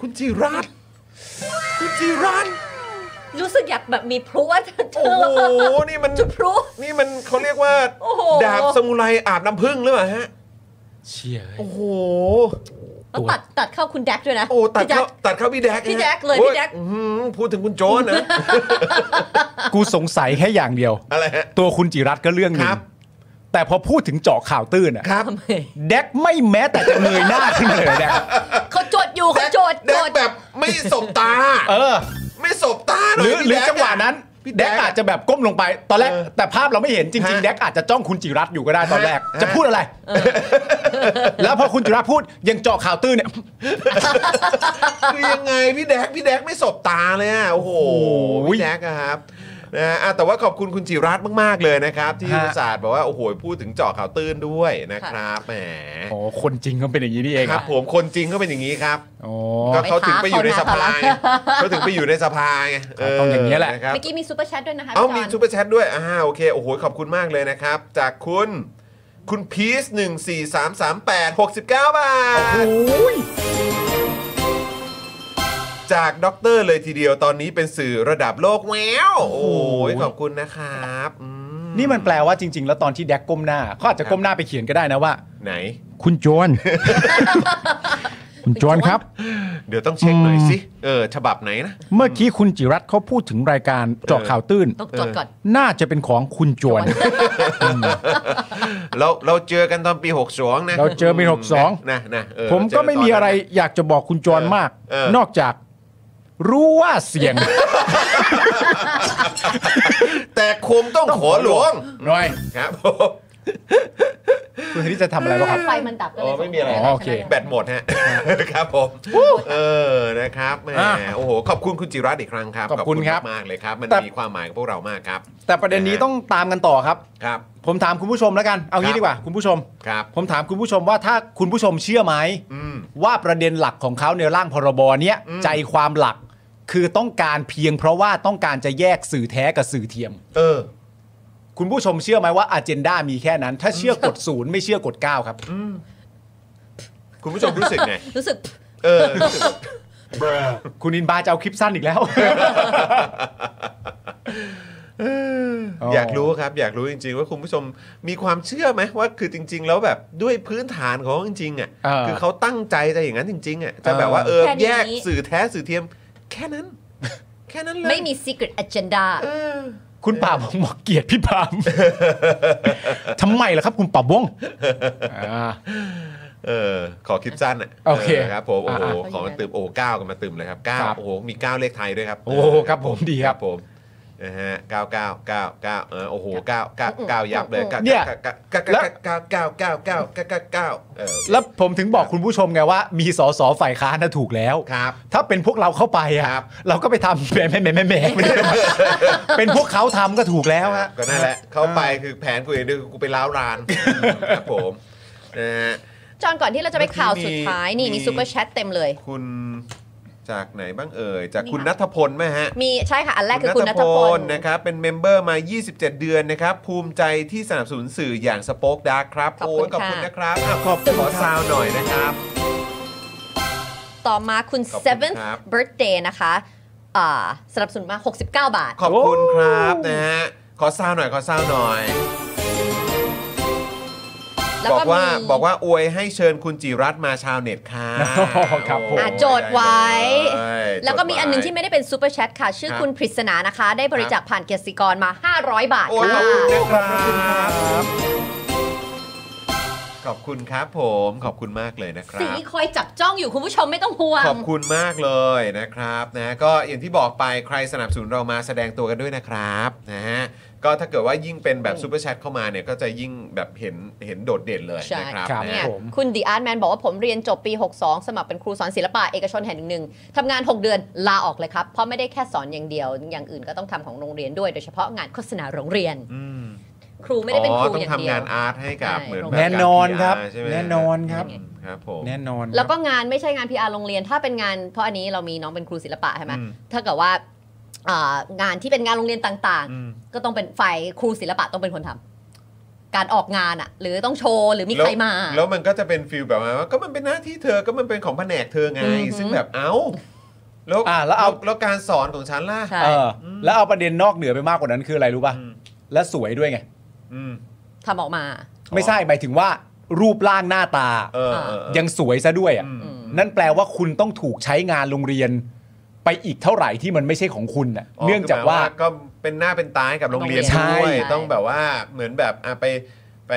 A: คุณจิรัตน์คุณจิรัตน์
C: รู้สึกอยากแบบมีพลุว่าเธ
A: โอ้
C: อ
A: โห นี่มัน
C: จุดพลุ
A: นี่มันเขาเรียกว่า
C: โอ้โห
A: ดาบสมุไรอาบน้ำผึ้งหรือเปล่าฮะ
F: เชี่ยเอ้ย
A: โอ้โห
C: แล้วตัดตัดเข้าคุณแดกด้วยนะ
A: โอ้ตัด
C: พี่แ
A: เข้าตัดเข้าพี่แดก
C: พี่แดก
A: นะ
C: เลย
A: โอ้
C: พี่แดก
A: อื้อหือพูดถึงคุณโจนนะ
D: กูสงสัยแค่อย่างเดียว
A: อะไรฮะ
D: ตัวคุณจิรัตน์ก็เรื่องหนึ
A: ค
D: ง
A: รับ
D: แต่พอพูดถึงเจาะข่าวตื้นอะ
A: ครับ
C: ทำไม
D: แดกไม่แม้แต่จะเงยหน้าขึ้นมาเลยแดก
C: เขาจดอยู่เขาจด
A: แด
C: จ
A: ก
C: ด
A: แบบไม่สบตา
D: เออ
A: ไม่สบตา
D: ห
A: น่
D: รื
A: ย
D: อห
A: พี่
D: รือ
A: แดก
D: จังหวะนั้น
A: พี่
D: แด
A: แด
D: ก
A: ก
D: อาจจะแบบก้มลงไปตอนแรก
A: เออ
D: แต่ภาพเราไม่เห็นจริง ๆ
A: ฮะ
D: แดกอาจจะจ้องคุณจิรัตน์อยู่ก็ได้ตอนแรก
A: ฮะ
D: จะพูดอะไร แล้วพอคุณจิรัตน์พูดยังเจาะข่าวตื้นเนี่ย
A: คือยังไงพี่แดกพี่แดกไม่สบตาเลยอ่ะโอ้โห
D: โอ้ย
A: พี่แดกอะครับนะฮะอ่ะแต่ว่าขอบคุณคุณจิรัตน์มาก ๆ เลยนะครับ ที่
D: ฮะ
A: อุตส่าห์บอกว่าโอ้โหพูดถึงเจาะข่าวตื้นด้วยนะครับแหม
D: อ๋อคนจริงก็เป็นอย่างนี้นี่เอง
A: ค
D: ค
A: รั
D: รั
A: บบ ผมคนจริงก็เป็นอย่างนี้ครับ
D: อ๋อ
A: ก็เขาถึงไปอยู่ในสภาไง
C: ไม่พาเขานะ
A: เขาถึงไปอยู่ในสภาไง
D: ต้องอย่างนี้แหละ
A: นะครับ
C: เมื่อกี้มีซูเปอร์แชทด้วยนะคะ
A: เอา
C: พี่
A: มี
C: จ
A: ซู
C: อน
A: เปอร์แชทด้วย อ่า โอเค โอ้โห ขอบคุณมากเลยนะครับ จากคุณ คุณพีซ143338 69 บาท จากด็อกเตอร์เลยทีเดียว ตอนนี้เป็นสื่อระดับโลกแววโอ้ยขอบคุณนะครับอืม
D: นี่มันแปลว่าจริง ๆ แล้วตอนที่แดกก้มหน้าเขาอาจจะก้มหน้าไปเขียนก็ได้นะว่า
A: ไหน
D: คุณโจน คุณโจนครับ
A: เดี๋ยวต้องเช็คหน่อยสิ เออ ฉบับไหนนะ
D: เมื่อกี้คุณจิรัตน์เขาพูดถึงรายการเจาะข่าวตื้น
C: ต้องจดก่อน
D: น่าจะเป็นของคุณโจน
A: เรา เราเจอกันตอนปี 62 นะ
D: เราเจอปี62
A: นะนะเออ
D: ผมก็ไม่มีอะไร
A: เจนตนนั้น
D: อยากจะบอกคุณจรมาก
A: เออ
D: นอกจากรู้ว่าเสียง
A: *laughs* แต่คงต้องขอหลวง
D: หน่อย
A: ครับผม
D: คุณที่จะทำอะไรบ้างครับ
C: ไฟมันดับก็
A: อ๋
C: เล
A: อย ไม่มีอะไร
D: อ๋
A: นะ
D: อโอเค
A: แบตหมด
D: *laughs*
A: ฮะ ครับผม เออ นะครับแหม
D: อ่ะ
A: โอ้โห ขอบคุณคุณจิรัตน์อีกครั้งครับ
D: ขอบคุณครับ
A: มากๆเลยครับ มัน
D: แต่
A: มีความหมายกับพวกเรามากครับ
D: แต่ประเด็นนี้ต้องตามกันต่อครับ
A: ครับ
D: ผมถามคุณผู้ชมแล้วกัน เอา
A: ค
D: งี้
A: รับ
D: ดีกว่า คุณผู้ชม
A: ครับ
D: ผมถามคุณผู้ชมว่าถ้าคุณผู้ชมเชื่อไหม
A: อืม
D: ว่าประเด็นหลักของเขาในร่างพรบเนี้ย
A: อืม
D: ใจความหลักคือต้องการเพียงเพราะว่าต้องการจะแยกสื่อแท้กับสื่อเทียม
A: เออ
D: คุณผู้ชมเชื่อไหมว่าอ g e n d a มีแค่นั้น ถ้าเชื่อกดศูนย์ไม่เชื่อกดเก้าครับ
A: คุณผู้ชมรู้สึกไง *laughs*
C: รู้สึก
A: เออรู้สึก
D: คุณอินบาจะเอาคลิปสั้นอีกแล้ว
A: อยากรู้ครับ อยากรู้จริง ๆ ว่าคุณผู้ชมมีความเชื่อไหมว่าคือจริง ๆ แล้วแบบด้วยพื้นฐานของเขาจริงๆอ่ะ
D: เออ
A: คือเขาตั้งใจจะอย่างนั้นจริง ๆ อ่ะ จะแบบว่าเออ
C: แค่นี้
A: แยกสื่อแท้สื่อเทียม แค่นั้น แค่นั้นเลย
C: ไม่มี secret agenda
A: เออ
D: คุณป่าบง *laughs* บอก *laughs* เกลียดพี่ปาม ทำไมล่ะครับ คุณป่าบงอ่า
A: เออขอคลิปสั้นอ่ะ
D: โอเค
A: ครับผมโอ้โห
D: อ่ะ
A: ขอมันตึมโอ้เก้ากันมาตึมเลยครับเก้า
D: ครับ
A: โอ้โหมีเก้าเลขไทยด้วยครับ
D: โอ้โหครับผมดีครับ
A: ผมนะฮะเก้าเก้าเก้าเก้าเออโอ้โหเก้าเก้าเก้ายับเลย
D: เนี่ย
A: เก้าเก้าเก้าเก้าเก้าเก้าเก้าเก้าเก้าเออ
D: แล้วผมถึงบอกคุณผู้ชมไงว่า มีสสฝ่ายค้านนะถูกแล้ว
A: ครับ
D: ถ้าเป็นพวกเราเข้าไปอะ
A: ครับ
D: เราก็ไปทำแห *laughs* ม่แหม่แหม่แหม่ไม่ได้เป็นพวกเขาทำก็ถูกแล้วฮะ
A: ก็นั่นแหละ เข้าไปคือแผนกูเองด้วยกูไปล้าวรานครับผมนะฮะ
C: จอนก่อนที่เราจะไปข่าวสุดท้าย นี่
A: มี
C: มีซูเปอร์แชทเต็มเลย
A: คุณจากไหนบ้างเอ่ยจากคุณ
C: นี่
A: นั
C: ค่ะ
A: ทพลไหมฮะ
C: มีใช่ค่ะ อันแรกคือคุณนัทพล
A: นะครับเป็นเมมเบอร์มา 27 เดือนนะครับ ภูมิใจที่สนับสนุนสื่ออย่างสป็อคดาร์ครับ
C: ขอบคุณ
A: โยขอบคุณ
C: ค่ะ
A: นะครับอ่ะขอบขอซาวหน่อยนะครับ
C: ต่อมาคุณ
A: ขอบคุณ
C: seventh
A: ครับ
C: birthday นะคะอ่าสนับสนุนมา 69 บาท
A: ขอบคุณครับนะฮะขอซาวหน่อยขอซาวหน่อย
C: แล้ว
A: บอก
C: ก็
A: ว่า
C: มี
A: บอกว่าอวยให้เชิญคุณจิรัตน์มาชาวเน็ตค่ะ
D: โอ้โหครับผม
C: อ่ะโจทย์ไว้
A: ได้เลย
C: แล้วก็มี
A: โจทย์ไ
C: อันหนึงที่ไม่ได้เป็นซูเปอร์แชทค่ะ ชื่อ
A: ครับ
C: คุณปริศนานะคะ ได้บริจาคผ่านเกียรติกรมา 500 บาท
A: โอ้ย
C: ค่ะ
A: นะครับขอบคุณครับผมขอบคุณมากเลยนะครั
C: สิ่ง
A: บ
C: ที่คอยจับจ้องอยู่คุณผู้ชมไม่ต้องห่วง
A: ขอบคุณมากเลยนะครับนะก็อย่างที่บอกไปใครสนับสนุนเรามาแสดงตัวกันด้วยนะครับนะฮะก็ถ้าเกิดว่ายิ่งเป็นแบบซูเปอร์แชทเข้ามาเนี่ยก็จะยิ่งแบบเห็นเห็นโดดเด่นเลย
C: ใช่
A: นะครับ
D: ครับ
A: นะ
C: เนี่ย
A: ฮะ
D: ผม
C: คุณดีอาร์ตแมนบอกว่าผมเรียนจบปี 62 สมัครเป็นครูสอนศิลปะเอกชนแห่งหนึ่งทำงาน 6 เดือนลาออกเลยครับ เพราะไม่ได้แค่สอนอย่างเดียว อย่างอื่นก็ต้องทำของโรงเรียนด้วยโดยเฉพาะงานโฆษณาโรงเรียน
A: อืม
C: ครูไม่ได้เป็นครู
A: ต้อ
C: อง ย่างเดี
A: ทำ
C: ย
A: งาว นอาร์ตให้กับ
C: ใช่
A: เหมือน
D: แน่นอน
A: แ
D: ครับ
A: ใช่ไหม
D: แน่นอนครับ
A: มครับผม
D: แน่นอน
C: แล้วก็งานไม่ใช่งาน PR โรงเรียนถ้าเป็นงานเพราะอันนี้เรามีน้องเป็นครูศิลปะใช่ไหม
A: อืม
C: ถ้าเกิดว่าอ่างานที่เป็นงานโรงเรียนต่าง
A: อืม
C: ๆ ก็ต้องเป็นฝ่ายครูศิลปะต้องเป็นคนทำ การออกงานอะหรือต้องโชว์หรือมีใครมา
A: แล้วแล้วมันก็จะเป็นฟิลแบบว่าก็มันเป็นหน้าที่เธอก็มันเป็นของแผนกเธอไง
C: อือหือ
A: ซึ่งแบบเอ้าแล้ว
D: อ่ะแล้วเอา
A: แล้วการสอนของฉันล่ะ
C: ใช่
D: เออแล้วเอาประเด็นนอกเหนือไปมากกว่านั้นคืออะไรรู้ป่ะ
A: อืม
D: และสวยด้วยไง
A: อืม
C: ทำออกมา
D: ไม่ใช่หมายถึงว่า รูปร่างหน้าตา
A: เออเออเออ
D: ยังสวยซะด้วยอ่ะ
A: อืม
D: นั่นแปลว่าคุณต้องถูกใช้งานโรงเรียน ไปอีกเท่าไหร่ที่มันไม่ใช่ของคุณน่ะ
A: อ๋อ
D: เนื่องจากว่า
A: คือหมยก็เป็นหน้าเป็นตาให้กับโรงเรียน
D: ใช่
A: ด้วย
C: ใช่
A: ต้องแบบว่าเหมือนแบบอ่ะไปไป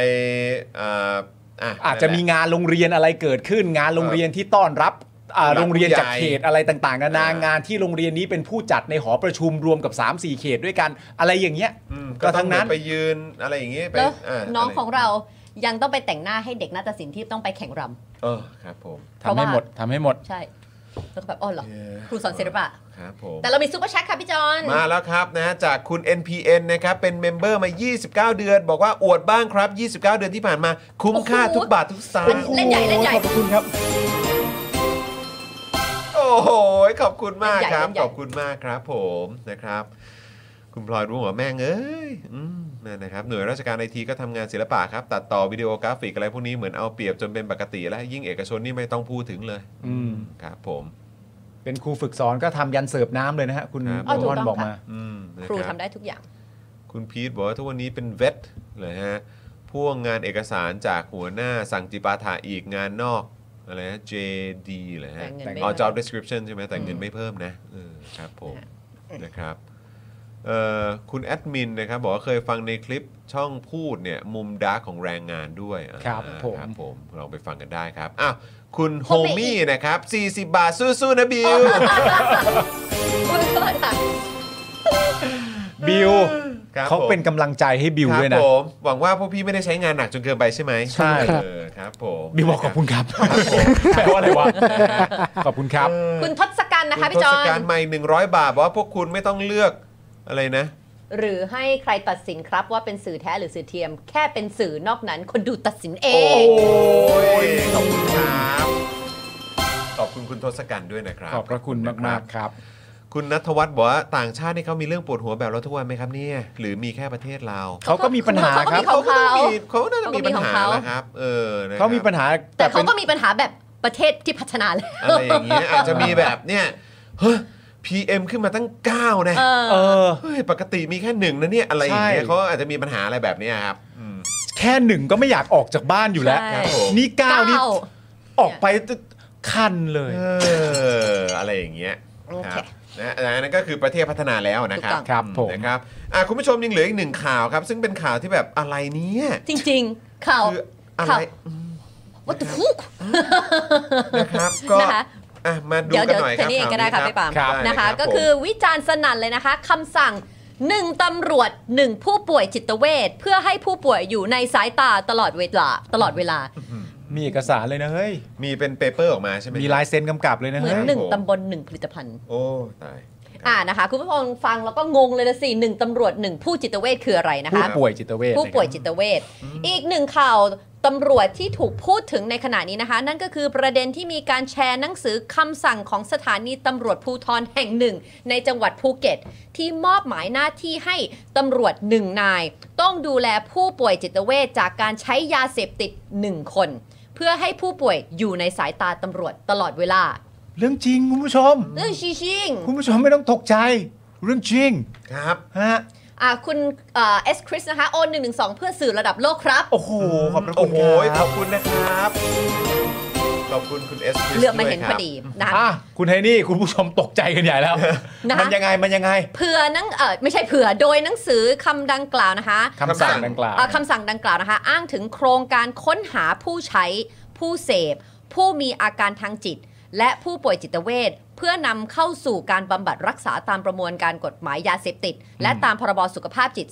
A: อ่าอ่ะ
D: อาจจะมีงานโรงเรียนอะไรเกิดขึ้น งานโรงเรียนที่ต้อนรับอ่า
A: ผู้ใหญ่
D: โรงเรียนจากเขตอะไรต่างๆนานาง
A: อ่าง
D: งานที่โรงเรียนนี้เป็นผู้จัดในหอประชุมรวมกับ 3-4 เขตด้วยกัน อะไรอย่างเงี้ย
A: อืม
D: ก็
A: ก็
D: ทั้
A: ทั้
D: ง
A: ง
D: นั้
A: นั้น
D: น
A: ไปยืนอะไรอย่างงี้ไป
C: แล้ว
A: ะ
C: น้อง
A: ะไ
C: ของเรายังต้องไปแต่งหน้าให้เด็กนาฏศิลป์ที่ต้องไปแข่งรำ
A: เออครับผม
C: เพราะ
D: ทำให้
C: ว่า
D: หมดทำให้หมด
C: ใช่ แล้วก็แบบอ้อเหรอ
A: เย้
C: ครูสอนศิลปะ
A: ครับผม
C: แต่เรามีซูเปอร์แชทค่ะพี่จอน
A: มาแล้วครับนะจากคุณ NPN นะครับเป็นเมมเบอร์มา 29 เดือน บอกว่าอวดบ้างครับ 29 เดือนที่ผ่านมา คุ้มค่า
C: โอ้โห
A: ทุกบาททุกสตาง
C: เล่น
A: ค์
C: เล่นใหญ่เล่นใหญ่
D: ขอบคุณครับ
A: โอ้โหขอบคุณมาก
C: เล่นใหญ่
A: ครับ
C: เล่นใหญ่
A: ขอบคุณมากครับผมนะครับ คุณพลอยรู้หัวแม่งเอ้ยอืมนั่นนะครับหน่วยราชการไอทีก็ทำงานศิลปะครับ ตัดต่อวิดีโอกราฟิกอะไรพวกนี้เหมือนเอาเปรียบจนเป็นปกติ แล้วยิ่งเอกชนนี่ไม่ต้องพูดถึงเลย
D: อืม
A: ครับผม
D: เป็นครูฝึกสอนก็ทำยันเสิร์ฟน้ำเลยนะฮะคุณ
A: ครับ
C: อ๋อถูก
D: อน
C: ต้อง
D: บอก
C: ค่ะ
D: มา
A: อืมนะ
C: ครู
A: บ
C: ทำได้ทุกอย่าง *laughs*
A: คุณพีทบอกว่าทุกวันนี้เป็นเวทเลยฮะพ่วงงานเอกสารจากหัวหน้าสั่งจิปาถะอีกงานนอกอะไรนะ JD เหรอฮะ
C: แต่เงินไม่
A: อ๋อ
C: เพิ่ม
A: job description ใช่ไหมแต่เงินไม่เพิ่มนะเออครับผมนะครับเอ่อคุณแอดมินนะครับ บอกว่าเคยฟังในคลิปช่องพูดเนี่ย มุมดาร์กของแรงงานด้วยอ่า
D: ครับผม
A: ครับผมลองไปฟังกันได้ครับอ้าวคุณโฮ
C: โฮมเมด
A: มี่นะครับ 40 บาทสู้ๆนะบิว
C: อุ้ยโทษค่ะ
D: บิว
A: ครับ
D: เขา
A: ผม
D: เป็นกำลังใจให้บิว
A: ครับ
D: ด้วยนะ
A: ผมหวังว่าพวกพี่ไม่ได้ใช้งานหนักจนเกินไปใช่ไหม
D: ใช่ครับ
A: เออครับผม
D: บิวบอกขอบคุณครับ
A: ครับผม
D: ใช่ว่าอะไรวะขอบคุณครับ
C: คุณทศกัณฐ์นะคะพี่จอ
A: ณทศ
C: น
A: การใหม่ 100 บาทบอกว่าพวกคุณไม่ต้องเลือกอะไรนะ
C: หรือให้ใครตัดสินครับว่าเป็นสื่อแท้หรือสื่อเทียม แค่เป็นสื่อนอกนั้นคนดูตัดสินเอ
A: โอ้
C: ง
A: ยขอบคุณครับ ขอบคุณคุณทศกัณฐ์ด้วยนะครับ
D: ขอบพระคุณมากๆครับ
A: คุณนัทวัฒน์บอกว่าต่างชาตินี่เขามีเรื่องปวดหัวแบบเราทุกวันไหมครับเนี่ยหรือมีแค่ประเทศเรา
D: เขาก็มีปัญหาครับ
C: เขาก็
A: ก็ต้อง
C: มี
A: มีเขาก็น่าจะมีปัญหาแหล้วครับ เออนะครับ
D: เขามีปัญหา
C: แต่
D: เป็
C: เขา
D: น
C: ก็มีปัญหาแบบประเทศที่พัฒนาแล้ว
A: อะไรอย่างเงี้ยอาจจะมีแบบเนี่ยเฮ้ย PM ขึ้นมาตั้ง 9 นะ
C: เออ
D: เออ
A: เฮ้ยปกติมีแค่หนึ่งนะเนี่ยอะไรอย่างเงี้ย
D: ใช่
A: เขาอาจจะมีปัญหาอะไรแบบเนี้ยครับอืม
D: แค่หนึ่งก็ไม่อยากออกจากบ้านอยู่แล้ว
A: ค
C: ใช่
A: รับผม
D: นี่เก้า
C: เก้า
D: นี่ออกไปคันเลย
A: เอออะไรอย่างเงี้ย
C: โอเค
A: ครับนะอันนั้นก็คือประเทศพัฒนาแล้วนะครับ
C: ถูกต้อง
D: ครับผม
A: นะครับอ่ะคุณผู้ชมยังเหลืออีกหนึ่งข่าวครับ ซึ่งเป็นข่าวที่แบบอะไรเนี่ย
C: จริง ๆ ข่าว
A: คืออะ
C: ข่า
A: ไร
C: ว วัตถุ
A: นะครับก็
C: นะคะ
A: อ่ะมาดู
C: เดี๋ยว
A: กัน
C: เดี๋ยว
A: หน่อยค
C: แค่
A: รับ
C: นี้เองก็ได้ค่ะ
A: ข่าวนี้
C: พี่ปาล์ม
A: รับได้
C: นะคะ
A: รับ
C: ก็
A: ผม
C: คือวิจารณ์สนั่นเลยนะคะคำสั่งหนึ่งตำรวจหนึ่งผู้ป่วยจิตเวชเพื่อให้ผู้ป่วยอยู่ในสายตาตลอดเวลาตลอดเวลา
D: มีเอกสารเลยนะเฮ้ย
A: มีเป็นเปเปอร์ออกมาใช่ไหม
D: มีลายเซ็นกำกับเลยนะ
C: เหมือน
D: เฮ้ย
C: หนึ่งตำบลหนึ่งผลิตภัณฑ์
A: โอ้ตาย
C: อ่านะคะ คุณผู้ชมฟังแล้วก็งงเลยละสิหนึ่งตำรวจหนึ่งผู้จิตเวชคืออะไรนะ
D: ผู้
C: คะ
D: ป่วยจิตเวช
C: ผู้ป่วยจิตเวชอีกหนึ่งข่าวตำรวจที่ถูกพูดถึงในขณะนี้นะคะ นั่นก็คือประเด็นที่มีการแชร์หนังสือคำสั่งของสถานีตำรวจภูทรแห่งหนึ่ง ในจังหวัดภูเก็ต ที่มอบหมายหน้าที่ให้ตำรวจหนึ่งนาย ต้องดูแลผู้ป่วยจิตเวชจากการใช้ยาเสพติดหนึ่งคน เพื่อให้ผู้ป่วยอยู่ในสายตาตำรวจตลอดเวลา
D: เรื่องจริงคุณผู้ชม
C: เรื่องชิชิงๆ
D: คุณผู้ชมไม่ต้องตกใจ เรื่องจริง
A: ครับ
D: ฮะ
C: อ่าคุณเอ่อสคริสนะคะโอนหนึ่งหนึ่งสองเพื่อสื่อระดับโลกครับ
D: โอ้โหขอบพระ
A: โอ้
D: คุณ
A: โห
D: ค
A: ข
D: รั
A: อ
D: บบ
A: คุณนะครับ ขอบคุณคุณเอส
C: เลือกมาเห็นพอดีนะ
D: อ่ะคุณไทนี่คุณผู้ชมตกใจกันใหญ่แล้ว
C: นะคะ
D: มันยังไงมันยังไง
C: เผื่อหนังเออไม่ใช่เผื่อโดยหนังสือคำดังกล่าวนะคะ
D: คำสั่งดังกล่าว
C: เอ่อคำสั่งดังกล่าวนะคะ อ้างถึงโครงการค้นหาผู้ใช้ ผู้เสพ ผู้มีอาการทางจิต และผู้ป่วยจิตเวชเพื่อนำเข้าสู่การบำบัดรักษาตามประมวลการกฎหมายยาเสพติด และตามพรบสุขภาพจิต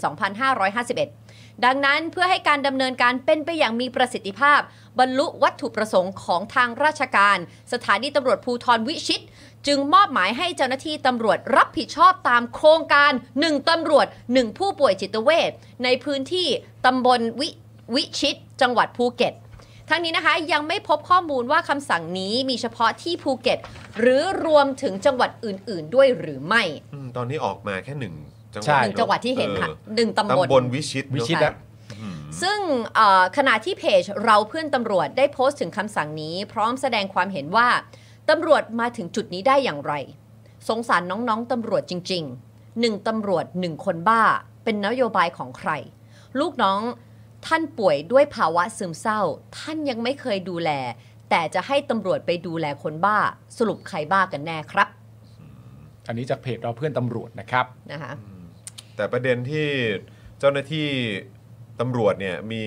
C: 2551 ดังนั้นเพื่อให้การดำเนินการเป็นไปอย่างมีประสิทธิภาพ บรรลุวัตถุประสงค์ของทางราชการ สถานีตำรวจภูทรวิชิต จึงมอบหมายให้เจ้าหน้าที่ตำรวจรับผิดชอบตามโครงการ 1ตำรวจ 1 ผู้ป่วยจิตเวชในพื้นที่ตำบลวิวิชิต จังหวัดภูเก็ต ทั้งนี้นะคะยังไม่พบข้อมูลว่าคำสั่งนี้มีเฉพาะที่ภูเก็ต หรือรวมถึงจังหวัดอื่น ๆ ด้วยหรือไม่
A: อืมตอนนี้ออกมาแค่หนึ่งจังห
D: ใช่
A: วัด
C: หนึ่งจังหวัดที่เห็นค่ะ
A: ออ
C: หนึ่งตำบล
A: ตำบลวิชิต
D: วิชิต
C: ใช่
D: แล้ว
A: อืม
C: ซึ่งเอ่อขณะที่เพจเราเพื่อนตำรวจได้โพสต์ถึงคำสั่งนี้ พร้อมแสดงความเห็นว่าตำรวจมาถึงจุดนี้ได้อย่างไร สงสารน้องๆตำรวจจริงๆหนึ่งตำรวจหนึ่งคนบ้า เป็นนโยบายของใคร ลูกน้องท่านป่วยด้วยภาวะซึมเศร้า ท่านยังไม่เคยดูแล แต่จะให้ตำรวจไปดูแลคนบ้า สรุปใครบ้ากันแน่ครับ
D: อันนี้จากเพจเราเพื่อนตำรวจนะครับ
C: นะคะ
A: แต่ประเด็นที่เจ้าหน้าที่ตำรวจเนี่ยมี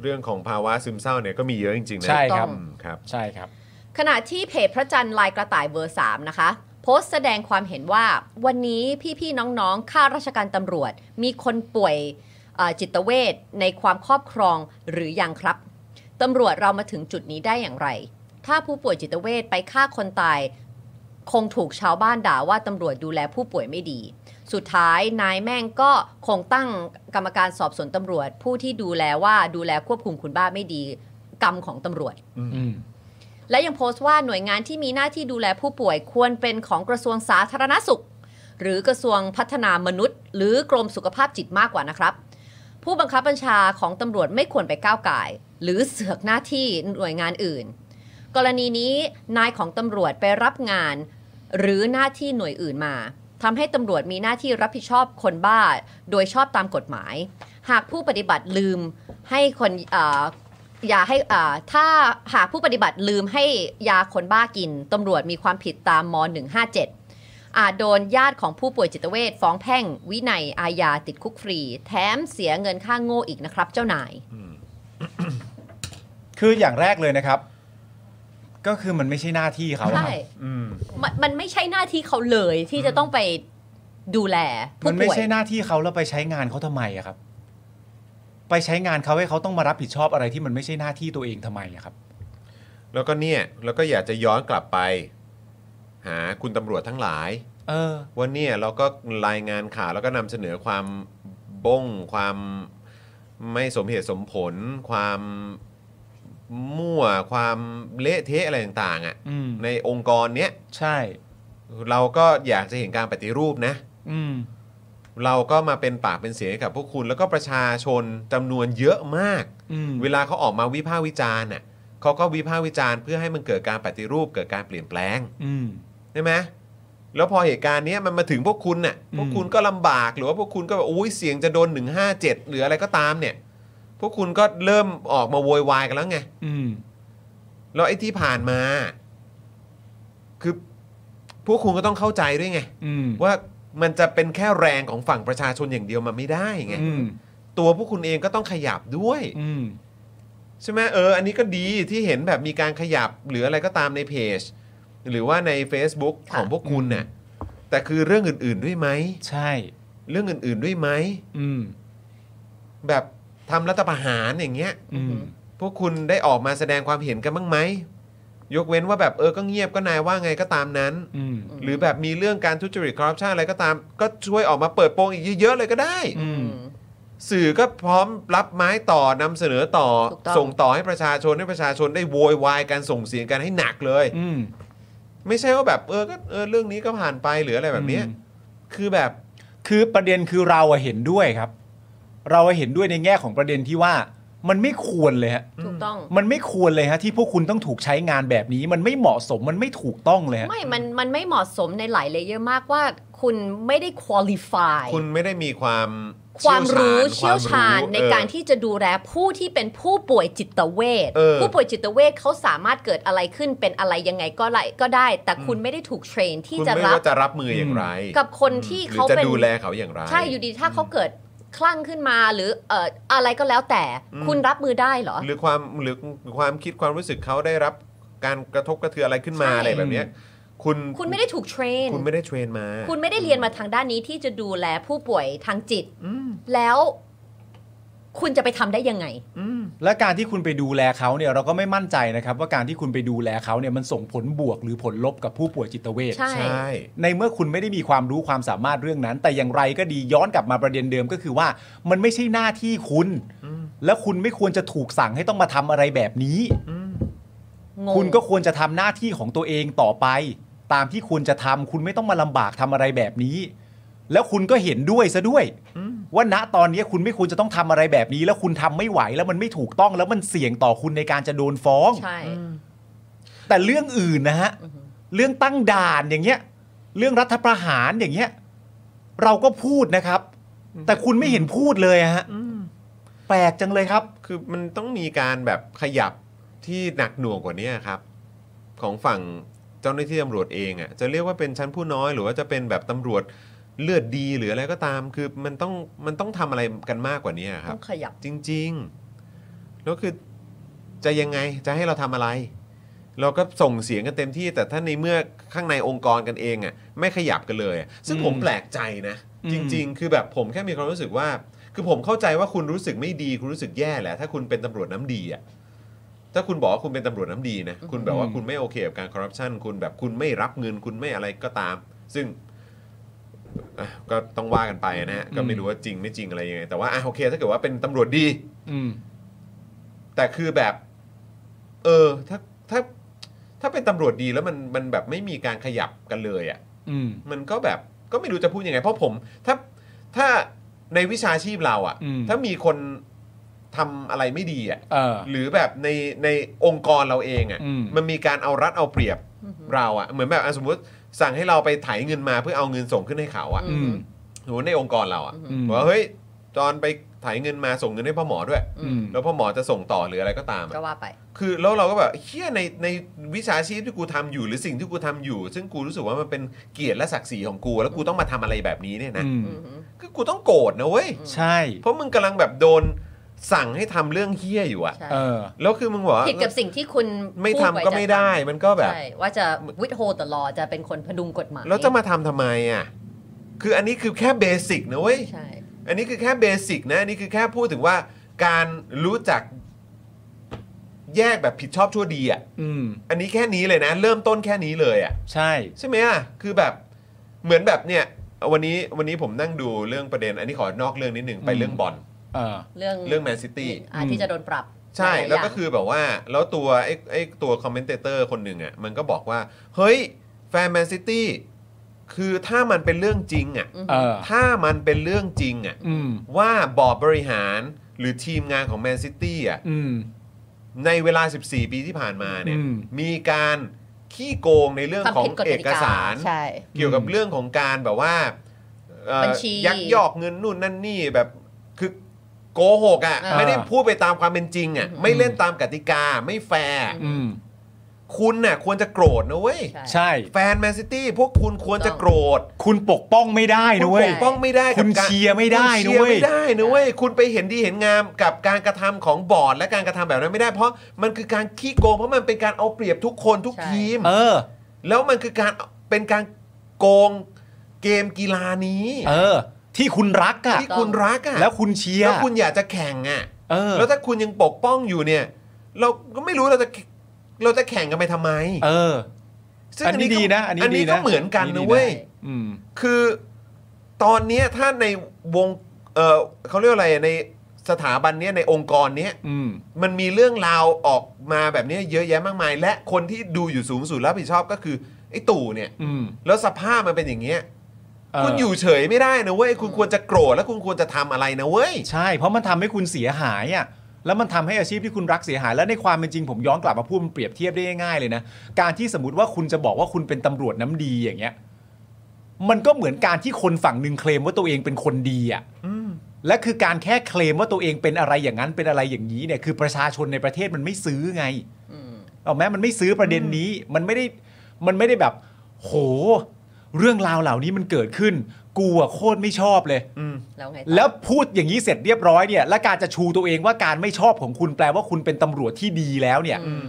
A: เรื่องของภาวะซึมเศร้าเนี่ยก็มีเยอะจริงๆนะ
D: ใช่ครับ
A: อืมครับ
D: ใช่ครับ
C: ขณะที่เพจพระจันทร์ลายกระต่ายเบอร์3นะคะ โพสต์แสดงความเห็นว่าวันนี้พี่ๆน้องๆข้าราชการตำรวจ มีคนป่วยเอ่อจิตเวชในความครอบครองหรือยังครับตำรวจเรามาถึงจุดนี้ได้อย่างไร ถ้าผู้ป่วยจิตเวชไปฆ่าคนตาย คงถูกชาวบ้านด่าว่าตำรวจดูแลผู้ป่วยไม่ดี สุดท้ายนายแม่งก็คงตั้งกรรมการสอบสวนตำรวจ ผู้ที่ดูแลว่าดูแลควบคุมคุณบ้าไม่ดี กรรมของตำรวจ
D: อืม
C: และยังโพสต์ว่าหน่วยงานที่มีหน้าที่ดูแลผู้ป่วยควรเป็นของกระทรวงสาธารณสุข หรือกระทรวงพัฒนามนุษย์ หรือกรมสุขภาพจิตมากกว่านะครับ ผู้บังคับบัญชาของตำรวจไม่ควรไปก้าวไก่าย หรือเสือกหน้าที่หน่วยงานอื่น กรณีนี้นายของตำรวจไปรับงาน หรือหน้าที่หน่วยอื่นมาทำให้ตำรวจมีหน้าที่รับผิดชอบคนบ้า โดยชอบตามกฎหมาย หากผู้ปฏิบัติลืมให้คนเอ่อ อย่าให้อ่าถ้าหากผู้ปฏิบัติลืมให้ยาคนบ้ากิน ตำรวจมีความผิดตามม 157 อาจโดนญาติของผู้ป่วยจิตเวชฟ้องแพ่ง วินัยอาญาติดคุกฟรี แถมเสียเงินค่าโง่อีกนะครับเจ้านาย
D: คืออย่างแรกเลยนะครับ ก็คือมันไม่ใช่หน้าที่เขาอะครับ
C: ใช่มันมันไม่ใช่หน้าที่เขาเลยที่จะต้องไปดูแล
D: มั
C: ผู้
D: นไม่
C: ป่วย
D: ใช่หน้าที่เขาแล้วไปใช้งานเขาทำไมอะครับ ไปใช้งานเขาให้เขาต้องมารับผิดชอบอะไรที่มันไม่ใช่หน้าที่ตัวเองทำไมอะครับ
A: แล้วก็เนี่ยแล้วก็อยากจะย้อนกลับไป หาคุณตำรวจทั้งหลาย
D: เออ
A: วันนี้เราก็รายงานข่าวแล้วก็นำเสนอความบงความไม่สมเหตุสมผล ความมั่ว ความเละเทะอะไรต่างๆอะ่ะ
D: อืม
A: ในองค์กรเนี้ย
D: ใช่
A: เราก็อยากจะเห็นการปฏิรูปนะ
D: อืม
A: เราก็มาเป็นปากเป็นเสียงให้กับพวกคุณแล้วก็ประชาชนจำนวนเยอะมาก
D: อืม
A: เวลาเขาออกมาวิพากษ์วิจารณ์น่ะเขาก็วิพากษ์วิจารณ์เพื่อให้มันเกิดการปฏิรูปเกิดการเปลี่ยนแปลง
D: อืม
A: ใช่ไหมแล้วพอเหตุการณ์เนี้ยมันมาถึงพวกคุณน่ะ
D: อืม
A: พวกคุณก็ลำบาก หรือว่าพวกคุณก็แบบอุ้ยเสียงจะโดน 157 หรืออะไรก็ตามเนี่ย พวกคุณก็เริ่มออกมาโวยวายกันแล้วไง
D: อืม
A: แล้วไอ้ที่ผ่านมา คือพวกคุณก็ต้องเข้าใจด้วยไง
D: อืม
A: ว่ามันจะเป็นแค่แรงของฝั่งประชาชนอย่างเดียวมันไม่ได้ไง
D: อืม
A: ตัวพวกคุณเองก็ต้องขยับด้วย
D: อืม
A: ใช่ไหมเออ อันนี้ก็ดีที่เห็นแบบมีการขยับหรืออะไรก็ตามในเพจ หรือว่าใน Facebook ข
C: ค่ะ
A: องพวกคุณน่ะ
D: อื
A: แต่คือเรื่องอื่นๆด้วยไหม
D: ใช่
A: เรื่องอื่นๆด้วยไหม
D: อืม
A: แบบทำรัฐประหารอย่างเงี้ย
D: อืม
A: พวกคุณได้ออกมาแสดงความเห็นกันบ้างไหม ยกเว้นว่าแบบเออก็เงียบก็นายว่าไงก็ตามนั้น
D: อืม
C: อืม
A: หรือแบบมีเรื่องการทุจริตคอร์รัปชันอะไรก็ตาม ก็ช่วยออกมาเปิดโปงอีกเยอะๆเลยก็ได้
D: อืม
A: สื่อก็พร้อมรับไม้ต่อนำเสนอต่อ
C: ถูกต้อง
A: ส่งต่อให้ประชาชนให้ประชาชนได้โวยวายการส่งเสียงกันให้หนักเลย
D: อืม
A: ไม่ใช่ว่าแบบเออก็เออเรื่องนี้ก็ผ่านไปหรืออะไรแบบเนี้ยคือแบบ
D: คือประเด็นคือเราอะเห็นด้วยครับ เราอะเห็นด้วยในแง่ของประเด็นที่ว่า มันไม่ควรเลยฮะ
C: ถูกต้อง
D: มันไม่ควรเลยฮะที่พวกคุณต้องถูกใช้งานแบบนี้ มันไม่เหมาะสมมันไม่ถูกต้องเลยฮะ
C: ไม่ มันมันไม่เหมาะสมในหลายเลเยอร์มากว่าคุณไม่ได้คุริฟาย
A: คุณไม่ได้มีความ
C: ความรู้เชี่ยวชาญ
A: ควมรู้
C: ในการ
A: เออ
C: ที่จะดูแลผู้ที่เป็นผู้ป่วยจิตเวช
A: เออ
C: ผู้ป่วยจิตเวชเขาสามารถเกิดอะไรขึ้นเป็นอะไรยังไงก็ไรก็ได้ แต่คุณไม่ได้ถูกเทรนที่
A: คุณ
C: จะ
A: ไม่
C: รับ
A: ว่าจะรับมืออย่างไร
C: กับคน
A: หรื
C: ที่
A: อ
C: เขา
A: จะ
C: เป็น
A: ดูแลเขาอย่างไร
C: ใช่อยู่ดีถ้าเขาเกิดคลั่งขึ้นมาหรือเอ่ออะไรก็แล้วแต่
A: อืม
C: คุณรับมือได้เหรอ
A: หรือความหรือความคิดความรู้สึกเขาได้รับการกระทบกระเทือนอะไรขึ้นมา
C: ใช่
A: อะไรแบบเนี้ยคุณ
C: คุณไม่ได้ถูกเทรน
A: คุณไม่ได้เทรนมา
C: คุณไม่ได้เรียนมาทางด้านนี้ที่จะดูแลผู้ป่วยทางจิต แล้ว คุณจะไปทำได้ยังไง
D: และการที่คุณไปดูแลเขาเนี่ยเราก็ไม่มั่นใจนะครับ ว่าการที่คุณไปดูแลเขาเนี่ยมันส่งผลบวกหรือผลลบกับผู้ป่วยจิตเวช
C: ใช่
A: ใช่
D: ในเมื่อคุณไม่ได้มีความรู้ความสามารถเรื่องนั้น แต่อย่างไรก็ดีย้อนกลับมาประเด็นเดิมก็คือว่า มันไม่ใช่หน้าที่คุณ และคุณไม่ควรจะถูกสั่งให้ต้องมาทำอะไรแบบนี้
C: งง
D: คุณก็ควรจะทำหน้าที่ของตัวเองต่อไป ตามที่ควรจะทำคุณไม่ต้องมาลำบากทำอะไรแบบนี้ แล้วคุณก็เห็นด้วยซะด้วย ว่าณตอนนี้คุณไม่ควรจะต้องทำอะไรแบบนี้ แล้วคุณทำไม่ไหวแล้วมันไม่ถูกต้องแล้วมันเสี่ยงต่อคุณในการจะโดนฟ้อง
C: ใช่
D: แต่เรื่องอื่นนะฮะ เรื่องตั้งด่านอย่างเงี้ย เรื่องรัฐประหารอย่างเงี้ย เราก็พูดนะครับ แต่คุณไม่เห็นพูดเลยอะฮะแปลกจังเลยครับ
A: คือมันต้องมีการแบบขยับที่หนักหน่วงกว่านี้ครับ ของฝั่งเจ้าหน้าที่ตำรวจเองอะ่ะจะเรียกว่าเป็นชั้นผู้น้อย หรือว่าจะเป็นแบบตำรวจเลือดดีหรืออะไรก็ตาม คือมันต้องมันต้องทำอะไรกันมากกว่านี้ครั
C: ต้
A: บ
C: องขยับ
A: จริงๆ แล้วคือจะยังไงจะให้เราทำอะไร เราก็ส่งเสียงกันเต็มที่ แต่ถ้าในเมื่อข้างในองค์กรกันเองอ่ะไม่ขยับกันเลยอะซึ่งผม
D: อืม
A: แปลกใจนะ
D: อืม
A: จริง ๆ คือแบบผมแค่มีความรู้สึกว่า คือผมเข้าใจว่าคุณรู้สึกไม่ดี คุณรู้สึกแย่แหละ ถ้าคุณเป็นตำรวจน้ำดีอ่ะถ้าคุณบอกว่าคุณเป็นตำรวจน้ำดีนะคุณแบบว่าคุณไม่โอเคกับการคอร์รัปชันคุณแบบคุณไม่รับเงินคุณไม่อะไรก็ตาม ซึ่ง อ่ะก็ต้องว่ากันไปนะฮะก็ไม่รู้ว่าจริงไม่จริงอะไรยังไงแต่ว่าอ่ะโอเค ถ้าเกิดว่าเป็นตำรวจดี
D: อืม
A: แต่คือแบบ เออ ถ้าถ้าถ้าเป็นตำรวจดีแล้วมันมันแบบไม่มีการขยับกันเลยอะ่ะ
D: อืม
A: มันก็แบบก็ไม่รู้จะพูดยังไง เพราะผม ถ้าถ้าในวิชาชีพเราอะ่ะ
D: อืม
A: ถ้ามีคนทำอะไรไม่ดีอะ่ะ
D: เออ
A: หรือแบบในในองค์กรเราเอง
D: อืม
A: อะ่ะ มันมีการเอารัดเอาเปรียบเราอะ่ะ เหมือนแบบอ่ะสมมติสั่งให้เราไปไถเงินมาเพื่อเอาเงินส่งขึ้นให้เขาอ่ะ
D: อืม
A: หรือว่าในองค์กรเราอะ
D: อืม
A: บอกว่าเฮ้ยจอนไปถ่ายเงินมาส่งเงินให้พ่อหมอด้วย
D: อืม
A: แล้วพ่อหมอจะส่งต่อหรืออะไรก็ตาม
C: ก็
A: อะ
C: ว่าไป
A: คือแล้วเราก็แบบเฮียในในวิชาชีพที่กูทำอยู่หรือสิ่งที่กูทำอยู่ ซึ่งกูรู้สึกว่ามันเป็นเกียรติและศักดิ์ศรีของกู แล้วกูต้องมาทำอะไรแบบนี้เนี่ยนะ
D: อืม
C: อือหือ
A: คือกูต้องโกรธนะเว้ย
D: ใช่
A: เพราะมึงกำลังแบบโดนสั่งให้ทำเรื่องเฮี้ยอยู่อะ
C: ใช่
D: เออ
A: แล้วคือมึงบอกว่า
C: ผิดกับสิ่งที่คุณ
A: ไม่ทำ
C: พูว้
A: ก็ไม่ได้มันก็แบบ
C: ใช่ว่าจะ withhold the law จะเป็นคนพดุงกฎหมาย
A: แล้วจะมาทำทำไมอะคืออันนี้คือแค่เบสิกนะเว้ย
C: ใช่
A: อันนี้คือแค่เบสิกนะ อันนี้คือแค่พูดถึงว่าการรู้จักแยกแบบผิดชอบชั่วดีอ่ะ
D: อืม
A: อันนี้แค่นี้เลยนะ เริ่มต้นแค่นี้เลยอ่ะ
D: ใช่
A: ใช่ไหมอ่ะ คือแบบเหมือนแบบเนี่ย วันนี้วันนี้ผมนั่งดูเรื่องประเด็น อันนี้ขอนอกเรื่องนิดหนึ่งไปเรื่องบอล
D: เออ
C: เรื่อง
A: เรื่องแมนซิตี้
C: อ่าที่จะโดนปรับ
A: ใช่
C: หายๆ
A: แล้วก็
C: ย่าง
A: คือแบบว่าแล้วตัวไอ้ไอ้ตัวคอมเมนเตเตอร์คนหนึ่งอ่ะมันก็บอกว่า เฮ้ย แฟนแมนซิตี้คือถ้ามันเป็นเรื่องจริงอ่ะ
D: เออ
A: ถ้ามันเป็นเรื่องจริงอ่ะ
D: อืม
A: ว่าบอร์ดบริหารหรือทีมงานของแมนซิตี้อ่ะ
D: อืม
A: ในเวลา 14 ปีที่ผ่านมาเนี่ย
D: อืม
A: มีการขี้โกงในเรื่องของ
C: ทำผิดกฎกติกา
A: เอกสาร
C: ใช่
A: เกี่ยวกับเรื่องของการแบบว่าเอ่อ
C: บัญชี
A: ยักยอกเงินนู่นนั่นนี่แบบคือโกหกอ่ะ
C: อ่า
A: ไม่ได้พูดไปตามความเป็นจริงอ่ะไม่เล่นตามกติกาไม่แฟร์
D: อืม
A: คุณน่ะควรจะโกรธนะเว้ย
C: ใช่
D: ใช่
A: แฟนแมนซิตี้พวกคุณควรจะโกรธ
D: คุณปกป้องไม่ได้
A: คุ
D: นะ
A: ณ
D: เว้
A: ป
D: ย
A: กป้องไม่ได้
D: คุณ
A: กับการ
D: เชียร์ไม่ได้
A: คุณเชียร์
D: นะเว้ย
A: ไม่ได้นะเว้ยคุณไปเห็นดีเห็นงามกับการกระทำของบอร์ดและการกระทำแบบนั้นไม่ได้เพราะมันคือการขี้โกงเพราะมันเป็นการเอาเปรียบทุกคนทุก
C: ใช่
A: ทีม
D: เออ
A: แล้วมันคือการเป็นการโกงเกมกีฬานี้
D: เออ ที่คุณรักอะ
A: ที่คุณรักอ่ะ
D: แล้วคุณเชียร์
A: แล้วคุณอยากจะแข่งอ่ะ
D: เออ
A: แล้วถ้าคุณยังปกป้องอยู่เนี่ย เราก็ไม่รู้เราจะเราจะแข่งกันไปทำไม
D: เออ
A: ซึ่ง
D: อันนี้ดีนะอันนี้
A: อันนี้
D: ดี
A: ก็
D: นะ
A: เหมือนกัน
D: อัน
A: นะ
D: นี้ดีนะ
A: เว้ย
D: อืม
A: คือตอนเนี้ยถ้าในวงเออเขาเรียกว่าอะไรในสถาบันเนี้ยในองค์กรเนี้ย
D: อืม
A: มันมีเรื่องราวออกมาแบบเนี้ยเยอะแยะมากมาย และคนที่ดูอยู่สูงสุดรับผิดชอบก็คือไอ้ตู่เนี่ย
D: อืม
A: แล้วสภาพมันเป็นอย่างเงี้ย
D: เออ
A: คุณอยู่เฉยไม่ได้นะเว้ยคุณควรจะโกรธและคุณควรจะทำอะไรนะเว้ย
D: ใช่ เพราะมันทำให้คุณเสียหายอะแล้วมันทำให้อาชีพที่คุณรักเสียหาย แล้วในความเป็นจริงผมย้อนกลับมาพูดมันเปรียบเทียบได้ง่ายๆเลยนะ การที่สมมติว่าคุณจะบอกว่าคุณเป็นตำรวจน้ำดีอย่างเงี้ย มันก็เหมือนการที่คนฝั่งหนึ่งเคลมว่าตัวเองเป็นคนดีอะและคือการแค่เคลมว่าตัวเองเป็นอะไรอย่างนั้นเป็นอะไรอย่างนี้เนี่ย คือประชาชนในประเทศมันไม่ซื้อไง
C: อืม
D: เอาแม้มันไม่ซื้อประเด็นนี้มันไม่ได้มันไม่ได้แบบ โห เรื่องราวเหล่านี้มันเกิดขึ้น กูอะโคตรไม่ชอบเลย
C: แล้วไง
D: แล้วพูดอย่างนี้เสร็จเรียบร้อยเนี่ยและการจะชูตัวเองว่าการไม่ชอบของคุณแปลว่าคุณเป็นตำรวจที่ดีแล้วเนี่ย
C: อืม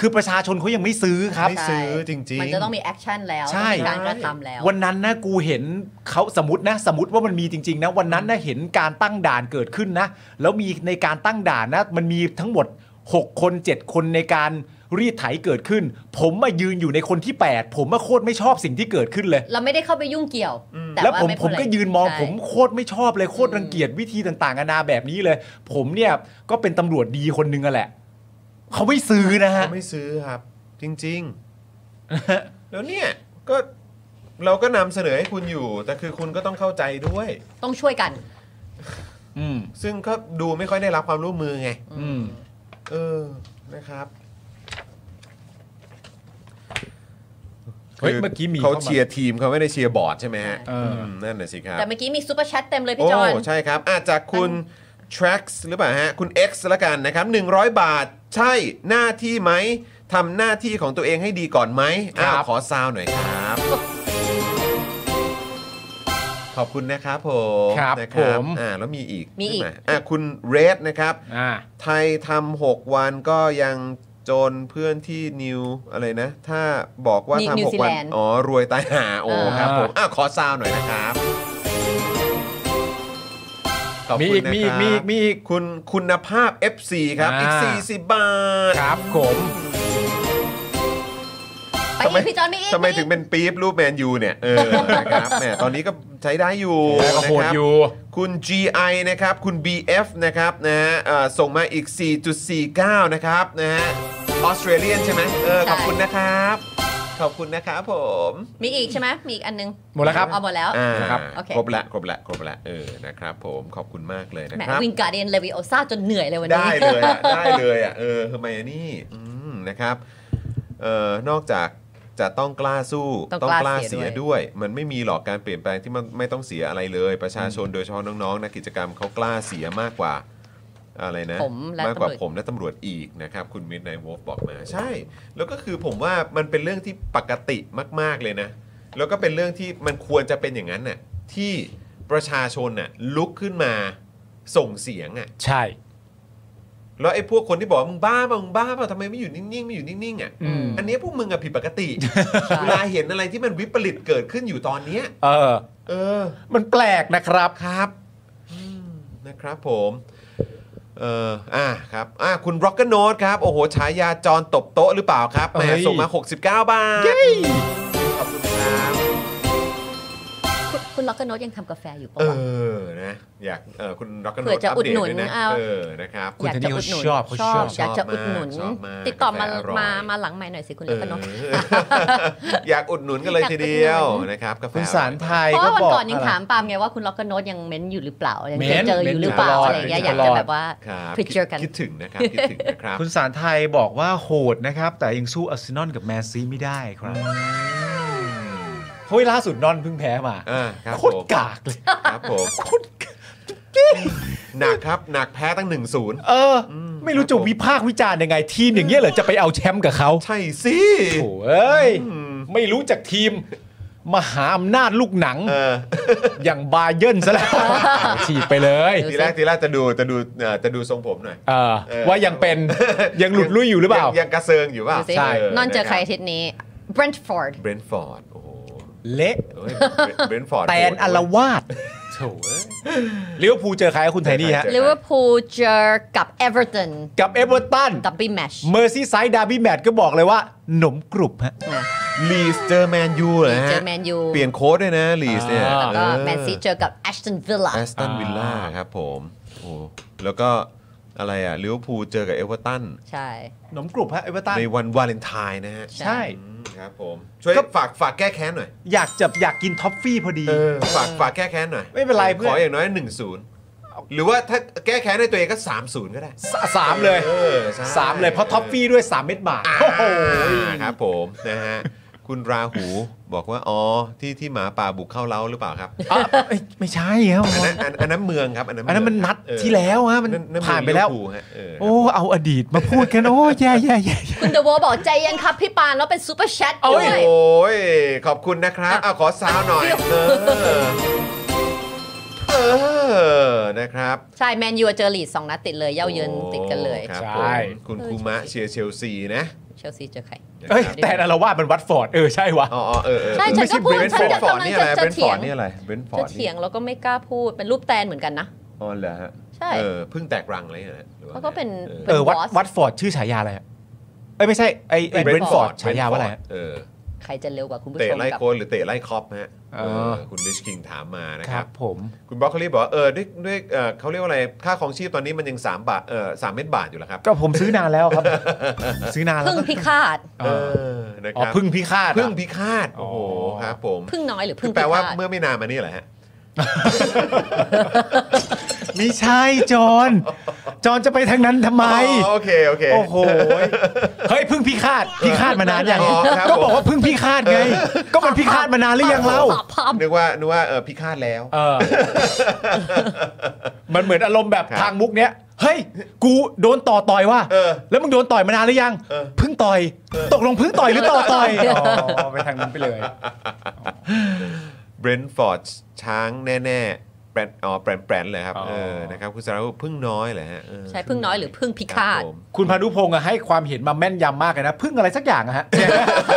D: คือประชาชนเขายังไม่ซื้อครับ
A: ไม่ซื้อจริงๆ
C: มันจะต้องมีแอคชั่นแล้ว
D: ใช่
C: ต้องมีการกระทำแล้ว
D: วันนั้นนะกูเห็นเขาสมมตินะ สมมติว่ามันมีจริง ๆ นะ วันนั้นนะเห็นการตั้งด่านเกิดขึ้นนะ แล้วมีในการตั้งด่านนะ มันมีทั้งหมด 6 คน 7 คนในการรีดไถเกิดขึ้น ผมมายืนอยู่ในคนที่ 8 ผมมาโคตรไม่ชอบสิ่งที่เกิดขึ้นเลย
C: เราไม่ได้เข้าไปยุ่งเกี่ยวต่
D: แล้วผม
C: ไเป็
D: ผ
C: ไร
D: มก็ยืนมอง
C: ใช่
D: ผมโคตรไม่ชอบเลยโคตรรังเกียจวิธีต่างๆนานาแบบนี้เลย ผมเนี่ยก็เป็นตำรวจดีคนนึงอะแหละเขาไม่ซื้อนะฮะ
A: เขาไม่ซื้อครับ จริง ๆ แล้วเนี่ยก็เราก็นำเสนอให้คุณอยู่ แต่คือคุณก็ต้องเข้าใจด้วย
C: ต้องช่วยกัน
D: อืม
A: ซึ่งก็ดูไม่ค่อยได้รับความร่วมมือไง
D: อืม
A: เออ นะครับ
D: เฮ้ยเมื่อกี้มี
A: เขา
D: เข้ามา
A: เชียร์ทีมเขาไม่ได้เชียร์บอร์ดใช่ไหมฮะ
D: เออ
A: มนั่นน่ะสิครับ
C: แต่เมื่อกี้มีซูเปอร์แชทเต็มเลย
A: โอ้
C: พี่จอน
A: ใช่ครับอาจากคุณ Trax หรือเปล่าฮะ คุณ X ละกันนะครับ 100 บาทใช่หน้าที่ไหมทำหน้าที่ของตัวเองให้ดีก่อนไหม
D: ครับ
A: อ้าวขอซาวหน่อยครับ ขอบคุณนะครับผม
D: ครับ
A: นะ
D: ผม
A: อ่าแล้วมีอีก
C: มีอีก
A: ใช่ไหอ่ะคุณเรดนะครับ
D: อ่า
A: ไทยทำหกวันก็ยังโจนเพื่อนที่นิวอะไรนะ ถ้าบอกว่า
C: นิวนิ
A: ทำ
C: ว
A: หก
C: ซี
A: วัน
C: แลนด์
A: อ๋อ รวยตายหา โอ้
C: เออ
A: ครับผมอ่ะขอซาวหน่อยนะครับขบ
D: มี
A: คุณ
D: อีก
A: นะครับ
D: มีอีกมีอีกมีอีก
A: คุณคุณภาพ FC ครับ อีก
D: อ่า
A: 40 บาท
D: ครับผม
C: ไปอีกพี่จอนไม่อีก
A: ทำไมถึงเป็นปี๊บรูปแมนยูเนี่ย เออนะครับแหมตอนนี้ก็ใช้ได้อยู่
D: แล้วก็โหด
A: นะครับ
D: อยู่
A: คุณ GI นะครับ คุณ BF นะครับนะฮะเอ่อส่งมาอีก 4.49 นะครับนะฮะออสเตรเลียนใช่ไหมเออขอบคุณนะครับ ขอบคุณนะครับผม
C: มีอีกใช่ไหมมีอีกอันนึง
D: หมดแล้วครับ
C: เอาหมดแล้ว
A: อ่า
D: ครับ
C: โอเค
A: ครบละครบละครบละเออนะครับผมขอบคุณมากเลยนะ
C: แหม
A: ครับ
C: วิงการ์เดียนเลวิโอซาจนเหนื่อยเลยวันนี้
A: ได้เลย
C: *laughs*
A: อ่ะ ได้เลยอ่ะเออทำไมอันนี้อืมนะครับเอ่อนอกจากจะต้องกล้าสู้
C: ต้อง
A: ต้องก
C: ก
A: ล้า
C: ล้า
A: เสี
C: เสี
A: ย
C: ยด้
A: ด้ว
C: วย ย
A: มันไม่มีหรอกการเปลี่ยนแปลงที่มันไม่ต้องเสียอะไรเลย ประชาชนโดยเฉพาะน้องๆนักกิจกรรมเขากล้าเสียมากกว่าอะไรนะ
C: ผมและ
A: มากกว่า
C: ตำรวจ
A: ผมและตำรวจอีกนะครับ คุณมิดไนท์วอลฟบอกมาใช่ แล้วก็คือผมว่ามันเป็นเรื่องที่ปกติมาก ๆเลยนะ แล้วก็เป็นเรื่องที่มันควรจะเป็นอย่างนั้นน่ะที่ประชาชนน่ะลุกขึ้นมาส่งเสียงอ่ะ
D: ใช่
A: แล้วไอ้พวกคนที่บอกว่ามึงบ้าเปล่ะมึงบ้าเปล่ะทำไมไม่อยู่นิ่งๆไม่อยู่นิ่งๆอ่ะ
D: อืม
A: อันเนี้ยพวกมึงอะผิดปกติ เวลาเห็นอะไรที่มันวิปริตเกิดขึ้นอยู่ตอนเนี้ย
D: เออ
A: เออ
D: มันแปลกนะครับ
A: ครับอืมนะครับผมเอออ่ะครับอ่ะคุณร็อกเกอร์โนดครับ โอ้โหฉายาจอนตบโต๊ะหรือเปล่าครับแหม
D: เฮ้ย
A: ส่งมา 69 บาท
D: เย้
A: ขอบคุณครับ
C: คุณคุณล็อกเกอร์โนตยังทำกาแฟอยู่ปะ
A: เอ
C: วะ
A: อนะอยากเออคุณร็อกเกอร์โน
C: เผื่
A: ด
C: อจะอุดหนุน
A: เวยนะ
C: เอา
A: เออนะครับ
D: คุณ
C: ยาก
D: ธัน
C: จะ
D: นี่
C: อุดห
D: เขา
C: นุน
D: ชอบเขาชอบ
C: อยากจะอุดหนุน
A: ชอบมาก
C: ติดต่อมา
A: ชอบมาม
C: าก มาหลังใหม่หน่อยสิคุณ
A: เอ
C: ล็
A: อ *laughs*
C: อกเกอร์โนต
A: อยากอุดหนุนกันเลยทีเดียวนะครับกาแฟ
D: คุณสารไทย
C: เพราะ
D: ก็
C: ว่าวัน
D: บอก
C: ก่อนยัง
D: อะไร
C: ถามปาล์มไงว่าคุณล็อกเกอร์โนตยังเม้นอยู่หรือเปล่ายัง
D: เม้
C: เจอน เจออยู่หรือเปล่า
D: เม้นอยู่ตลอด
C: อะไรอย่างเงี้ยอยาก
D: เม้นอยู่
C: จะ
D: ตลอด
C: แบบว่า
A: ครับ
C: พิจารกัน
A: คิดถึง
C: *laughs*
A: นะครับ คิดถึงนะครับ
D: คุณสารไทยบอกว่าโหดนะครับ แต่ยังสู้อาร์เซนอลกับแมนซีไม่ได้ครับเฮ้ยล่าสุดนอนเพิ่งแพ้มา
A: อ่าครับ
D: โค
A: ผม
D: ตรกากเลย
A: ครับผมหนักครับ หนักแพ้ตั้ง 1 0
D: เอออ
A: ม
D: ไม่รู้จะวิพากษ์วิจารณ์ยังไง ทีมอย่างเงี้ยเหรอจะไปเอาแชมป์กับเขา
A: ใช่สิ
D: โถเอ้ย
A: อืม
D: ไม่รู้จักทีม มหาอำนาจลูกหนัง
A: เออ
D: อย่างบาเยิร์นซะแล้วฉีกไปเลย
A: ทีแรกทีแรกจะดูจะดูเอ่อจะดูทรงผมหน่อย
D: เออ
A: เออ
D: ว่ายังเป็น ยังหลุดลุ่ยอยู่หรือเปล่า
A: งยังกระเซิงอยู่เปล่า
C: ดูสินอนเจอใครอาทิตย์นี้เบรนท์ฟอร์ด
A: เบรนฟอร์ด โอ้โห
D: เละ
C: *laughs*
A: เบรนฟอร์ด
D: แตนอลวาดโถเลี้ยวภูลเจอใครครับคุณไทนี่ฮะ
A: เจอ
C: ลิเวอร์พูลเจอกับเอเวอร์ตัน
D: กับเอเวอร์ตัน
C: ดับบี้แมช
D: เมอร์ซี่ไซด์ดาร์บี้แมตช์ก็บอกเลยว่าหนมกรุบฮะ
A: ลีสเจอแมนยูเหรอ
C: เจ
A: ฮะ
C: อแมนยู
A: เปลี่ยนโค้ดด้วยนะลีสเนี่ย
D: อ่า
C: แล้วก็แมนซีเจอกับแอชตันวิลล่า
A: แอสตันวิลล่าครับผมโอ้แล้วก็อะไรอ่ะลิเวอร์พูลเจอกับเอเวอร์ตัน
C: ใช่
D: หนมกรุบฮะเอเวอร์ตัน
A: ในวันวาเลนไทน์นะฮะ
D: ใช่
A: อืมครับผม ช่วย
D: ก็
A: ฝากฝากแก้แค้นหน่อย
D: อยากจับอยากกินท็อฟฟี่พอดี
A: ฝากฝากแก้แค้นหน่อย
D: ไม่เป็นไรเพื่อน
A: ขออย่างน้อย 1 0 หรือว่าถ้าแก้แค้นในตัวเองก็ 3 0 ก็ได้
D: สสามเลย
A: ออใช่
D: สามเลยเพราะท็อฟฟี่ด้วย 3 เม็ดบาท
A: อ่า
D: โอ้โห
A: ครับผมนะฮะคุณราหูบอกว่า อ๋อ ที่ที่หมาป่าบุกเข้าเล้าหรือเปล่าครับ
D: อ่ะเอ้ยไม่ใช่ครับ
A: อันนั้นอันอันนั้นเมืองครับอันนั้น
D: อันนั้นมัน
A: เง
D: นัด
A: เออ
D: ที่แล้วฮะมัน
A: เมือง
D: ผ่านไปแล้ว
A: เร์พูฮะเครับ
D: โอ้เอาอดีตมาพูดกัน โอ้แย่แย่แย่
C: คุณเดอะวอบอกใจเย็นครับพี่ปานแล้วเป็นซูเปอร์แชท
D: โอ้
C: ด้วย ย
A: โอ้ย ขอบคุณนะครับ
C: อ่ะ
A: เอาขอซาวหน่อย
C: ฟิว
A: เออ เออ นะครับ
C: ใช่แมนยูเจอลีดสองนัดติดเลยเย่าเยือนติดกันเลย
A: ครับ
D: ใช่
A: ผมคุณคูมะเชียร์เชลซีนะ
C: เชลซีเจอใคร
D: เอ้ยแต่อารวาสมันวัดฟอร์ด เออ ใช่วะ
A: อ๋ออ๋อเออเออ
C: ใช่ฉันก็พูด
A: เบรน
C: ฉัน
A: ฟอร์ด
C: จะ
A: ฟอร์ด
C: กำลัง
A: นี่อะไรเบ
C: จะ
A: รนฟ
C: เถี
A: อย ร์ด
C: ง
A: นี่อะไรเบรนฟอ
C: จะ
A: ร์ด
C: เถี
A: นี่
C: ยงแล้วก็ไม่กล้าพูดเป็นรูปแตนเหมือนกันนะ
A: อ๋อเหรอฮะ
C: ใช่
A: เออเพิ่งแตกรังเลยเหรอหรือว่า
C: เขาก็เป็น
A: ออ
D: เออ วัด
C: Boss
D: วัดฟอร์ดชื่อฉายาอะไรอะเอ้ย ไม่ใช่ไอไอเบรน
C: Brentford
D: ฟอร์ดฉายาว่าอะไรอะ
A: เออ
C: ใครจะเร็วกว่าคุณผู้
A: เตะ
C: ชม
A: ไล่
C: กับ
A: โคนหรือเตะไล่คอปฮะ
D: เออ
A: เออคุณลิชคิงถามมานะ
D: ค
A: ค
D: รั
A: รับ
D: บผม
A: คุณบรอกโคลีบอกว่าเออด้วยด้วยเออเขาเรียกว่าอะไร ค่าของชีพตอนนี้มันยัง3บาทเออสามเม็ดบาทอยู่แล้วครับ
D: ก็ผมซื้อนานแล้ว
A: *laughs*
D: ครับ ซื้อนานแล้ว
C: พึ่งพิฆาต
D: เอ
A: เอ
D: อ
A: อนะค
D: อ๋อ
A: รับ
D: พึ่งพิฆาตอะ
A: พึ่งพิฆาต โอ้โห
D: อ๋อ
A: ครับผม
C: พึ่งน้อยหรือ
A: คื
C: พึ่
A: อง แปล
C: พิ
A: ว่า
C: ฆาต
A: เมื่อไม่นานมานี่แหละฮะ
D: ไม่ใช่จอนจอนจะไปทางนั้นทำไม
A: อ๋อโอเคโอเค
D: โอ้โห เฮ้ยเพึ่งพิฆาตพิฆาตมานานยัง
A: อ๋อครับ
D: ก็บอกว่าเพึ่งพิฆาตไง ก็มันพิฆาตมานานหรือยังเล่า
C: ตอบพร้อม
A: นึกว่านึกว่าเออพิฆาตแล้ว
D: เออ มันเหมือนอารมณ์แบบ
A: ครับ
D: ทางมุกเนี้ย เฮ้ย กูโดนต่อต่อยว่ะ
A: เออ
D: แล้วมึงโดนต่อยมานานหรือยัง
A: เออ
D: เพึ่งต่อย ตกลงเพึ่งต่อยหรือต่อต่อยอ๋อไปทางนั้นไปเลย
A: เบรนฟอร์ดช้างแน่ๆแปรนอ๋อแปรนแปรนเลยครับ
D: อ๋อ
A: เออนะครับคุณสารุพึ่งน้อยเหรอฮะเออ
C: ใช้พึ่งน้อยหรือพึ่งพิฆา
A: รั
C: ต
A: บผม
D: คุณพานุพงษ์อะให้ความเห็นมาแม่นยำมากเลยนะ พึ่งอะไรสักอย่างอะฮะ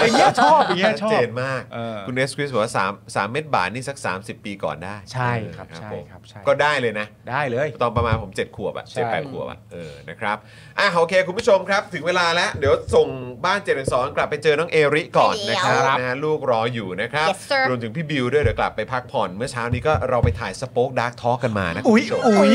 D: อย่างเงี้ยชอบอย่างเงี้ยช
A: ชั
D: อ
A: ดเจ
D: บ
A: นมาก
D: เออ
A: คุณเอสคริสบอกว่าสามสามเม็ดบาทนี่สัก 30 ปีก่อนได้
D: ใช่ครับ
A: เออ
D: ใช่
A: ผม
D: ครับใช่
A: ก็ได้เลยนะ
D: ได้เลย
A: ตอนประมาณผม 7 ขวบอะ
D: ใช่
A: เจ็ดแปดขวบอะเออนะครับอ่ะโอเค คุณผู้ชมครับ ถึงเวลาแล้ว เดี๋ยวส่งบ้านเจริญสอนกลับไปเจอน้องเอริก่อนนะครับ
C: ครับ
A: นะฮะลูกรออยู่นะครับ
C: Yes, sir
A: รวมถึงพี่บิวด้วยเดี๋ยวกลับไปพักผ่อน เมื่อเช้านี้ก็เราไปถ่ายสป็อคดักทอกันมานะคุณ
D: อุ๊ย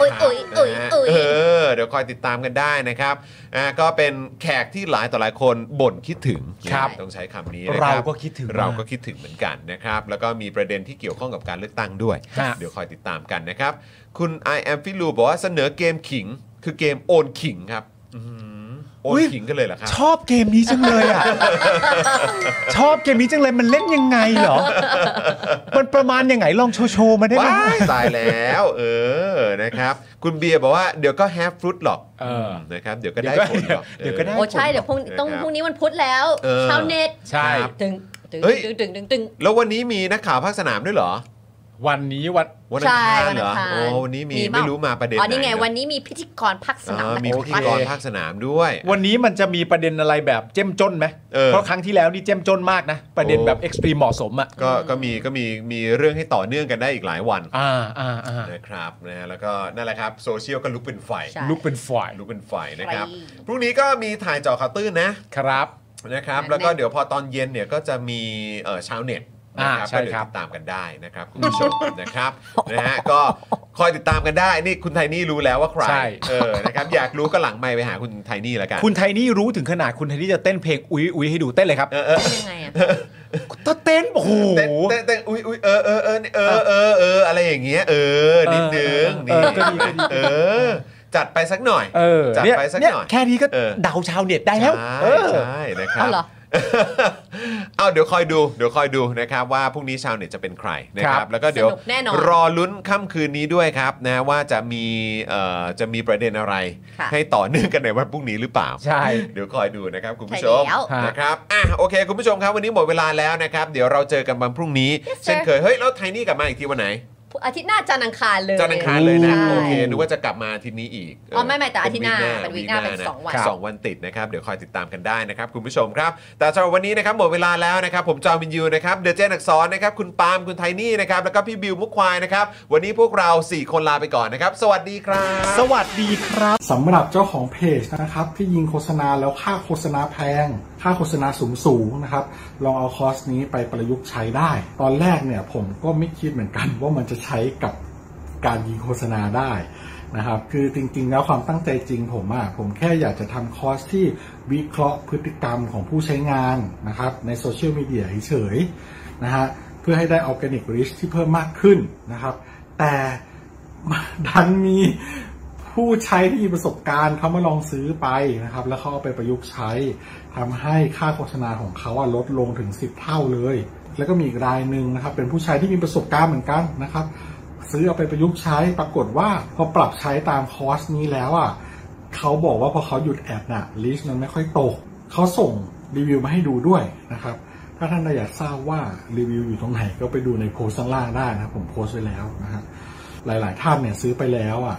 A: ผู้ชม
D: อุ๊ย
C: อุ๊ยอุ๊ยอุ๊ยอุ๊ย
A: เออเดี๋ยวคอยติดตามกันได้นะครับอ่าก็เป็นแขกที่หลายต่อหลายคนบ่นคิดถึง
D: ครับ
A: ต้องใช้คำนี้นะคบ
D: เราก็คิดถึง
A: เราก็คิดถึงเหมือนกันนะครับ แล้วก็มีประเด็นที่เกี่ยวข้องกับการเลือกตั้งด้วย
D: ครับ
A: เดี๋ยวคอยติดตามกันนะครับ คุณ I am f i l u บอกว่าเสนอเกมขิง คือเกมโอนขิงครับอื้อหือโอนขิงกันเลยเหรอครับ
D: ชอบเกมนี้จังเลย *laughs* อ่ะ ชอบเกมนี้จังเลยมันเล่นยังไงเหรอ มันประมาณยังไงลองโชว์โชว์มาได้ไหม
A: ว้ายตายแล้ว เออนะครับ คุณเบียร์บอกว่าเดี๋ยวก็แฮปฟรุตหรอก
D: เออนะครับ
A: เดี๋ยวก็ได้ผลหรอก
D: เดี๋ยวก็ได้
C: โอ้ใช่ เดี๋ยวพรุ่งนี้ต้อง
A: นะครับ
C: พรุ่งนี้วันพุธแล้ว
A: เออ
C: ชาวเน็ต
D: ใช่
A: ครับ
C: ตึงตึง
A: เฮ้ย
C: ตึงตึงตึงตึง
A: แล้ววันนี้มีนักข่าวภาคสนามด้วยเหรอ
D: วันนี้วัน
A: วันอังคารเหรอ
C: ใช่วันอังคาร
A: โอ้วันนี้มี
C: มี
A: ไม่
C: เปล่า
A: รู้มาประเด็น
C: อ๋อนี่ไง
A: หะ
C: วันนี้มีพิธีกรพักสนาม
A: อ๋อ
C: นะ
A: มี
D: โอ
A: พิ
D: เค
A: ธีกรภาคสนามด้วย
D: วันนี้มันจะมีประเด็นอะไรแบบเจ้มจนไหม
A: เออ
D: เพราะครั้งที่แล้วนี่เจ้มจนมากนะ ประเด็น
A: โอ้
D: แบบเอ็กซ์ตรีมเหมาะสมอ่ะ
A: ก็ก็มีก็มีมีเรื่องให้ต่อเนื่องกันได้อีกหลายวัน
D: อ่าอ่าอ่า
A: นะครับนะฮะแล้วก็นั่นแหละครับโซเชียลก็ลุกเป็นไฟ
C: ใช่
D: ลุกเป็นฝ่าย
A: ลุกเป็นไฟนะครับ
C: ไฟ
A: พรุ่งนี้ก็มีถ่ายเจอข่าวตื้นนะครับ นะครับ แล้วก็เดี๋ยวพอตอนเย็นเนี่ยก็จะมีเอ่อชาวเน็ตนะ
D: อ่า
A: ครับ
D: ใช่
A: ก็เดี๋ย
D: ควรับ
A: ติดตามกันได้นะครับคุณผู้ชมนะครับนะฮะก็คอยติดตามกันได้นี่คุณไทนี่รู้แล้วว่าใครเออนะครับอยากรู้ก็หลังไมค์ไปหาคุณไทนี่แล้วกัน
D: คุณไทยนี่รู้ถึงขนาดคุณไทยนี่จะเต้นเพลงอุ๊ยอุ๊ยให้ดูเต้นเลยครับ
A: เออเออ
C: ยังไงอ่ะ
D: ถ้าเต้นโอ้โห
A: เต้นเต้นเต้นอุ้ยอุ้ยเออเออเออเออเออเอออะไรอย่างเงี้ยเออนิดนึง
D: เอ
A: นี่
D: อเออก็ดีก็ดี
A: เออ จัดไปสักหน่อย
D: เออ
A: จัด
D: เนี่ย
A: ไปสัก
D: เนี่ย
A: หน่อย
D: แค่นี้ก็
A: เออ
D: เดาชาวเน็ตได้แล้ว
A: ใช่
D: เออ
A: ใช่นะครับ
C: เอาเหรอ
A: เอาเดี๋ยวคอยดูเดี๋ยวคอยดูนะครับว่าพรุ่งนี้ชาวเน็ตจะเป็นใครนะค
D: ค
A: รั
D: รับ บ
A: แล้วก็เดี๋ยว
C: สนุกแน่นอน
A: รอลุ้นค่ำคืนนี้ด้วยครับนะว่าจะมีเอ่อจะมีประเด็นอะไร
C: ค่ะ
A: ให้ต่อเนื่องกันในวันพรุ่งนี้หรือเปล่า
D: ใช่
A: เดี๋ยวคอยดูนะครับคุณผู้ชม
C: ใช่แล้ว
A: นะครับอ่ะโอเค คุณผู้ชมครับ วันนี้หมดเวลาแล้วนะครับ เดี๋ยวเราเจอกันวันพรุ่งนี้
C: Yes, sir
A: เช่นเคย เฮ้ย แล้วไทนี่กลับมาอีกทีวันไหน
C: อาทิตย์หน้าจันทร์อังคารเลย
A: จันทร์อังคารเลยนะ
C: ใช่
A: โอเคนึกว่าจะกลับมาอาทีนี้อีก
C: อ๋อไม่ไม่แต่อาทิตย์หน้าเป็นวีคหน้าเป็น
A: วีค
C: สองวัน
A: ครับสองวันติดนะครับ เดี๋ยวคอยติดตามกันได้นะครับ คุณผู้ชมครับ แต่สำหรับวันนี้นะครับหมดเวลาแล้วนะครับ ผมจอห์นวินยูนะครับ เดอะเจนอักษรนะครับ คุณปาล์มคุณไทนี่นะครับ แล้วก็พี่บิวมุกควายนะครับ วันนี้พวกเราสี่คนลาไปก่อนนะครับ สวัสดีครับ
D: สวัสดีครับ
B: สำหรับเจ้าของเพจนะครับ ที่ยิงโฆษณาแล้วค่าโฆษณาแพง ค่าโฆษณาสูงสูงๆนะครับ ลองเอาคอร์สนี้ไปประยุกต์ใช้ได้ ตอนแรกเนี่ยผมก็ไม่คิดเหมือนกัน ว่ามันจะใช้กับการยิงโฆษณาได้นะครับ คือจริงๆ แล้วความตั้งใจจริงผมอะผมแค่อยากจะทำคอร์สที่วิเคราะห์พฤติกรรมของผู้ใช้งานนะครับ ในโซเชียลมีเดียเฉยๆนะฮะเพื่อให้ได้ออร์แกนิกริชที่เพิ่มมากขึ้นนะครับ แต่ *laughs* ดันมี ผู้ใช้ที่มีประสบการณ์เขามาลองซื้อไปนะครับ แล้วเขาเอาไปประยุกต์ใช้ทำให้ค่าโฆษณาของเขาอะลดลงถึง 10 เท่าเลย แล้วก็มีอีกรายหนึ่งนะครับ เป็นผู้ใช้ที่มีประสบการณ์เหมือนกันนะครับ ซื้อเอาไปประยุกต์ใช้ปรากฏว่าพอปรับใช้ตามคอร์สนี้แล้วอ่ะเขาบอกว่าพอเขาหยุดแอดน่ะลิสต์มันไม่ค่อยตกเขาส่งรีวิวมาให้ดูด้วยนะครับ ถ้าท่านอยากทราบว่ารีวิวอยู่ตรงไหนก็ไปดูในโพสต์ข้างล่างได้นะครับผมโพสต์ไว้แล้วนะฮะ หลาย ๆ ท่านเนี่ยซื้อไปแล้วอ่ะ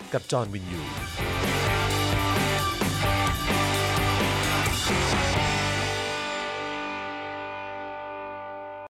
G: กับจอห์นวินยู